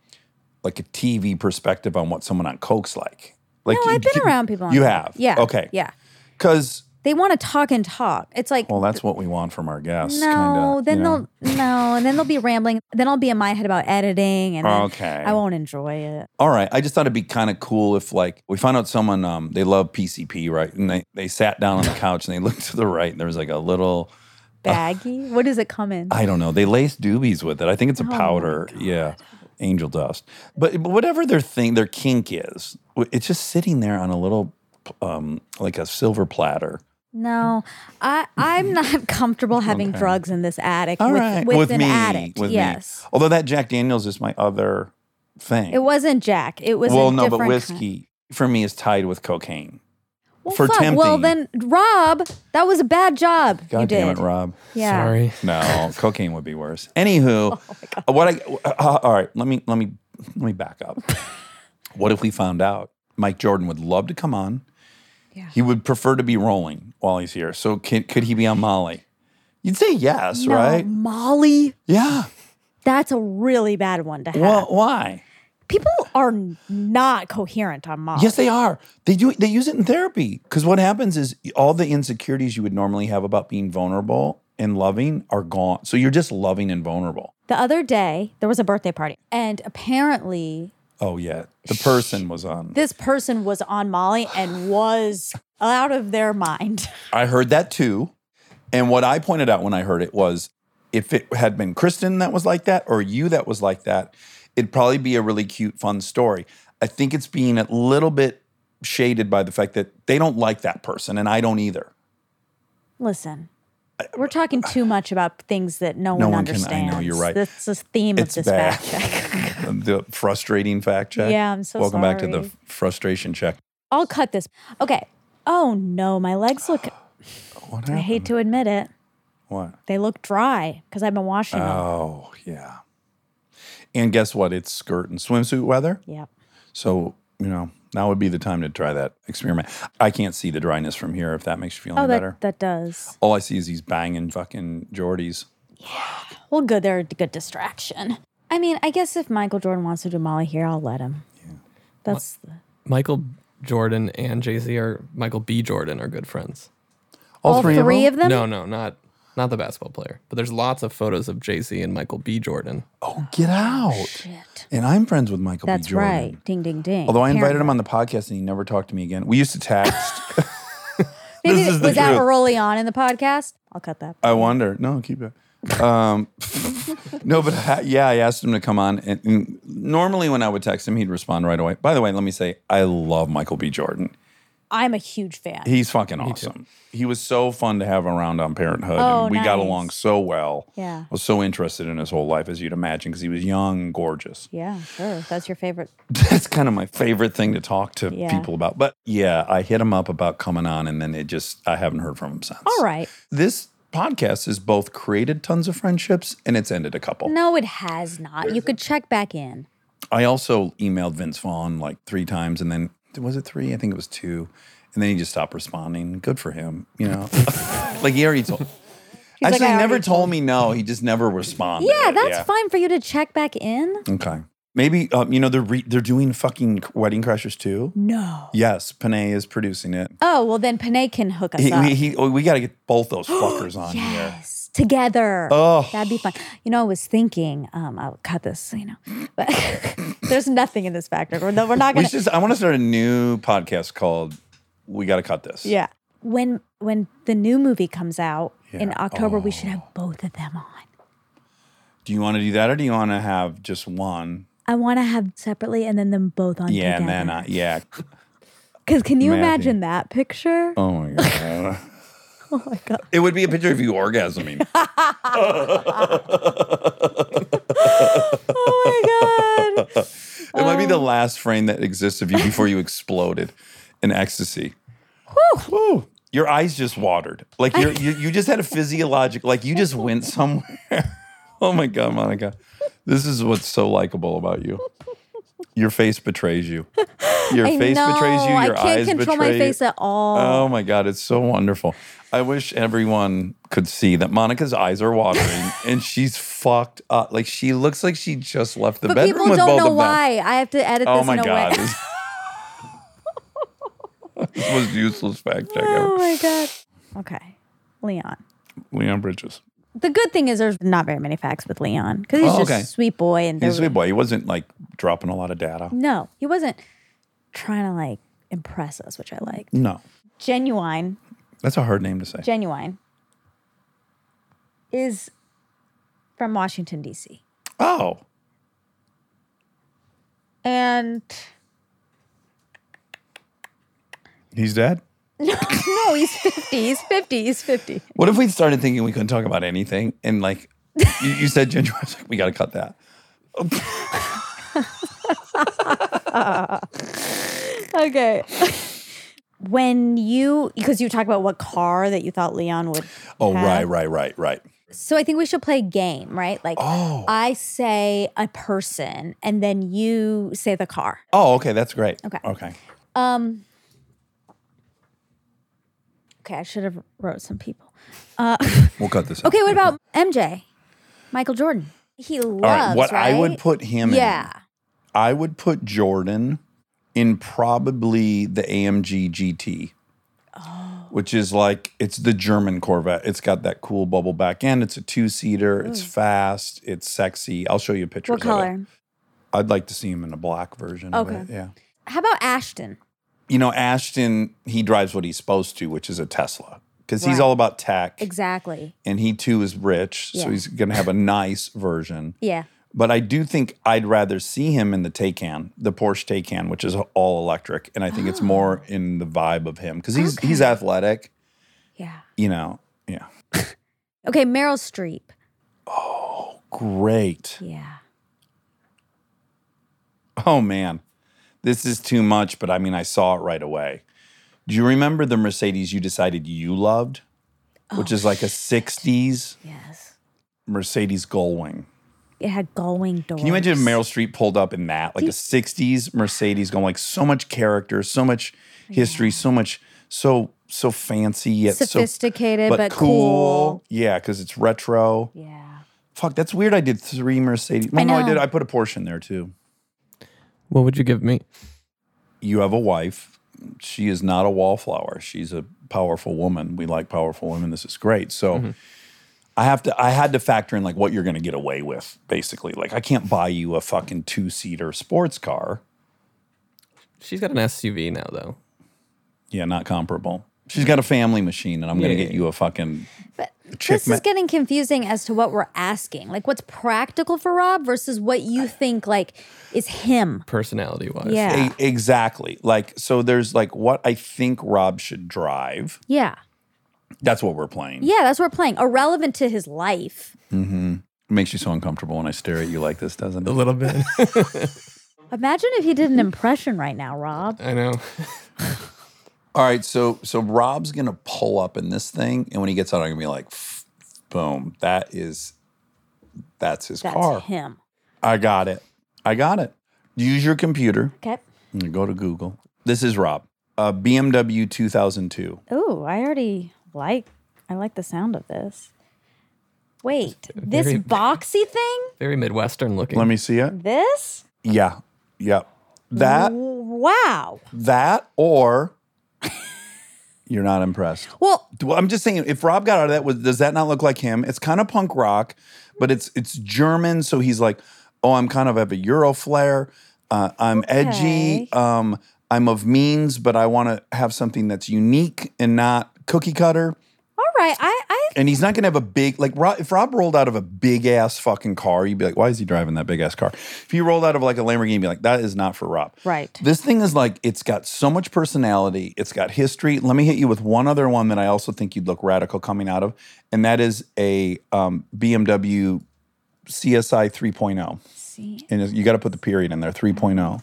Speaker 2: like a TV perspective on what someone on coke's like. Like
Speaker 3: No,
Speaker 2: you-
Speaker 3: I've been
Speaker 2: you-
Speaker 3: around people. on
Speaker 2: You
Speaker 3: that.
Speaker 2: have,
Speaker 3: Yeah.
Speaker 2: Okay,
Speaker 3: Yeah.
Speaker 2: Because
Speaker 3: They want to talk and talk. It's like,
Speaker 2: well, that's what we want from our guests.
Speaker 3: no,
Speaker 2: kinda,
Speaker 3: then
Speaker 2: you know?
Speaker 3: they'll no, and then they'll be rambling. Then I'll be in my head about editing, and then
Speaker 2: Okay.
Speaker 3: I won't enjoy it.
Speaker 2: All right. I just thought it'd be kind of cool if, like, we found out someone, um, they love PCP, right? And they, they sat down on the couch and they looked to the right and there was like a little,
Speaker 3: Baggy. what does it come in?
Speaker 2: I don't know, they laced doobies with it. I think it's a
Speaker 3: my
Speaker 2: powder. Yeah. Angel dust. But, but whatever their thing, their kink is, w- it's just sitting there on a little, um, like a silver platter.
Speaker 3: no, I I'm not [laughs] comfortable having drugs in this attic
Speaker 2: All
Speaker 3: with,
Speaker 2: right.
Speaker 3: with, an addict.
Speaker 2: with me.
Speaker 3: yes.
Speaker 2: Although that Jack Daniels is my other thing.
Speaker 3: It wasn't Jack. It was
Speaker 2: well,
Speaker 3: a
Speaker 2: no,
Speaker 3: different
Speaker 2: but
Speaker 3: kind-
Speaker 2: whiskey for me is tied with cocaine.
Speaker 3: Well,
Speaker 2: for
Speaker 3: fuck. Well,
Speaker 2: tempting.
Speaker 3: then Rob, that was a bad job
Speaker 2: God
Speaker 3: you did.
Speaker 2: damn it, Rob.
Speaker 3: Yeah.
Speaker 10: Sorry.
Speaker 3: [laughs]
Speaker 2: No, cocaine would be worse.
Speaker 3: Oh
Speaker 2: Anywho, what I uh, all right, let me let me let me back
Speaker 3: [laughs]
Speaker 2: up. what if we found out Mike Jordan would love to come on?
Speaker 3: Yeah.
Speaker 2: He would prefer to be rolling while he's here. So can, could he be on Molly? You'd say yes,
Speaker 3: No,
Speaker 2: right?
Speaker 3: Molly,
Speaker 2: Yeah.
Speaker 3: that's a really bad one to have.
Speaker 2: Well, why?
Speaker 3: People are not coherent on Molly.
Speaker 2: Yes, they are. They do. They use it in therapy because what happens is all the insecurities you would normally have about being vulnerable and loving are gone. So you're just loving and vulnerable.
Speaker 3: The other day, there was a birthday party, and apparently,
Speaker 2: Oh yeah, the person was on.
Speaker 3: this person was on Molly and was out of their mind. [laughs]
Speaker 2: I heard that too. And what I pointed out when I heard it was if it had been Kristen that was like that or you that was like that, it'd probably be a really cute, fun story. I think it's being a little bit shaded by the fact that they don't like that person and I don't either. [laughs]
Speaker 3: Listen, we're talking too much about things that no,
Speaker 2: No one
Speaker 3: one
Speaker 2: can- I know,
Speaker 3: understands.
Speaker 2: you're right.
Speaker 3: That's the theme
Speaker 2: It's
Speaker 3: of this
Speaker 2: bad.
Speaker 3: fact check. [laughs]
Speaker 2: the frustrating fact check.
Speaker 3: Yeah, I'm so
Speaker 2: Welcome back to the
Speaker 3: sorry.
Speaker 2: frustration check.
Speaker 3: I'll cut this. Okay. Oh no, my legs look.
Speaker 2: What
Speaker 3: I
Speaker 2: happened?
Speaker 3: hate to admit it.
Speaker 2: what?
Speaker 3: They look dry because I've been washing them.
Speaker 2: Oh, yeah. And guess what? It's skirt and swimsuit weather.
Speaker 3: Yep.
Speaker 2: So, you know, now would be the time to try that experiment. I can't see the dryness from here if that makes you feel any
Speaker 3: Oh,
Speaker 2: better.
Speaker 3: that, that does.
Speaker 2: All I see is these banging fucking Geordies.
Speaker 3: Well, good. They're a good distraction. I mean, I guess if Michael Jordan wants to do Molly here, I'll let him. That's the,
Speaker 10: Michael Jordan and Jay Z are Michael B. Jordan are good friends.
Speaker 3: all, three, of them.
Speaker 10: No, no, not not the basketball player. But there's lots of photos of Jay Z and Michael B. Jordan.
Speaker 2: Oh, get out.
Speaker 3: Shit.
Speaker 2: And I'm friends with Michael
Speaker 3: That's
Speaker 2: B. Jordan.
Speaker 3: right. Ding, ding, ding.
Speaker 2: Although I invited him
Speaker 3: Apparently.
Speaker 2: on the podcast and he never talked to me again. We used to
Speaker 3: [laughs]
Speaker 2: text.
Speaker 3: Maybe
Speaker 2: This is the
Speaker 3: was that
Speaker 2: truth.
Speaker 3: early on in the podcast? I'll cut that.
Speaker 2: I wonder. No, keep it. Um, [laughs] no, but I, yeah, I asked him to come on. And, and normally when I would text him, he'd respond right away. By the way, let me say, I love Michael B. Jordan.
Speaker 3: I'm a huge fan.
Speaker 2: He's fucking awesome. He was so fun to have around on Parenthood.
Speaker 3: Oh,
Speaker 2: and we got
Speaker 3: nice.
Speaker 2: along so well.
Speaker 3: Yeah.
Speaker 2: I was so interested in his whole life, as you'd imagine, because he was young and gorgeous. [laughs]
Speaker 3: yeah, sure. That's your favorite.
Speaker 2: That's kind of my favorite thing to talk to
Speaker 3: Yeah.
Speaker 2: people about. But yeah, I hit him up about coming on, and then it just, I haven't heard from him since.
Speaker 3: All right.
Speaker 2: This podcast has both created tons of friendships and it's ended a couple.
Speaker 3: No, it has not. You could check back in.
Speaker 2: I also emailed Vince Vaughn like three times, and then was it three? I think it was two, and then he just stopped responding. Good for him, you know. [laughs] like he already told.
Speaker 3: like,
Speaker 2: Actually,
Speaker 3: "I
Speaker 2: he never
Speaker 3: already
Speaker 2: told me no. He just never responded.
Speaker 3: Yeah, that's fine for you to check back in.
Speaker 2: Okay, maybe um, you know they're re- they're doing fucking Wedding Crashers too.
Speaker 3: No.
Speaker 2: Yes, Panay is producing it.
Speaker 3: Oh well, then Panay can hook us
Speaker 2: He,
Speaker 3: up
Speaker 2: we he, oh, we got to get both
Speaker 3: [gasps]
Speaker 2: those fuckers on here.
Speaker 3: Yes, together.
Speaker 2: Oh.
Speaker 3: that'd be fun. You know, I was thinking. Um, I'll cut this. You know, [laughs] but there's nothing in this factor. We're, no- we're not
Speaker 2: We
Speaker 3: gonna.
Speaker 2: should. I want to start a new podcast called "We Got to Cut This."
Speaker 3: yeah. When when the new movie comes out in
Speaker 2: Yeah. Oh.
Speaker 3: October, we should have both of them on.
Speaker 2: Do you want to do that, or do you want to have just one?
Speaker 3: I want to have separately and then them both on
Speaker 2: Yeah, and
Speaker 3: together.
Speaker 2: then I, yeah.
Speaker 3: Because can you
Speaker 2: Matthew.
Speaker 3: imagine that picture?
Speaker 2: Oh my god.
Speaker 3: [laughs] Oh my god.
Speaker 2: It would be a picture of you orgasming.
Speaker 3: Oh
Speaker 2: [laughs]
Speaker 3: my god.
Speaker 2: It might be
Speaker 3: [laughs] Oh.
Speaker 2: the last frame that exists of you before you exploded in ecstasy. Whew. Your eyes just watered. Like
Speaker 3: [laughs]
Speaker 2: you're, you, you just had a physiologic, like you just went somewhere. [laughs] oh my God, Monica. This is what's so likable about you. Your face betrays you. Your face betrays you.
Speaker 3: know,
Speaker 2: Your
Speaker 3: I can't
Speaker 2: eyes
Speaker 3: control my
Speaker 2: betray you.
Speaker 3: face at all.
Speaker 2: Oh my God, it's so wonderful. I wish everyone could see that Monica's eyes are
Speaker 3: [laughs]
Speaker 2: watering and she's fucked up. Like she looks like she just left the
Speaker 3: but
Speaker 2: bedroom
Speaker 3: people
Speaker 2: with
Speaker 3: don't
Speaker 2: both
Speaker 3: know
Speaker 2: of them.
Speaker 3: why. I have to edit
Speaker 2: Oh
Speaker 3: this
Speaker 2: my
Speaker 3: in a
Speaker 2: God.
Speaker 3: way.
Speaker 2: This [laughs] this was useless fact check
Speaker 3: [laughs] oh [sighs]
Speaker 2: ever.
Speaker 3: my god. Okay, Leon.
Speaker 2: Leon Bridges.
Speaker 3: The good thing is there's not very many facts with Leon because he's
Speaker 2: Oh,
Speaker 3: just
Speaker 2: okay.
Speaker 3: a sweet boy and
Speaker 2: He's a
Speaker 3: there-
Speaker 2: sweet boy. He wasn't like dropping a lot of data.
Speaker 3: no, he wasn't trying to like impress us, which I liked.
Speaker 2: No.
Speaker 3: Genuine,
Speaker 2: That's a hard name to say.
Speaker 3: genuine is from Washington D.C.
Speaker 2: Oh.
Speaker 3: and
Speaker 2: He's dead?
Speaker 3: no, he's fifty. He's fifty. He's fifty.
Speaker 2: What if we started thinking we couldn't talk about anything and like you, you said ginger? I was like, we got to cut that.
Speaker 3: Okay. when you because you talk about what car that you thought Leon would [laughs]
Speaker 2: Oh,
Speaker 3: have.
Speaker 2: right, right, right, right.
Speaker 3: So I think we should play a game, right? Like
Speaker 2: Oh.
Speaker 3: I say a person and then you say the car.
Speaker 2: Oh, okay. That's great.
Speaker 3: Okay.
Speaker 2: Okay.
Speaker 3: Um Okay, I should have wrote some people. Uh [laughs]
Speaker 2: We'll cut this out.
Speaker 3: Okay, what about MJ? Michael Jordan. He loves
Speaker 2: All right. What I would
Speaker 3: right?
Speaker 2: put him in,
Speaker 3: Yeah.
Speaker 2: I would put Jordan in probably the AMG GT,
Speaker 3: Oh.
Speaker 2: which is like it's the German Corvette. It's got that cool bubble back end. It's a two seater. It's fast. It's sexy. I'll show you pictures.
Speaker 3: Mm. What
Speaker 2: Of it.
Speaker 3: color?
Speaker 2: I'd like to see him in a black version.
Speaker 3: Okay.
Speaker 2: Of it. Yeah.
Speaker 3: How about Ashton?
Speaker 2: You know, Ashton, he drives what he's supposed to, which is a Tesla, because he's
Speaker 3: Right.
Speaker 2: all about tech,
Speaker 3: Exactly.
Speaker 2: and he too is rich, so
Speaker 3: Yeah.
Speaker 2: he's going to have a nice version.
Speaker 3: Yeah.
Speaker 2: But I do think I'd rather see him in the Taycan, the Porsche Taycan, which is all electric, and I think it's more in the vibe of him because he's he's athletic,
Speaker 3: Yeah.
Speaker 2: you know. Yeah,
Speaker 3: Okay, Meryl Streep.
Speaker 2: great.
Speaker 3: Yeah.
Speaker 2: Oh man, this is too much. But I mean, I saw it right away. Do you remember the Mercedes you decided you loved, which is like a '60s
Speaker 3: Yes.
Speaker 2: Mercedes Gullwing?
Speaker 3: It had gullwing doors.
Speaker 2: Can you imagine if Meryl Streep pulled up in that, like a '60s Mercedes, going like so much character, so much history, so much, so so fancy yet so-
Speaker 3: Sophisticated, but cool.
Speaker 2: Yeah, because it's retro.
Speaker 3: Yeah.
Speaker 2: Fuck, that's weird. I did three Mercedes. Well,
Speaker 3: I
Speaker 2: no, I
Speaker 3: know.
Speaker 2: did. I put a Porsche in there too.
Speaker 10: What would you give me?
Speaker 2: You have a wife. She is not a wallflower. She's a powerful woman. We like powerful women. This is great. So.
Speaker 3: Mm-hmm.
Speaker 2: I have to. I had to factor in like what you're going to get away with, basically. Like I can't buy you a fucking two seater sports car.
Speaker 10: She's got an SUV now, though.
Speaker 2: Yeah, not comparable. She's got a family machine, and I'm going
Speaker 10: Yeah,
Speaker 2: to get
Speaker 10: yeah,
Speaker 2: you a fucking.
Speaker 3: But
Speaker 2: Chick
Speaker 3: this
Speaker 2: ma-
Speaker 3: is getting confusing as to what we're asking. Like what's practical for Rob versus what you think like is him.
Speaker 10: Personality wise.
Speaker 3: Yeah.
Speaker 2: E- exactly. Like, so there's like what I think Rob should drive.
Speaker 3: Yeah.
Speaker 2: That's what we're playing.
Speaker 3: Yeah, that's what we're playing. Irrelevant to his life.
Speaker 2: It makes you so uncomfortable when I stare at you like this, doesn't
Speaker 10: A
Speaker 2: it?
Speaker 10: little bit.
Speaker 3: Imagine if he did [laughs] an impression right now, Rob.
Speaker 10: [laughs] I know.
Speaker 2: All right. So, so Rob's going to pull up in this thing. And when he gets out, I'm going to be like, "Pff, boom, that is, that's his
Speaker 3: That's
Speaker 2: car.
Speaker 3: him.
Speaker 2: I got it. I got it. Use your computer.
Speaker 3: Okay.
Speaker 2: and Go to Google. This is Rob. A BMW 2002.
Speaker 3: Ooh, I already like I like the sound of this. Wait, this
Speaker 10: very-
Speaker 3: boxy thing?
Speaker 10: Very Midwestern looking.
Speaker 2: Let me see it.
Speaker 3: This?
Speaker 2: Yeah. Yep. That
Speaker 3: Wow.
Speaker 2: that or [laughs] you're not impressed.
Speaker 3: Well,
Speaker 2: Well, I'm just saying if Rob got out of that was does that not look like him? It's kind of punk rock, but it's it's German, so he's like, "Oh, I'm kind of have a Euro flair. Uh, I'm edgy.
Speaker 3: Okay.
Speaker 2: Um I'm of means, but I want to have something that's unique and not cookie cutter."
Speaker 3: all right. I I
Speaker 2: And he's not going to have a big like Rob, if Rob rolled out of a big ass fucking car, you'd be like, "Why is he driving that big ass car?" If he rolled out of like a Lamborghini, you'd be like, "That is not for Rob."
Speaker 3: Right.
Speaker 2: This thing is like it's got so much personality. It's got history. Let me hit you with one other one that I also think you'd look radical coming out of, and that is a um, BMW CSI 3.0.
Speaker 3: see.
Speaker 2: oh.
Speaker 3: Mm-hmm.
Speaker 2: And you got to put the period in there, oh. 3.0.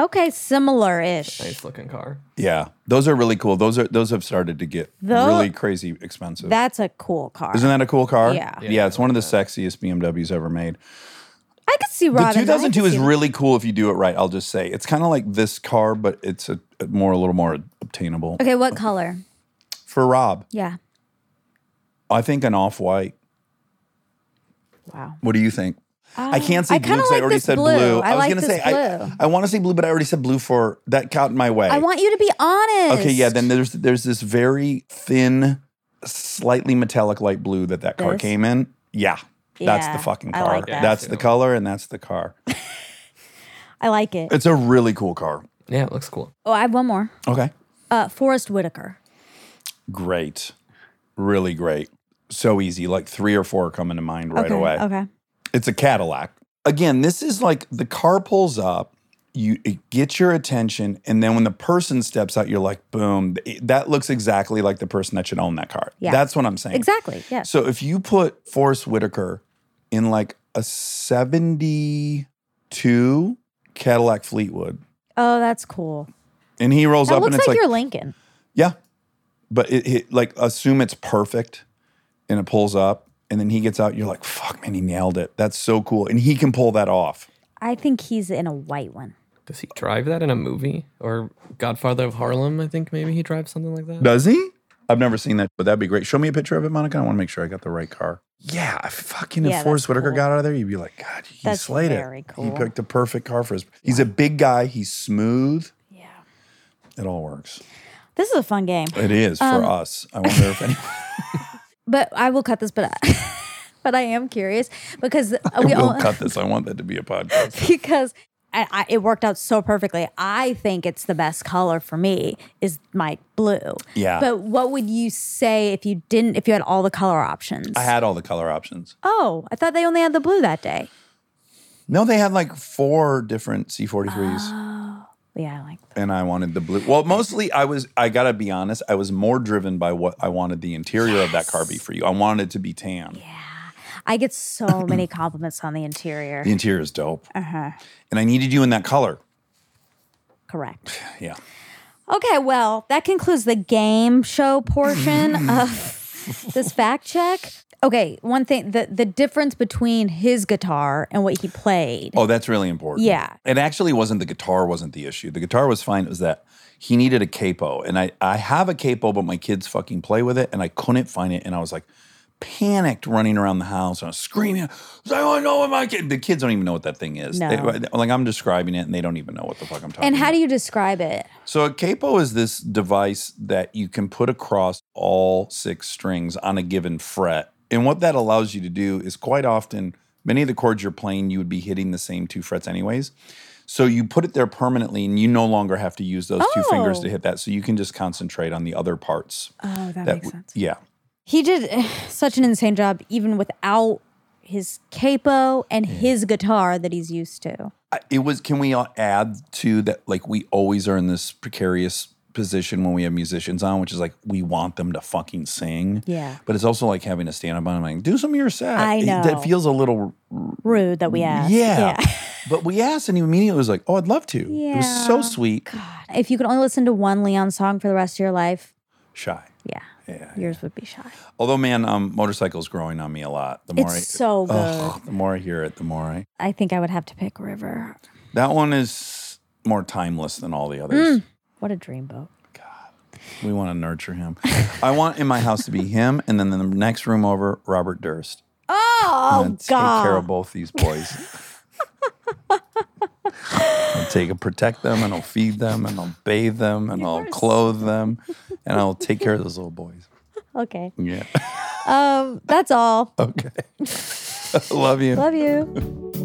Speaker 3: Okay, similar-ish.
Speaker 10: Nice looking car.
Speaker 2: Yeah, those are really cool. Those are those have started to get
Speaker 3: Tho-
Speaker 2: really crazy expensive.
Speaker 3: That's a cool car.
Speaker 2: Isn't that a cool car?
Speaker 3: Yeah.
Speaker 2: Yeah, it's one of the sexiest BMWs ever made.
Speaker 3: I could see
Speaker 2: The
Speaker 3: Robin. I
Speaker 2: 2002
Speaker 3: could
Speaker 2: is
Speaker 3: see that.
Speaker 2: really cool if you do it right. I'll just say it's kind of like this car, but it's a, a more a little more obtainable
Speaker 3: Okay, what color?
Speaker 2: for Rob.
Speaker 3: Yeah.
Speaker 2: I think an off white.
Speaker 3: Wow. Ah,
Speaker 2: What do you think? I can't say
Speaker 3: I
Speaker 2: blue
Speaker 3: kinda
Speaker 2: because I
Speaker 3: like
Speaker 2: already
Speaker 3: this
Speaker 2: said blue.
Speaker 3: blue. I
Speaker 2: was
Speaker 3: like
Speaker 2: gonna
Speaker 3: this
Speaker 2: say I,
Speaker 3: blue.
Speaker 2: I want to say blue, but I already said blue for that. Count my way.
Speaker 3: I want you to be honest.
Speaker 2: Okay, yeah. Then there's there's this very thin, slightly metallic light blue that that car
Speaker 3: This?
Speaker 2: came in. Yeah, that's
Speaker 3: Yeah,
Speaker 2: the fucking
Speaker 3: I
Speaker 2: car.
Speaker 3: like that.
Speaker 2: that's the color, and that's the car.
Speaker 3: I like it.
Speaker 2: It's a really cool car.
Speaker 10: Yeah, it looks cool.
Speaker 3: Oh, I have one more.
Speaker 2: Okay,
Speaker 3: Uh, Forrest Whitaker.
Speaker 2: great, really great. So easy. Like three or four are coming to mind right
Speaker 3: okay,
Speaker 2: away.
Speaker 3: Okay.
Speaker 2: It's a Cadillac. Again, this is like the car pulls up, you it gets your attention, and then when the person steps out, you're like, boom, th- that looks exactly like the person that should own that car.
Speaker 3: Yeah.
Speaker 2: That's what I'm saying.
Speaker 3: Exactly. Yeah.
Speaker 2: So if you put Forrest Whitaker in like a 72 Cadillac Fleetwood,
Speaker 3: Oh, that's cool.
Speaker 2: and he rolls
Speaker 3: That
Speaker 2: up
Speaker 3: looks
Speaker 2: and it's
Speaker 3: like,
Speaker 2: like,
Speaker 3: your Lincoln.
Speaker 2: yeah, but it, it like assume it's perfect, and it pulls up, and then he gets out, you're like, fuck, man, he nailed it. That's so cool, and he can pull that off.
Speaker 3: I think he's in a white one.
Speaker 10: Does he drive that in a movie or Godfather of Harlem? I think maybe he drives something like that.
Speaker 2: Does he? I've never seen that, but that'd be great. Show me a picture of it, Monica. I want to make sure I got the right car. Yeah, I fucking
Speaker 3: Yeah,
Speaker 2: if Forrest
Speaker 3: that's
Speaker 2: Whitaker
Speaker 3: cool.
Speaker 2: got out of there, you'd be like, God, he
Speaker 3: That's
Speaker 2: slayed
Speaker 3: very
Speaker 2: it. He
Speaker 3: cool.
Speaker 2: picked the perfect car for his. He's a big guy. He's smooth. Yeah, it all works.
Speaker 3: This is a fun game.
Speaker 2: It is for
Speaker 3: Um,
Speaker 2: us. I wonder
Speaker 3: [laughs]
Speaker 2: if anyone.
Speaker 3: But I will cut this. But I, [laughs] but I am curious
Speaker 2: [laughs]
Speaker 3: because we
Speaker 2: will
Speaker 3: all [laughs]
Speaker 2: cut this. I want that to be a podcast.
Speaker 3: because I, I, it worked out so perfectly. I think it's the best color for me is my blue.
Speaker 2: Yeah.
Speaker 3: But what would you say if you didn't? If you had all the color options?
Speaker 2: I had all the color options.
Speaker 3: oh, I thought they only had the blue that day.
Speaker 2: No, they had like four different
Speaker 3: Ah.
Speaker 2: C43s,
Speaker 3: Yeah, I like
Speaker 2: and I wanted the blue. Well, mostly I was. I gotta be honest. I was more driven by what I wanted the interior of that car be for you. I wanted it to be tan.
Speaker 3: I get [clears throat] so many compliments on the interior.
Speaker 2: The interior is dope.
Speaker 3: Uh-huh.
Speaker 2: And I needed you in that color.
Speaker 3: Correct.
Speaker 2: Yeah.
Speaker 3: Okay, well, that concludes the game show portion [laughs] of this fact check. Okay, one thing the the difference between his guitar and what he played.
Speaker 2: Oh, that's really important.
Speaker 3: Yeah.
Speaker 2: It actually wasn't the guitar wasn't the issue. The guitar was fine. It was that he needed a capo. And I, I have a capo, but my kids fucking play with it. And I couldn't find it. And I was like panicked running around the house. And I was screaming. I was like, I don't know what my kid. The kids don't even know what that thing is.
Speaker 3: No.
Speaker 2: They- like I'm describing it and they don't even know what the fuck I'm talking
Speaker 3: and
Speaker 2: about.
Speaker 3: how do you describe it?
Speaker 2: So a capo is this device that you can put across all six strings on a given fret. And what that allows you to do is quite often many of the chords you're playing you would be hitting the same two frets anyways. So you put it there permanently and you no longer have to use those two fingers
Speaker 3: Oh.
Speaker 2: to hit that so you can just concentrate on the other parts.
Speaker 3: Oh, that,
Speaker 2: w- Yeah.
Speaker 3: He did [sighs] eh, such an insane job even without his capo and his guitar that he's used to.
Speaker 2: I- it was can we all add to that like we always are in this precarious position when we have musicians on which is like we want them to fucking sing
Speaker 3: Yeah.
Speaker 2: but it's also like having to stand up on like do some of your set
Speaker 3: I
Speaker 2: It-
Speaker 3: know.
Speaker 2: that feels a little
Speaker 3: Rude that we asked.
Speaker 2: yeah,
Speaker 3: yeah.
Speaker 2: [laughs]
Speaker 3: [laughs]
Speaker 2: but we asked and he immediately was like oh i'd love to it was so
Speaker 3: Yeah.
Speaker 2: sweet
Speaker 3: If you could only listen to one Leon song for the rest of your life,
Speaker 2: shy
Speaker 3: yeah.
Speaker 2: yeah
Speaker 3: Yours would be shy.
Speaker 2: although man um motorcycle's growing on me a lot the more
Speaker 3: It's
Speaker 2: I,
Speaker 3: so good.
Speaker 2: Ugh, the more i hear it the more i
Speaker 3: I think I would have to pick River.
Speaker 2: that one is more timeless than all the others
Speaker 3: What a dreamboat.
Speaker 2: We want to nurture him. [laughs] I want in my house to be him, and then in the next room over, Robert Durst. I'm
Speaker 3: Oh
Speaker 2: gonna
Speaker 3: God!
Speaker 2: Take care of both these boys.
Speaker 3: [laughs]
Speaker 2: I'll take and protect them, and I'll feed them, and I'll bathe them, and I'll clothe them, and I'll take care of those little boys.
Speaker 3: Okay,
Speaker 2: [laughs] Yeah.
Speaker 3: um, that's all.
Speaker 2: Okay. [laughs] Love you.
Speaker 3: Love you.